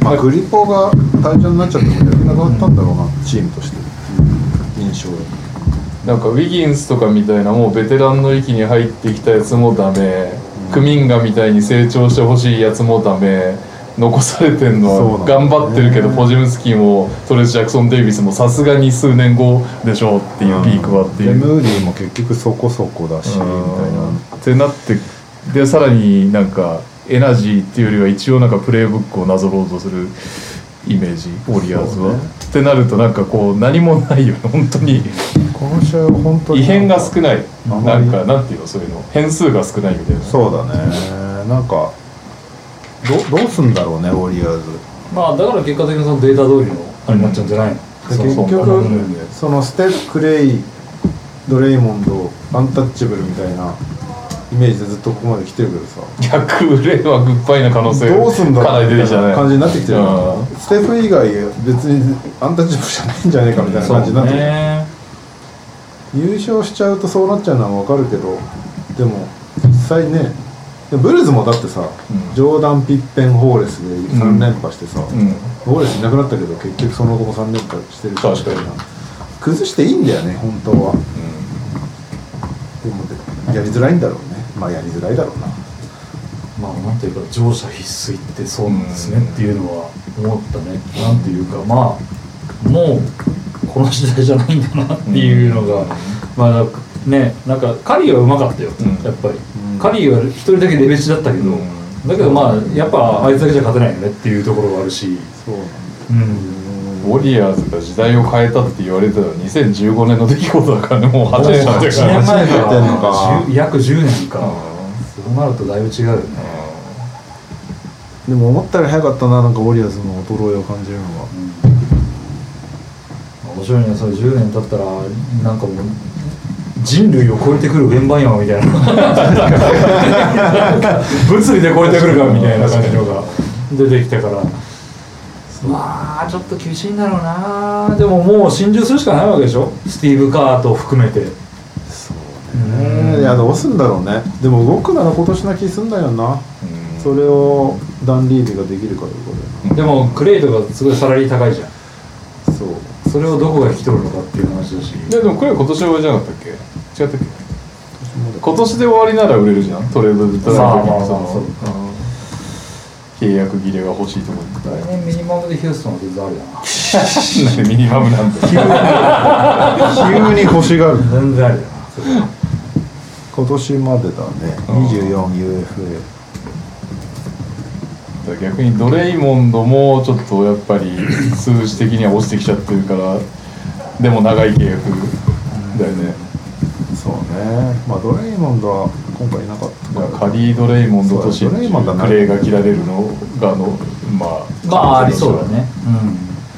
Speaker 1: まあ、グリポが退場になっちゃっても逆になくなったんだろうな、チームとしてっていう印象だった
Speaker 2: なんかウィギンスとかみたいなもうベテランの域に入ってきたやつもダメクミンガみたいに成長してほしいやつもダメ残されてんのは
Speaker 1: そうな
Speaker 2: 頑
Speaker 1: んだよね
Speaker 2: 張ってるけどポジムスキーもトレス・ジャクソン・デイビスもさすがに数年後でしょうっていうピークはってい
Speaker 1: で
Speaker 2: う。
Speaker 1: ムーディも結局そこそこだしみたいな
Speaker 2: ってなってでさらになんかエナジーっていうよりは一応なんかプレイブックをなぞろうとするイメージウォリアーズは、ってなるとなんかこう何もないよね本当に
Speaker 1: この試合は本当に
Speaker 2: 異変が少ない
Speaker 1: あん
Speaker 2: な
Speaker 1: まり
Speaker 2: んかなんていうのそういうの変数が少ないみたいな
Speaker 1: そうだねなんかどどうすんだろうねウォリアーズ
Speaker 3: まあだから結果的にそのデータ通りのあれになっちゃうんじゃないの
Speaker 1: で
Speaker 3: そう
Speaker 1: 結
Speaker 3: そう
Speaker 1: 局そのステフ・クレイドレイモンドアンタッチャブルみたいなイメージでずっとここまで来てるけどさ
Speaker 2: 逆例はグッバイの可能性
Speaker 1: どうすんだ
Speaker 2: かな
Speaker 1: ろう
Speaker 2: り出
Speaker 1: み
Speaker 2: てき
Speaker 1: た
Speaker 2: た
Speaker 1: い
Speaker 2: ね
Speaker 1: な感じになってきてるよ
Speaker 2: うん
Speaker 1: ねステフ以外別にアンタッチャブルじゃないんじゃねえかみたいな感じになってきてる
Speaker 2: ね
Speaker 1: 優勝しちゃうとそうなっちゃうのは分かるけどでも実際ねでブルズもだってさ、
Speaker 2: うん
Speaker 1: ジョーダン・ピッペン・ホーレスで3連覇してさ、
Speaker 2: うん
Speaker 1: ホーレスいなくなったけど結局その後も3連覇してるし
Speaker 2: 確かに
Speaker 1: みたいな崩していいんだよね本当はでもでやりづらいんだろうねまあやりづらいだろうな
Speaker 5: まあなんていうか乗車必須ってそうなんですねっていうのは思ったね、なんていうかまあもうこの時代じゃないんだなっていうのが、まあなんかねなんかカリーはうまかったよ、
Speaker 2: うん
Speaker 5: やっぱり、
Speaker 1: うん
Speaker 5: カリーは一人だけレベチだったけど、
Speaker 2: うん
Speaker 5: だけどまあやっぱあいつだけじゃ勝てないよねっていうところはあるし、
Speaker 1: そうなんだ
Speaker 5: うん、
Speaker 2: ウォリアーズが時代を変えたって言われてたの2015年の出来事だからねもう8年経ってる
Speaker 5: 8
Speaker 2: から
Speaker 5: 年前か
Speaker 1: やってんのから
Speaker 5: 10約10年か、
Speaker 2: うん
Speaker 5: そうなるとだいぶ違うよね、
Speaker 1: でも思ったより早かったななんかウォリアーズの衰えを感じるのは
Speaker 5: まあ面白いねそれ10年経ったらなんかもう人類を超えてくるベンバイアンみたいななんか物理で超えてくるかみたいな感じのが出てきたからまあちょっと厳しいんだろうなでももう心中するしかないわけでしょスティーブ・カートを含めて
Speaker 1: いやどうすんだろうねでも動くなら今年な気すんだよなそれをダン・リービができるかということだよ
Speaker 5: でもクレイとかすごいサラリー高いじゃん
Speaker 1: なそう
Speaker 5: それをどこが引き取るのかっていう話だし
Speaker 2: いやでもこれは今年終わりじゃなかったっけ違ったっけ
Speaker 1: もだ
Speaker 2: 今年で終わりなら売れるじゃんトレードで売った
Speaker 5: まあまあまあ
Speaker 2: その
Speaker 5: そう
Speaker 2: 契約切れが欲しいとこに行った
Speaker 5: 来年ミニマムでヒューストンは全然あるよな
Speaker 2: なんでミニマムな
Speaker 1: 急
Speaker 2: んて
Speaker 1: に欲しがる
Speaker 5: 全然あるよな
Speaker 1: 今年までだね 24UFA
Speaker 2: 逆にドレイモンドもちょっとやっぱり数字的には落ちてきちゃってるからでも長い契約だよね
Speaker 1: そうねまあドレイモンドは今回いなかっ
Speaker 2: だから
Speaker 1: たか
Speaker 2: カ
Speaker 1: ら
Speaker 2: リー・ドレイモンドと
Speaker 1: そ
Speaker 2: シ
Speaker 1: う
Speaker 2: ン
Speaker 1: だドレ
Speaker 2: ジ
Speaker 1: イモンドは
Speaker 2: ク
Speaker 1: ない
Speaker 2: レイが切られるのがあのまあ
Speaker 5: まあありそうだねうん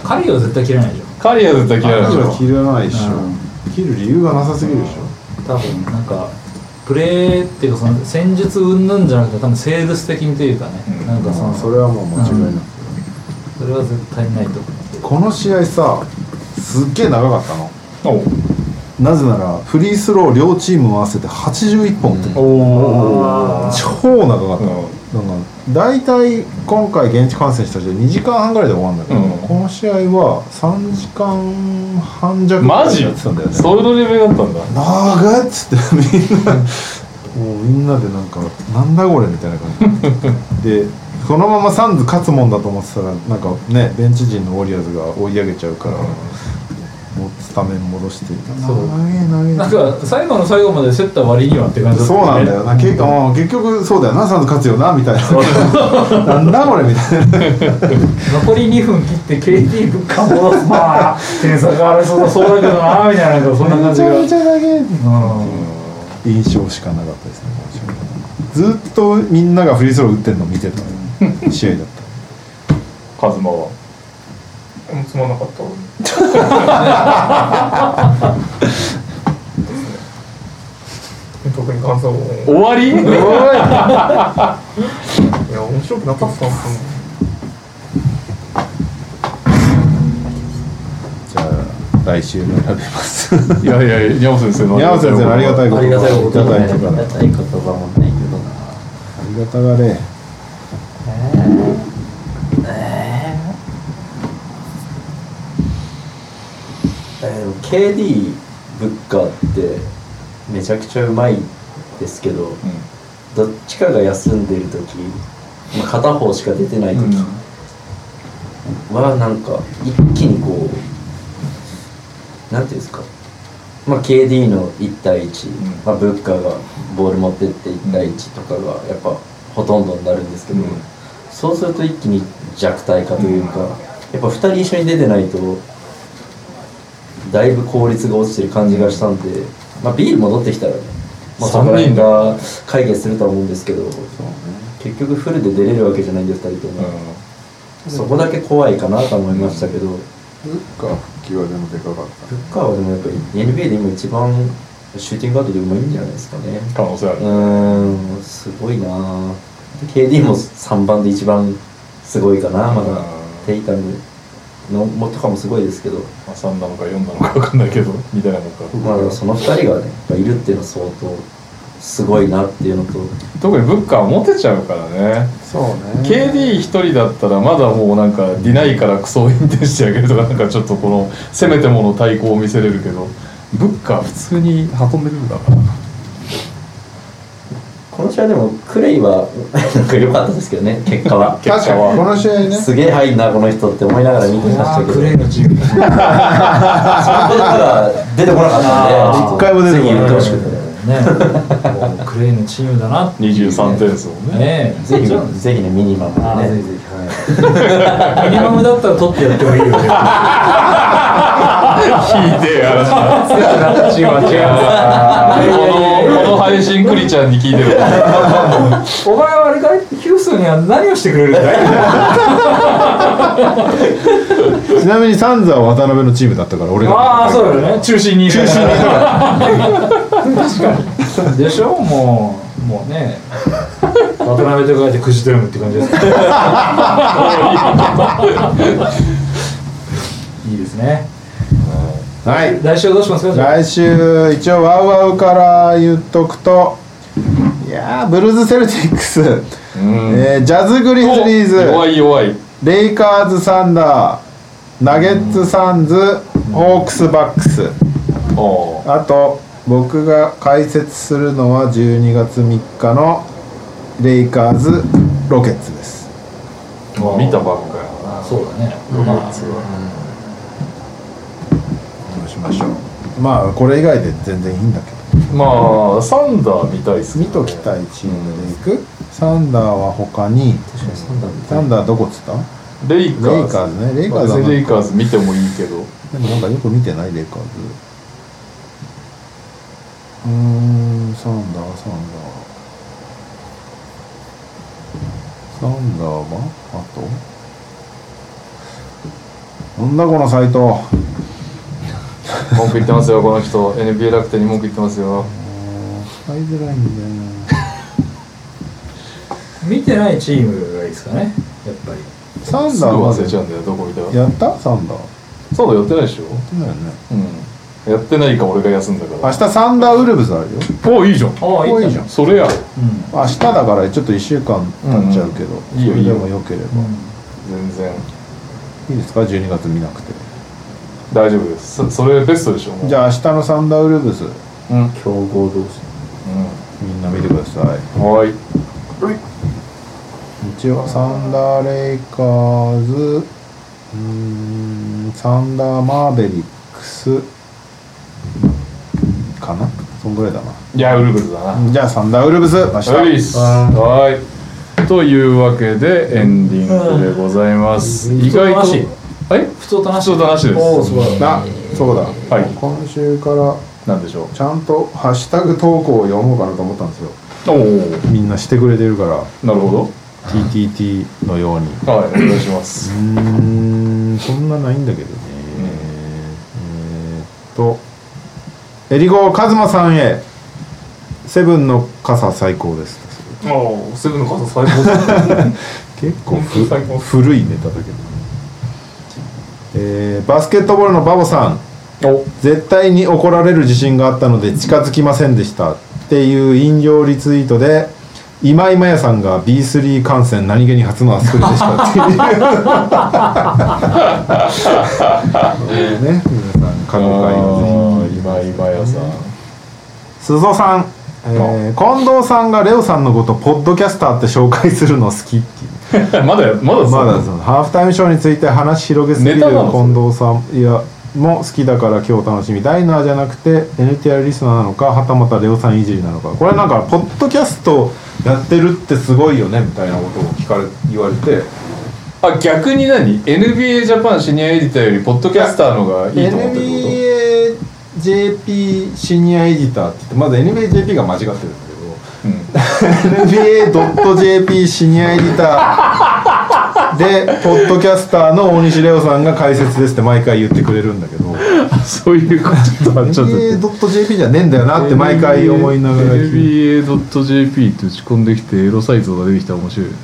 Speaker 5: 狩りは絶対切れないでしょ
Speaker 2: カリーは絶対切られるでしょ
Speaker 1: 切らないでしょ、
Speaker 5: う
Speaker 1: 切る理由がなさすぎるでしょ
Speaker 5: 多分なんかプレーっていうかその戦術云々じゃなくて多分セールス的にというかね、
Speaker 2: うん
Speaker 5: なんかそ
Speaker 1: ま
Speaker 5: の
Speaker 1: あそれはもう間違いなく、
Speaker 5: うんそれは絶対ないと思う
Speaker 1: この試合さすっげえ長かったの
Speaker 2: お
Speaker 1: なぜならフリースロー両チーム合わせて81本って、
Speaker 2: おー
Speaker 1: 超長かったの、
Speaker 2: う
Speaker 1: なんか大体今回現地観戦した人で2時間半ぐらいで終わるんだけど、
Speaker 2: うん
Speaker 1: この試合は3時間半弱ぐ
Speaker 2: マ
Speaker 1: らい
Speaker 2: ジ
Speaker 1: やってたんだよね
Speaker 2: そういうレベルだったんだ
Speaker 1: 長っつって みんなもうみんなでなんかなんだこれみたいな感じ でこのままサンズ勝つもんだと思ってたらなんかねベンチ陣のウォリアーズが追い上げちゃうから、もうスタメン戻して
Speaker 5: そう
Speaker 1: 長え長え
Speaker 5: なんか最後の最後まで競った割にはって感じだった
Speaker 1: そうなんだよな、結構うん結局そうだよなサンズ勝つよなみたいななんだこれみたいな
Speaker 5: 残り2分切って KT 物価戻す まあ点差があれそうだそうだけどなみたいななんかそんな感じが
Speaker 1: めちゃめちゃ長え
Speaker 5: うん
Speaker 1: 印象しかなかったですね今週ずっとみんながフリースロー打ってんの見てた試合だった
Speaker 2: カズマは
Speaker 3: うんつまんなかった特に感想も
Speaker 2: 終わり
Speaker 3: いや面白くなかったんすね
Speaker 1: じゃあ来週も選べます。
Speaker 2: いやいやいや、ニャオ先生の
Speaker 1: ニャオ先生のありがたいこと
Speaker 4: ありがたいことだねあ
Speaker 1: いただいてから
Speaker 4: りがたい言葉もないけどな
Speaker 1: ありがたがれ。
Speaker 4: えー KD ブッカーってめちゃくちゃうまいですけど、どっちかが休んでる時、まあ、片方しか出てない時はなんか一気にこうなんていうんですか、まあ、KD の1対1、
Speaker 2: ん
Speaker 4: まあ、ブッカーがボール持ってって1対1とかがやっぱほとんどになるんですけど、
Speaker 2: うん
Speaker 4: そうすると一気に弱体化というか、
Speaker 2: うん
Speaker 4: やっぱ2人一緒に出てないとだいぶ効率が落ちてる感じがしたんで、まあ、ビール戻ってきたらね、まあ、そ
Speaker 2: 三
Speaker 4: こら
Speaker 2: 人だ
Speaker 4: 辺が解決するとは思うんですけど、結局フルで出れるわけじゃないんで2人とも、そこだけ怖いかなと思いましたけど、
Speaker 1: ブッカー復帰はでもでかかっ
Speaker 4: ブッカーはでもやっぱり NBA で今一番シューティングガードでうまいんじゃないですかね
Speaker 2: 可能性ある
Speaker 4: うーんすごいなぁ KD も3番で一番すごいかなまだテイタムのもとかもすごいですけど
Speaker 2: まあ、3なのか4なのか分かんないけどみたいなのか
Speaker 4: まあその2人がねやっぱいるっていうのは相当すごいなっていうのと
Speaker 2: 特にブッカーはモテちゃうからね
Speaker 6: そうね
Speaker 2: KD1 人だったらまだもうなんかディナイからクソを運転してあげるとかなんかちょっとこのせめてもの対抗を見せれるけどブッカー普通に運んでくるからな
Speaker 4: この試合でもクレイはなんか良かったですけどね結果は
Speaker 1: 確かにこの試合ね
Speaker 4: すげえ入んなこの人って思いながら見てましたけどそ
Speaker 3: クレイ
Speaker 4: んな
Speaker 3: のチーム
Speaker 4: ことが出てこなかったんで
Speaker 1: 一回も出てこない
Speaker 4: ぜひ言ってほしくて
Speaker 3: ねもうクレイのチームだなって
Speaker 2: 23点数をね
Speaker 3: ねえ
Speaker 4: ぜひぜひねミニマ
Speaker 3: あ
Speaker 4: ム
Speaker 3: あ
Speaker 4: で
Speaker 3: ぜひ
Speaker 4: ね
Speaker 3: ぜひはいミニマムだったら取ってやってもいいよね
Speaker 2: 聞いてやらし
Speaker 5: 違う違
Speaker 2: こ
Speaker 5: う
Speaker 2: のこの配信クリちゃんに聞いてる
Speaker 3: お前はあれかいヒューストンには何をしてくれるんだい
Speaker 1: ちなみにサンズは渡辺のチームだったから俺が
Speaker 3: ああそうだよね中心に中心に確かにでしょもうもうね渡辺と書いてくじドラムって感じですねいいですね
Speaker 1: はい
Speaker 3: 来週どうしますかじゃあ
Speaker 1: 来週一応ワウワウから言っとくといやーブルーズ・セルティックス、えージャズ・グリズリーズ
Speaker 2: 弱い弱い
Speaker 1: レイカーズ・サンダーナゲッツ・サンズ、ホークス・バックス
Speaker 2: お
Speaker 1: あと僕が解説するのは12月3日のレイカーズ・ロケッツです
Speaker 2: 見たばっかやな
Speaker 3: そうだね
Speaker 1: どうしましょうまあこれ以外で全然いいんだけど
Speaker 2: まあサンダー見たいっすね
Speaker 1: 見ときたいチームでいく、サンダーは他に
Speaker 4: 確かにそんなん
Speaker 1: サンダーどこっつった
Speaker 2: レイカ
Speaker 1: レイ
Speaker 2: ーズ
Speaker 1: カーズねレイカーズ
Speaker 2: 別
Speaker 1: は
Speaker 2: にレイカー
Speaker 1: ズ
Speaker 2: ズ見てもいいけど
Speaker 1: でもなんかよく見てないレイカーズうーんサンダーサンダーサンダーはあとなんだこのサイト
Speaker 2: 文句言ってますよこの人 NBA 楽天に文句言ってますよ
Speaker 1: 使いづらいんだよな
Speaker 3: 見てないチームがいいですかねやっぱり
Speaker 1: サン
Speaker 2: すぐ
Speaker 1: ダーま
Speaker 2: 忘れちゃ
Speaker 1: で
Speaker 2: うんだよどこ見たか
Speaker 1: やったサンダーや
Speaker 2: そうだやってないでしょ
Speaker 1: ってないよね
Speaker 2: うんやってないか俺が休んだか
Speaker 1: 明
Speaker 2: ら
Speaker 1: 日サンダーウルブズあるよ
Speaker 2: おいいじゃん
Speaker 3: ああ
Speaker 1: いい
Speaker 3: じ
Speaker 1: じ
Speaker 3: ゃ
Speaker 1: ゃ
Speaker 3: ん
Speaker 1: ん
Speaker 2: それや
Speaker 1: 明日だからちょっと1週間経っちゃうけど、
Speaker 2: うんいいよ
Speaker 1: それでもよければ
Speaker 2: 全然
Speaker 1: いいですか12月見なくて
Speaker 2: 大丈夫ですそそれベストでしょもう
Speaker 1: じゃあ明日のサンダーウルブス
Speaker 2: うん、うん、
Speaker 4: 強豪同士
Speaker 1: みんな見てください
Speaker 2: はーい
Speaker 1: 一応サンダーレイカーズうーんサンダーマーベリックスかなそんぐらいだない
Speaker 2: やウルブルだな
Speaker 1: じゃあサンダーウルブス明日
Speaker 2: はいはいというわけでエンディングでございます、
Speaker 3: うん
Speaker 2: 意外
Speaker 3: な
Speaker 2: と
Speaker 3: し
Speaker 2: え
Speaker 3: 普通となし
Speaker 2: 普通となしです
Speaker 3: おおすごい
Speaker 1: なそうだ、
Speaker 2: い
Speaker 1: 今週から
Speaker 2: なんでしょ
Speaker 1: ちゃんとハッシュタグ投稿を読もうかなと思ったんですよ
Speaker 2: うおお
Speaker 1: みんなしてくれてるから
Speaker 2: なるほ
Speaker 1: TTT のようにう
Speaker 2: どはいお願いします
Speaker 1: ーんそんなないんだけどね、えーっとえりごカズマさんへセブンの傘最高です
Speaker 5: もうセブンの数最高です
Speaker 1: 結構
Speaker 5: 本当最高
Speaker 1: ふ古いネタだけど、えーバスケットボールのバボさん
Speaker 2: お
Speaker 1: 絶対に怒られる自信があったので近づきませんでしたっていう引用リツイートで今井真也さんが B3 感染何気に初のアスクリでしたっていうそういうね皆さん過去回をぜひ
Speaker 2: 今今やさん
Speaker 1: 鈴さん、えー近藤さんがレオさんのことポッドキャスターって紹介するの好きっていう
Speaker 2: まだまだ
Speaker 1: まだそのハーフタイムショーについて話広げすぎる
Speaker 2: ネタなの
Speaker 1: 近藤さんいやも好きだから今日楽しみダイナーじゃなくて NTR リスナーなのかはたまたレオさんいじりなのかこれなんかポッドキャストやってるってすごいよねみたいなことを聞かれ言われて
Speaker 2: あ逆に何 NBA ジャパンシニアエディターよりポッドキャスターのがいいと思ってる
Speaker 1: NBAJP シニアエディターって言ってまず NBAJP が間違ってるんだ
Speaker 2: こと、うん、
Speaker 1: けど NBA.jp シニアエディターでポッドキャスターの大西レオさんが解説ですって毎回言ってくれるんだけど
Speaker 2: そういうことはちょっと
Speaker 1: NBA.jp じゃねえんだよなって毎回思いながら聞いて
Speaker 2: NBA.jp って打ち込んできてエロサイトが出てきたら面白い よね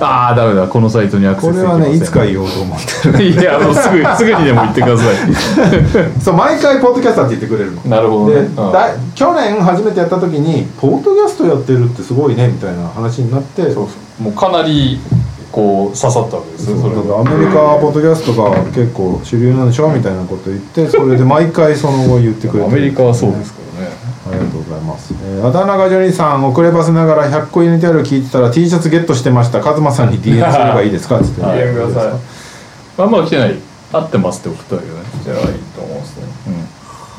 Speaker 2: ああダメだこのサイトにアクセ
Speaker 1: こ
Speaker 2: スで
Speaker 1: れ
Speaker 2: きま
Speaker 1: は
Speaker 2: せん
Speaker 1: ねいつか言おうと思って
Speaker 2: いやあのすぐすぐにでも言ってくださ
Speaker 1: そう毎回ポッドキャスターって言ってくれるの
Speaker 2: いなるほ
Speaker 1: で、だ去年初めてやった時にポッドキャストやってるってすごいねみたいな話になってそう
Speaker 2: もうかなりこう刺さったわけですねそれ
Speaker 1: だ
Speaker 2: が
Speaker 1: からアメリカはポッドキャストが結構主流なんでしょみたいなこと言 ってそれで毎回その後言ってくれて
Speaker 2: ア
Speaker 1: る
Speaker 2: メリカはそうですからね
Speaker 1: ありがとうございます、えー、あだ名がジョニーさん遅ればせながら100個入れてある聞いてたら T シャツゲットしてましたカズマさんに DM すればいいですかっつって、
Speaker 2: はい
Speaker 5: ください
Speaker 2: あんま来てない合ってますって送ったわけどね
Speaker 5: じゃあいいと思うんですね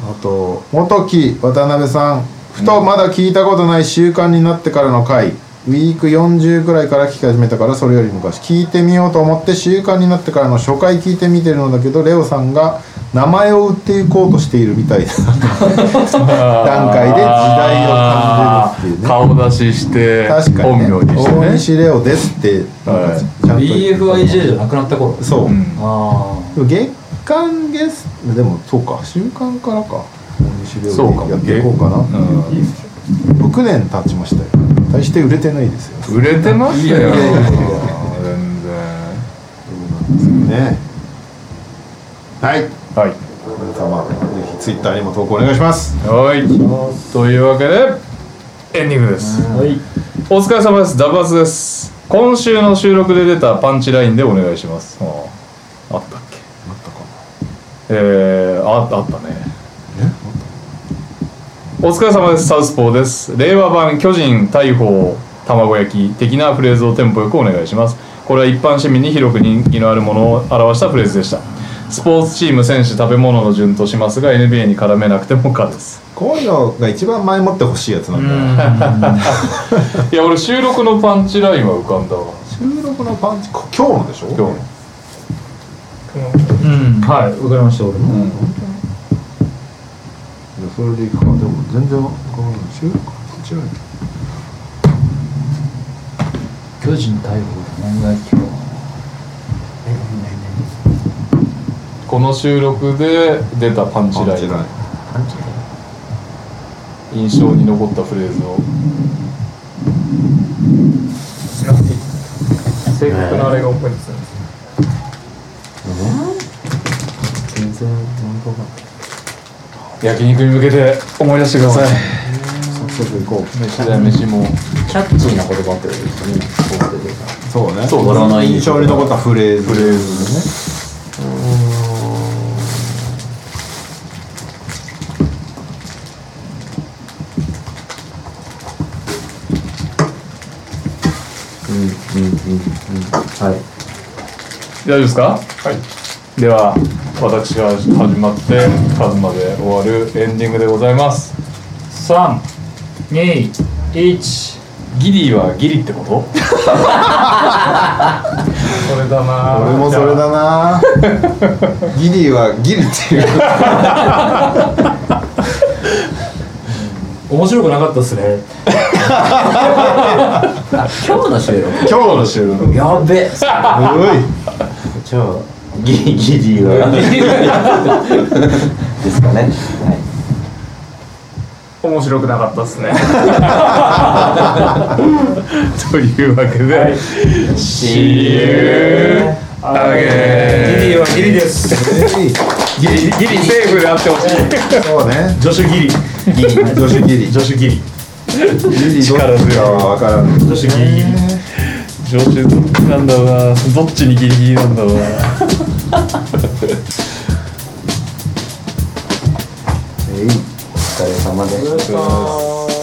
Speaker 1: あと元木渡辺さんふとまだ聞いたことない習慣になってからの回ウィーク40くらいから聞き始めたからそれより昔聞いてみようと思って習慣になってからの初回聞いてみてるのだけどレオさんが名前を売っていこうとしているみ たいな段階で時代を感じるっていうね
Speaker 2: 顔出しして
Speaker 1: 確かに、
Speaker 2: 本
Speaker 1: ね、
Speaker 2: 名
Speaker 1: 大
Speaker 2: にしてね
Speaker 1: 西レオですってなんかちゃんと、
Speaker 3: BFIJ じゃなくなった頃
Speaker 1: そう、
Speaker 2: うん
Speaker 3: ああ
Speaker 1: でも月間ゲスでもそうか週間からか大西レ
Speaker 2: そうか
Speaker 1: オ
Speaker 2: も
Speaker 1: でやっていこうかな
Speaker 2: うん
Speaker 1: 6年経ちましたよ大して売れてないですよ
Speaker 2: 売れてましたよ
Speaker 1: いやいやいやいや
Speaker 2: 全然
Speaker 1: ねはい
Speaker 2: はい
Speaker 1: 皆様ぜひツイッターにも投稿お願いします
Speaker 2: はいというわけでエンディングです
Speaker 3: はい
Speaker 2: お疲れ様ですダバスです今週の収録で出たパンチラインでお願いしますああったっけ
Speaker 1: あったかな
Speaker 2: えー、ああったねお疲れ様ですサウスポーです令和版巨人大砲卵焼き的なフレーズをテンポよくお願いしますこれは一般市民に広く人気のあるものを表したフレーズでしたスポーツチーム選手食べ物の順としますが NBA に絡めなくてもかです
Speaker 1: こういうのが一番前もってほしいやつなんだよ
Speaker 2: いや俺収録のパンチラインは浮かんだわ
Speaker 1: 収録のパンチこ今日のでしょ
Speaker 2: 今日の
Speaker 3: うんはいわかりました俺も
Speaker 1: いやそれでいくかでも全然わかんない収録こちらに
Speaker 3: 巨人逮捕問題今
Speaker 2: この収録で出たパンチライン印象に残ったフレーズを
Speaker 5: 正確なあれがオープンですね
Speaker 4: 全然本当か
Speaker 2: 焼肉に向けて思い出してください
Speaker 1: 早速行こう
Speaker 2: 飯だよ飯も
Speaker 4: キャッチーな言葉ってことですねこうい
Speaker 1: そ
Speaker 4: うの
Speaker 1: うね
Speaker 2: そう
Speaker 4: 笑わない
Speaker 1: 印象に残ったフレーズフレーズね
Speaker 4: うんうんうんうんはい
Speaker 2: 大丈夫ですかはいでは私が始まってカズマで終わるエンディングでございます
Speaker 3: 321
Speaker 2: ギリはギリってこと
Speaker 5: それだなぁ
Speaker 1: 俺もそれだ なギリはギリっていう
Speaker 3: 面白くなかったっすね
Speaker 4: 今日の収録
Speaker 2: 今日の収録
Speaker 4: やべえ
Speaker 1: お
Speaker 4: じゃあギリギリはですかねは
Speaker 5: 面白くなかったですね
Speaker 2: というわけで、See you again
Speaker 3: ギリはギリです
Speaker 1: いギリ
Speaker 2: ギリギリセーフであってほしい
Speaker 1: そうね
Speaker 2: 助手ギリ
Speaker 1: ギリ女子ギリ
Speaker 2: 助手ギリ
Speaker 1: ギリどっちかは分からん
Speaker 2: 助手ギリギリ助手どっちなんだろうなどっちにギリギリなんだろうな
Speaker 4: お疲れ様です
Speaker 5: あー